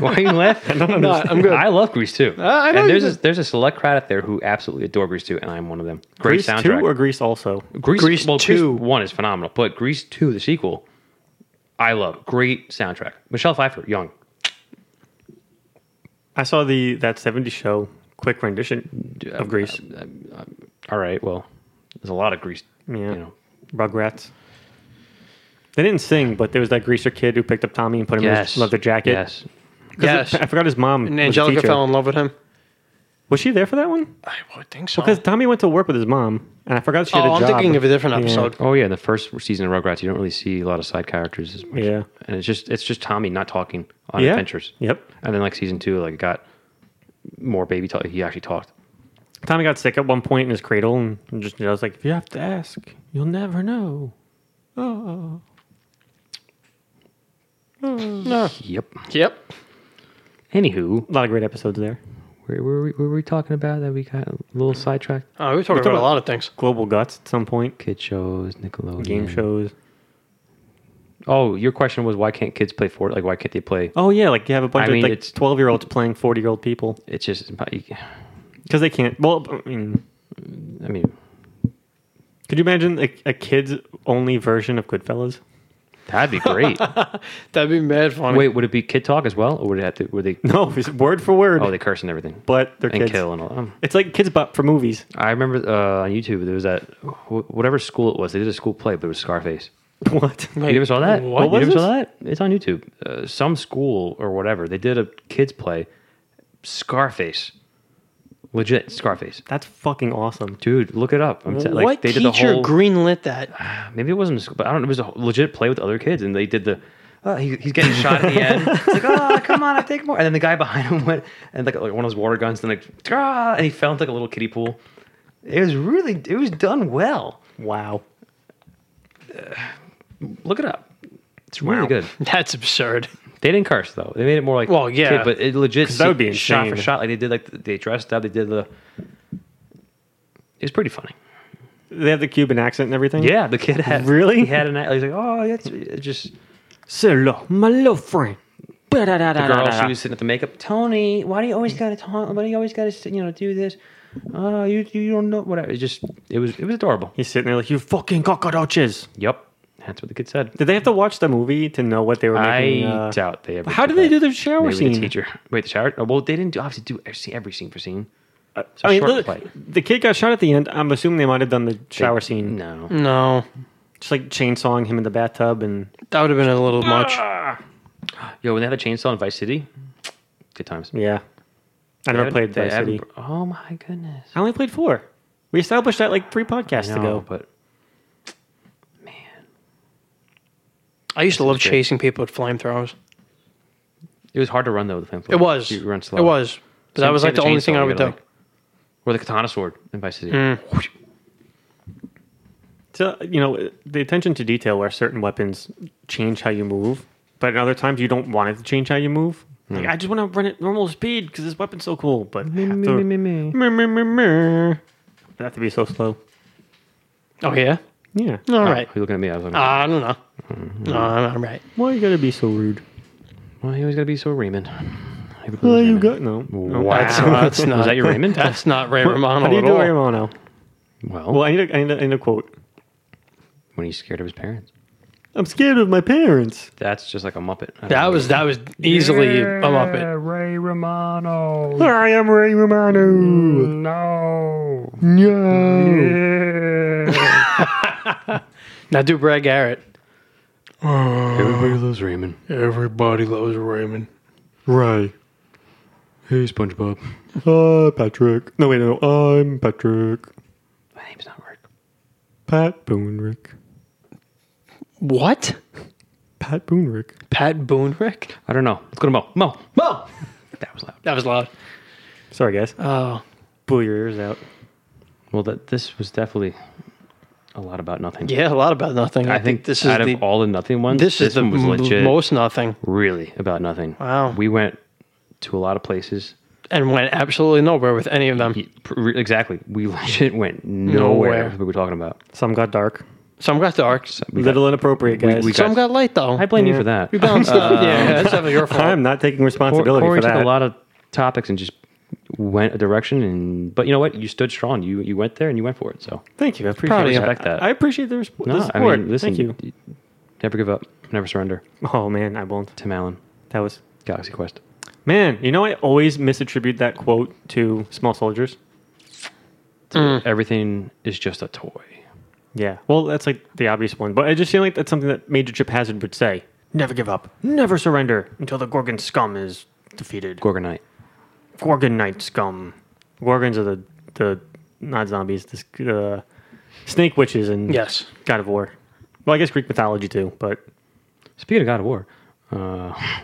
Speaker 1: Why are you laughing? I
Speaker 2: No,
Speaker 1: (laughs)
Speaker 2: I'm good.
Speaker 1: I love Grease 2.
Speaker 2: I know
Speaker 1: and
Speaker 2: you
Speaker 1: there's
Speaker 2: do.
Speaker 1: a, there's a select crowd out there who absolutely adore Grease 2, and I'm one of them. Great
Speaker 3: Grease
Speaker 1: soundtrack.
Speaker 3: 2 or Grease also?
Speaker 1: Grease,
Speaker 2: Grease
Speaker 1: well,
Speaker 2: 2.
Speaker 1: Grease 1 is phenomenal, but Grease 2, the sequel, I love. Great soundtrack. Michelle Pfeiffer, young.
Speaker 3: I saw the that 70s show quick rendition of Grease.
Speaker 1: Uh, All right, well, there's a lot of Grease.
Speaker 3: Yeah.
Speaker 1: You know.
Speaker 3: Rugrats. They didn't sing, but there was that greaser kid who picked up Tommy and put him in
Speaker 1: Yes.
Speaker 3: his leather jacket.
Speaker 1: Yes.
Speaker 3: 'Cause
Speaker 2: (laughs)
Speaker 3: it-
Speaker 2: Yes.
Speaker 3: I forgot his mom.
Speaker 2: And
Speaker 3: was a
Speaker 2: Angelica
Speaker 3: teacher.
Speaker 2: fell in Oh. love with him.
Speaker 3: Was she there for that one?
Speaker 2: I would think so.
Speaker 3: Because Tommy went to work with his mom, and I forgot she had
Speaker 2: oh,
Speaker 3: a
Speaker 2: I'm
Speaker 3: job.
Speaker 2: thinking of a different
Speaker 3: Yeah.
Speaker 2: episode.
Speaker 1: Oh yeah, in the first season of Rugrats, you don't really see a lot of side characters, as much.
Speaker 3: Yeah.
Speaker 1: and it's just it's just Tommy not talking on
Speaker 3: Yeah.
Speaker 1: adventures.
Speaker 3: Yep.
Speaker 1: And then like season two, like it got more baby talk. He actually talked.
Speaker 3: Tommy got sick at one point in his cradle, and just I was like, if you have to ask, you'll never know.
Speaker 2: No.
Speaker 1: Yep.
Speaker 2: Yep.
Speaker 1: Anywho,
Speaker 3: A lot of great episodes there.
Speaker 1: where were we, were we talking about that we got a little sidetracked?
Speaker 2: Oh, we were talking
Speaker 3: talking
Speaker 2: about a
Speaker 3: about-
Speaker 2: lot of things.
Speaker 3: Global Guts at some point,
Speaker 1: Kid shows, Nickelodeon,
Speaker 3: game shows.
Speaker 1: Oh, your question was why can't kids play Fort? Like why can't they play?
Speaker 3: Oh yeah, like you have a bunch
Speaker 1: I
Speaker 3: of
Speaker 1: mean,
Speaker 3: like
Speaker 1: it's-
Speaker 3: twelve year olds playing forty year old people
Speaker 1: It's just
Speaker 3: because they can't. Well, I mean,
Speaker 1: I mean
Speaker 3: could you imagine a, a kids only version of Goodfellas? (laughs)
Speaker 1: that'd be great.
Speaker 2: That'd be mad funny.
Speaker 1: Wait, would it be kid talk as well, or would it have to? Would they?
Speaker 3: No, it's word for word.
Speaker 1: Oh, they curse and everything.
Speaker 3: but they're
Speaker 1: and
Speaker 3: kids.
Speaker 1: kill and all. Um,
Speaker 3: It's like kids bop for movies. (laughs)
Speaker 1: I remember uh, on YouTube there was that wh- whatever school it was. They did a school play, but it was Scarface.
Speaker 3: What?
Speaker 1: You never saw that?
Speaker 3: what
Speaker 1: you
Speaker 3: was
Speaker 1: never saw
Speaker 3: this?
Speaker 1: that? It's on YouTube. Uh, some school or whatever they did a kids play, Scarface, legit Scarface.
Speaker 3: That's fucking awesome.
Speaker 1: Dude, look it up. I'm t-
Speaker 2: what
Speaker 1: like they did
Speaker 2: teacher
Speaker 1: the whole.
Speaker 2: greenlit that?
Speaker 1: maybe it wasn't, a school, but I don't. know. It was a legit play with other kids, and they did the. Uh, he, he's getting shot at the
Speaker 3: (laughs)
Speaker 1: end. It's like, oh, come on, I take more. And then the guy behind him went and like, like one of those water guns, and like, ah, and he fell into like a little kiddie pool. It was really, it was done well.
Speaker 3: Wow.
Speaker 1: Look it up. It's really
Speaker 3: Wow.
Speaker 1: good.
Speaker 2: That's absurd.
Speaker 1: They didn't curse though. They made it more like
Speaker 2: Well, yeah.
Speaker 1: kid, but it legit
Speaker 3: 'Cause that would be
Speaker 1: shot for
Speaker 3: insane.
Speaker 1: shot. Like they did, like they dressed up. They did the. It was pretty funny.
Speaker 3: They have the Cuban accent and everything.
Speaker 1: Yeah, the kid had
Speaker 3: Really?
Speaker 1: He had an act. He's like, oh, that's it just
Speaker 3: Say hello, my little friend.
Speaker 1: the girl. She was sitting at the makeup. Tony, why do you always gotta talk? Why do you always gotta sit- you know do this? Oh, you you don't know whatever. It just it was it was adorable.
Speaker 3: He's sitting there like, you fucking cockroaches.
Speaker 1: Yep, that's what the kid said.
Speaker 3: Did they have to watch the movie to know what they were
Speaker 1: I
Speaker 3: making? uh,
Speaker 1: doubt they ever.
Speaker 3: how
Speaker 1: did
Speaker 3: did they
Speaker 1: that.
Speaker 3: do the shower
Speaker 1: Maybe
Speaker 3: scene?
Speaker 1: The teacher. Wait, the shower. oh, Well, they didn't do, obviously do every scene, every scene for scene. It's a
Speaker 3: Uh, I mean,
Speaker 1: short
Speaker 3: look,
Speaker 1: play.
Speaker 3: the kid got shot at the end. I'm assuming they might have done the shower scene,
Speaker 1: No.
Speaker 2: No,
Speaker 3: just like chainsawing him in the bathtub, and
Speaker 2: that would have been a little much.
Speaker 1: Yo, when they had a chainsaw in Vice City, good times.
Speaker 3: yeah. I
Speaker 1: They
Speaker 3: never
Speaker 1: haven't-
Speaker 3: played
Speaker 1: they
Speaker 3: Vice City.
Speaker 1: haven't- Oh my goodness.
Speaker 3: I only played four. We established that like three podcasts
Speaker 1: I know,
Speaker 3: ago.
Speaker 1: but
Speaker 2: I used to love chasing people with flamethrowers.
Speaker 1: it was hard to run though. The
Speaker 2: It was.
Speaker 1: You run slow.
Speaker 2: It was. But
Speaker 1: Same-
Speaker 2: that was like
Speaker 1: same
Speaker 2: the only
Speaker 1: chainsaw,
Speaker 2: thing I
Speaker 1: you
Speaker 2: would do.
Speaker 1: gotta, like, or the katana sword in Vice City.
Speaker 2: Mm.
Speaker 3: So, you know, the attention to detail where certain weapons change how you move, but in other times you don't want it to change how you move. Like, I just want to run at normal speed because this weapon's so cool, but I have to, Meh, meh, meh, meh. I have to be so slow.
Speaker 2: Oh yeah.
Speaker 3: Yeah. Mm-hmm.
Speaker 2: All
Speaker 1: Oh,
Speaker 2: right. Uh, Ah,
Speaker 1: you're looking at me. I was like,
Speaker 2: I don't know. No, I'm right.
Speaker 3: Why you gotta be so rude?
Speaker 1: well, he always got to be so Raymond. (laughs)
Speaker 3: Well, you got no. no.
Speaker 1: Wow.
Speaker 2: That's,
Speaker 3: (laughs)
Speaker 2: that's not.
Speaker 1: Was that your
Speaker 2: (laughs)
Speaker 1: Raymond?
Speaker 2: That's not Ray Romano
Speaker 3: How do you
Speaker 2: at
Speaker 3: do
Speaker 2: all.
Speaker 3: Romano?
Speaker 1: Well,
Speaker 3: Well, I need, a, I, need a, I need a quote.
Speaker 1: when he's scared of his parents,
Speaker 3: I'm scared of my parents.
Speaker 1: that's just like a Muppet. I don't
Speaker 2: That
Speaker 1: know.
Speaker 2: was that was easily a Muppet.
Speaker 4: Ray Romano.
Speaker 3: I am Ray Romano.
Speaker 2: Oh.
Speaker 4: No.
Speaker 3: No.
Speaker 4: Yeah.
Speaker 2: Now do Brad Garrett.
Speaker 1: everybody Oh, loves Raymond.
Speaker 2: Everybody loves Raymond.
Speaker 3: Ray.
Speaker 1: Hey, SpongeBob.
Speaker 3: Uh, Patrick. No, wait, no. I'm Patrick.
Speaker 1: My name's not Rick.
Speaker 3: Pat Boonrick.
Speaker 2: What?
Speaker 3: Pat Boonrick.
Speaker 2: Pat Boonrick?
Speaker 1: I don't know. Let's go to Mo. Mo.
Speaker 2: Mo.
Speaker 1: That was loud.
Speaker 2: That was loud.
Speaker 3: Sorry, guys.
Speaker 2: Oh,
Speaker 3: Blew your ears out.
Speaker 1: Well, that this was definitely a lot about nothing.
Speaker 2: yeah, a lot about nothing.
Speaker 1: I think
Speaker 2: this is
Speaker 1: out
Speaker 2: the
Speaker 1: of all the nothing ones,
Speaker 2: this, is the
Speaker 1: one was
Speaker 2: m-
Speaker 1: legit,
Speaker 2: most nothing,
Speaker 1: really about nothing.
Speaker 2: Wow.
Speaker 1: We went to a lot of places.
Speaker 2: and went absolutely nowhere with any of them.
Speaker 1: Ye- pr- re- Exactly. We (laughs) legit went nowhere.
Speaker 2: Nowhere.
Speaker 1: What we were talking about.
Speaker 3: Some got dark.
Speaker 2: Some got dark.
Speaker 3: Little inappropriate, guys.
Speaker 1: we
Speaker 2: Some
Speaker 1: got-
Speaker 2: got light though. Uh, (laughs)
Speaker 1: I blame you for that.
Speaker 2: We bounced
Speaker 1: (laughs)
Speaker 2: up. Yeah, (laughs) that's definitely your fault.
Speaker 3: I'm not taking
Speaker 1: Cor-
Speaker 3: responsibility
Speaker 1: Corey
Speaker 3: for
Speaker 1: took
Speaker 3: that.
Speaker 1: a lot of topics and just went a direction. And but you know what? You stood strong. You you went there and you went for it. So
Speaker 3: Thank you. I appreciate
Speaker 1: Proud of you.
Speaker 3: that.
Speaker 1: Respect that.
Speaker 3: I appreciate the, resp-
Speaker 1: No,
Speaker 3: the support.
Speaker 1: listen.
Speaker 3: Thank you.
Speaker 1: Never give up. Never surrender.
Speaker 3: Oh, man, I won't.
Speaker 1: Tim Allen,
Speaker 3: That was.
Speaker 1: Galaxy Quest.
Speaker 3: Man, you know, I always misattribute that quote to small soldiers.
Speaker 1: Everything is just a toy.
Speaker 3: Yeah. Well, that's like the obvious one, but I just feel like that's something that Major Chip Hazard would say. Never give up. Never surrender until the Gorgon scum is defeated.
Speaker 1: Gorgonite.
Speaker 3: Gorgon Knight scum. Gorgons are the the not zombies, the sc- uh, snake witches and
Speaker 2: Yes.
Speaker 3: God of War. Well, I guess Greek mythology too, but
Speaker 1: Speaking of God of War, uh,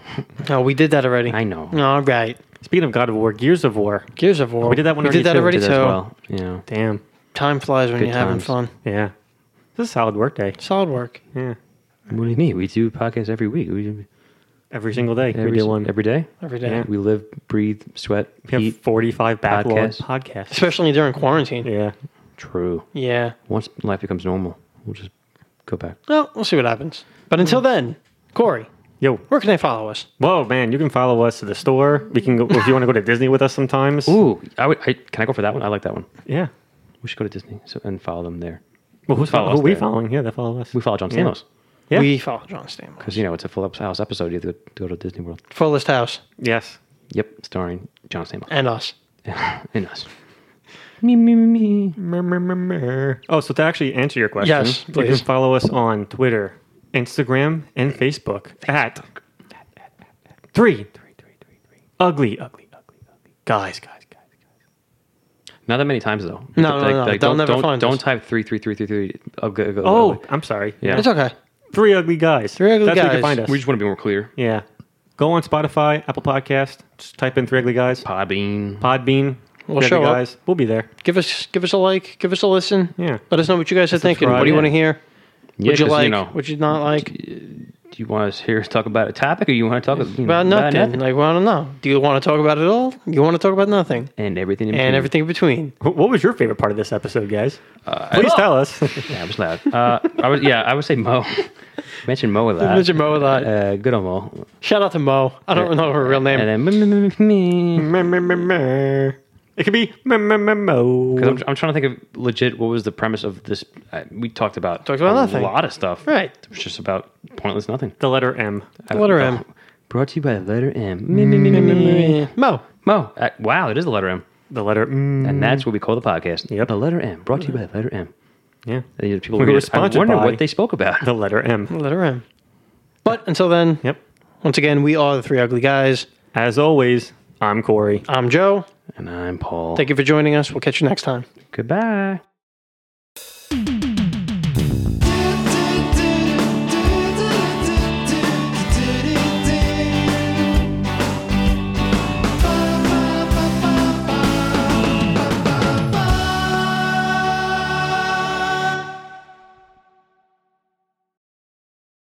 Speaker 2: No, we did that already.
Speaker 1: I know.
Speaker 2: All right.
Speaker 3: speaking of God of War, Gears of War.
Speaker 2: Gears of War.
Speaker 3: We did that one
Speaker 2: We did
Speaker 3: already,
Speaker 2: that
Speaker 3: too.
Speaker 2: already
Speaker 1: Did
Speaker 2: too.
Speaker 1: that as well. You know,
Speaker 3: Damn.
Speaker 2: Time flies when
Speaker 1: Good
Speaker 2: you're having
Speaker 1: times.
Speaker 2: fun.
Speaker 3: Yeah. This is a solid work day.
Speaker 2: Solid work.
Speaker 3: Yeah.
Speaker 1: what do you mean? We do podcasts every week. We, do-
Speaker 3: Every single day.
Speaker 1: every,
Speaker 3: we do one.
Speaker 1: every day.
Speaker 2: Every day.
Speaker 1: We live, breathe, sweat,
Speaker 3: we have
Speaker 1: eat.
Speaker 3: 45 backlog
Speaker 1: Podcasts.
Speaker 3: podcasts. (laughs)
Speaker 2: Especially during quarantine. Yeah.
Speaker 3: Yeah.
Speaker 1: True. Once life becomes normal, we'll just go back.
Speaker 2: Well, we'll see what happens. But until
Speaker 1: Hmm.
Speaker 2: then, Corey,
Speaker 3: Yo.
Speaker 2: where can they follow us?
Speaker 3: Whoa, man, you can follow us to the store. We can go if you want to go to Disney with us sometimes.
Speaker 1: Ooh, I would. I, can I go for that one? I like that one.
Speaker 3: Yeah.
Speaker 1: We should go to Disney so, and follow them there.
Speaker 3: Well, who's
Speaker 1: Follow
Speaker 3: follow
Speaker 1: us
Speaker 3: who are we
Speaker 1: there.
Speaker 3: following? Yeah, they follow us.
Speaker 1: We follow John
Speaker 3: Yeah.
Speaker 1: Stamos
Speaker 3: Yeah.
Speaker 2: We follow John Stamos.
Speaker 1: because you know it's a full house episode. You have to go- to go to Disney World.
Speaker 2: Fullest House
Speaker 3: Yes.
Speaker 1: Yep, starring John Stamos
Speaker 2: and us.
Speaker 1: (laughs) and us. Eh. Me me me me.
Speaker 3: Mer, mer, mer, mer. Oh, so to actually answer your question,
Speaker 2: Yes,
Speaker 3: you can
Speaker 2: please.
Speaker 3: follow us on Twitter, Instagram, and Facebook, at three, three, three, three, three. Ugly, ugly, ugly, ugly. Guys, guys, guys.
Speaker 1: Not that many times though.
Speaker 2: No, no, no, they'll
Speaker 1: don't,
Speaker 2: never
Speaker 1: don't,
Speaker 2: find
Speaker 1: Don't
Speaker 2: us.
Speaker 1: type three three three three three. Oh, go, go, go,
Speaker 3: Oh,
Speaker 1: go.
Speaker 3: I'm sorry.
Speaker 1: yeah.
Speaker 2: It's okay.
Speaker 3: Three ugly guys.
Speaker 2: Three Ugly
Speaker 3: That's where you
Speaker 2: Guys.
Speaker 3: can find us.
Speaker 1: We just want to be more clear.
Speaker 3: yeah. Go on Spotify, Apple Podcast. Just type in three ugly guys.
Speaker 1: Podbean.
Speaker 3: Podbean.
Speaker 2: We'll
Speaker 3: Three Ugly
Speaker 2: show up.
Speaker 3: guys. We'll be there.
Speaker 2: Give us give us a like, give us a listen.
Speaker 3: Yeah.
Speaker 2: Let us know what you guys are thinking.
Speaker 3: subscribe,
Speaker 2: What do you
Speaker 3: yeah.
Speaker 2: want to hear?
Speaker 1: Yeah,
Speaker 2: Would you
Speaker 1: 'cause,
Speaker 2: like?
Speaker 1: know,
Speaker 2: Would you not like?
Speaker 1: do you want us here to talk about a topic, or you want to talk about, you know,
Speaker 2: About
Speaker 1: about
Speaker 2: nothing. Like, well, I don't know. Do you want to talk about it all? You want to talk about nothing
Speaker 1: and everything? In
Speaker 2: and
Speaker 1: between.
Speaker 2: everything in
Speaker 1: (laughs)
Speaker 2: between.
Speaker 3: Wh- What was your favorite part of this episode, guys?
Speaker 2: Uh,
Speaker 3: Please tell us. (laughs)
Speaker 1: Yeah, it was loud. Uh, I was yeah, I would say Mo. (laughs) Mention Mo a lot.
Speaker 2: Mention Mo a lot.
Speaker 1: Uh, good on Mo.
Speaker 2: Shout out to Mo. I don't know her real name.
Speaker 1: And then me, me, me, me, me.
Speaker 3: Mer, mer, mer, mer. It could be mer, mer, mer, mo.
Speaker 1: 'Cause I'm, I'm trying to think of legit what was the premise of this. I, we talked about
Speaker 2: Talked about
Speaker 1: a
Speaker 2: nothing.
Speaker 1: lot of stuff.
Speaker 2: Right.
Speaker 1: It was just about pointless nothing.
Speaker 3: the letter M.
Speaker 1: I-
Speaker 2: Letter M.
Speaker 1: Brought to you by the letter M. Me, me, me, me, me, me.
Speaker 2: Mo.
Speaker 1: Mo. Uh, wow, it is the letter M.
Speaker 3: The letter M.
Speaker 1: And that's what we call the podcast.
Speaker 3: Yep.
Speaker 1: The letter M. Brought to you by the letter M.
Speaker 3: Yeah.
Speaker 1: And, you know, people
Speaker 3: We
Speaker 1: read
Speaker 3: were
Speaker 1: it. I
Speaker 3: sponsored
Speaker 1: wonder
Speaker 3: by-
Speaker 1: what they spoke about.
Speaker 3: (laughs) The letter M.
Speaker 2: Let her in. But until then,
Speaker 3: Yep.
Speaker 2: once again, we are the three ugly guys.
Speaker 3: As always, I'm Corey.
Speaker 2: I'm Joe.
Speaker 1: And I'm Paul.
Speaker 2: Thank you for joining us. We'll catch you next time.
Speaker 1: Goodbye.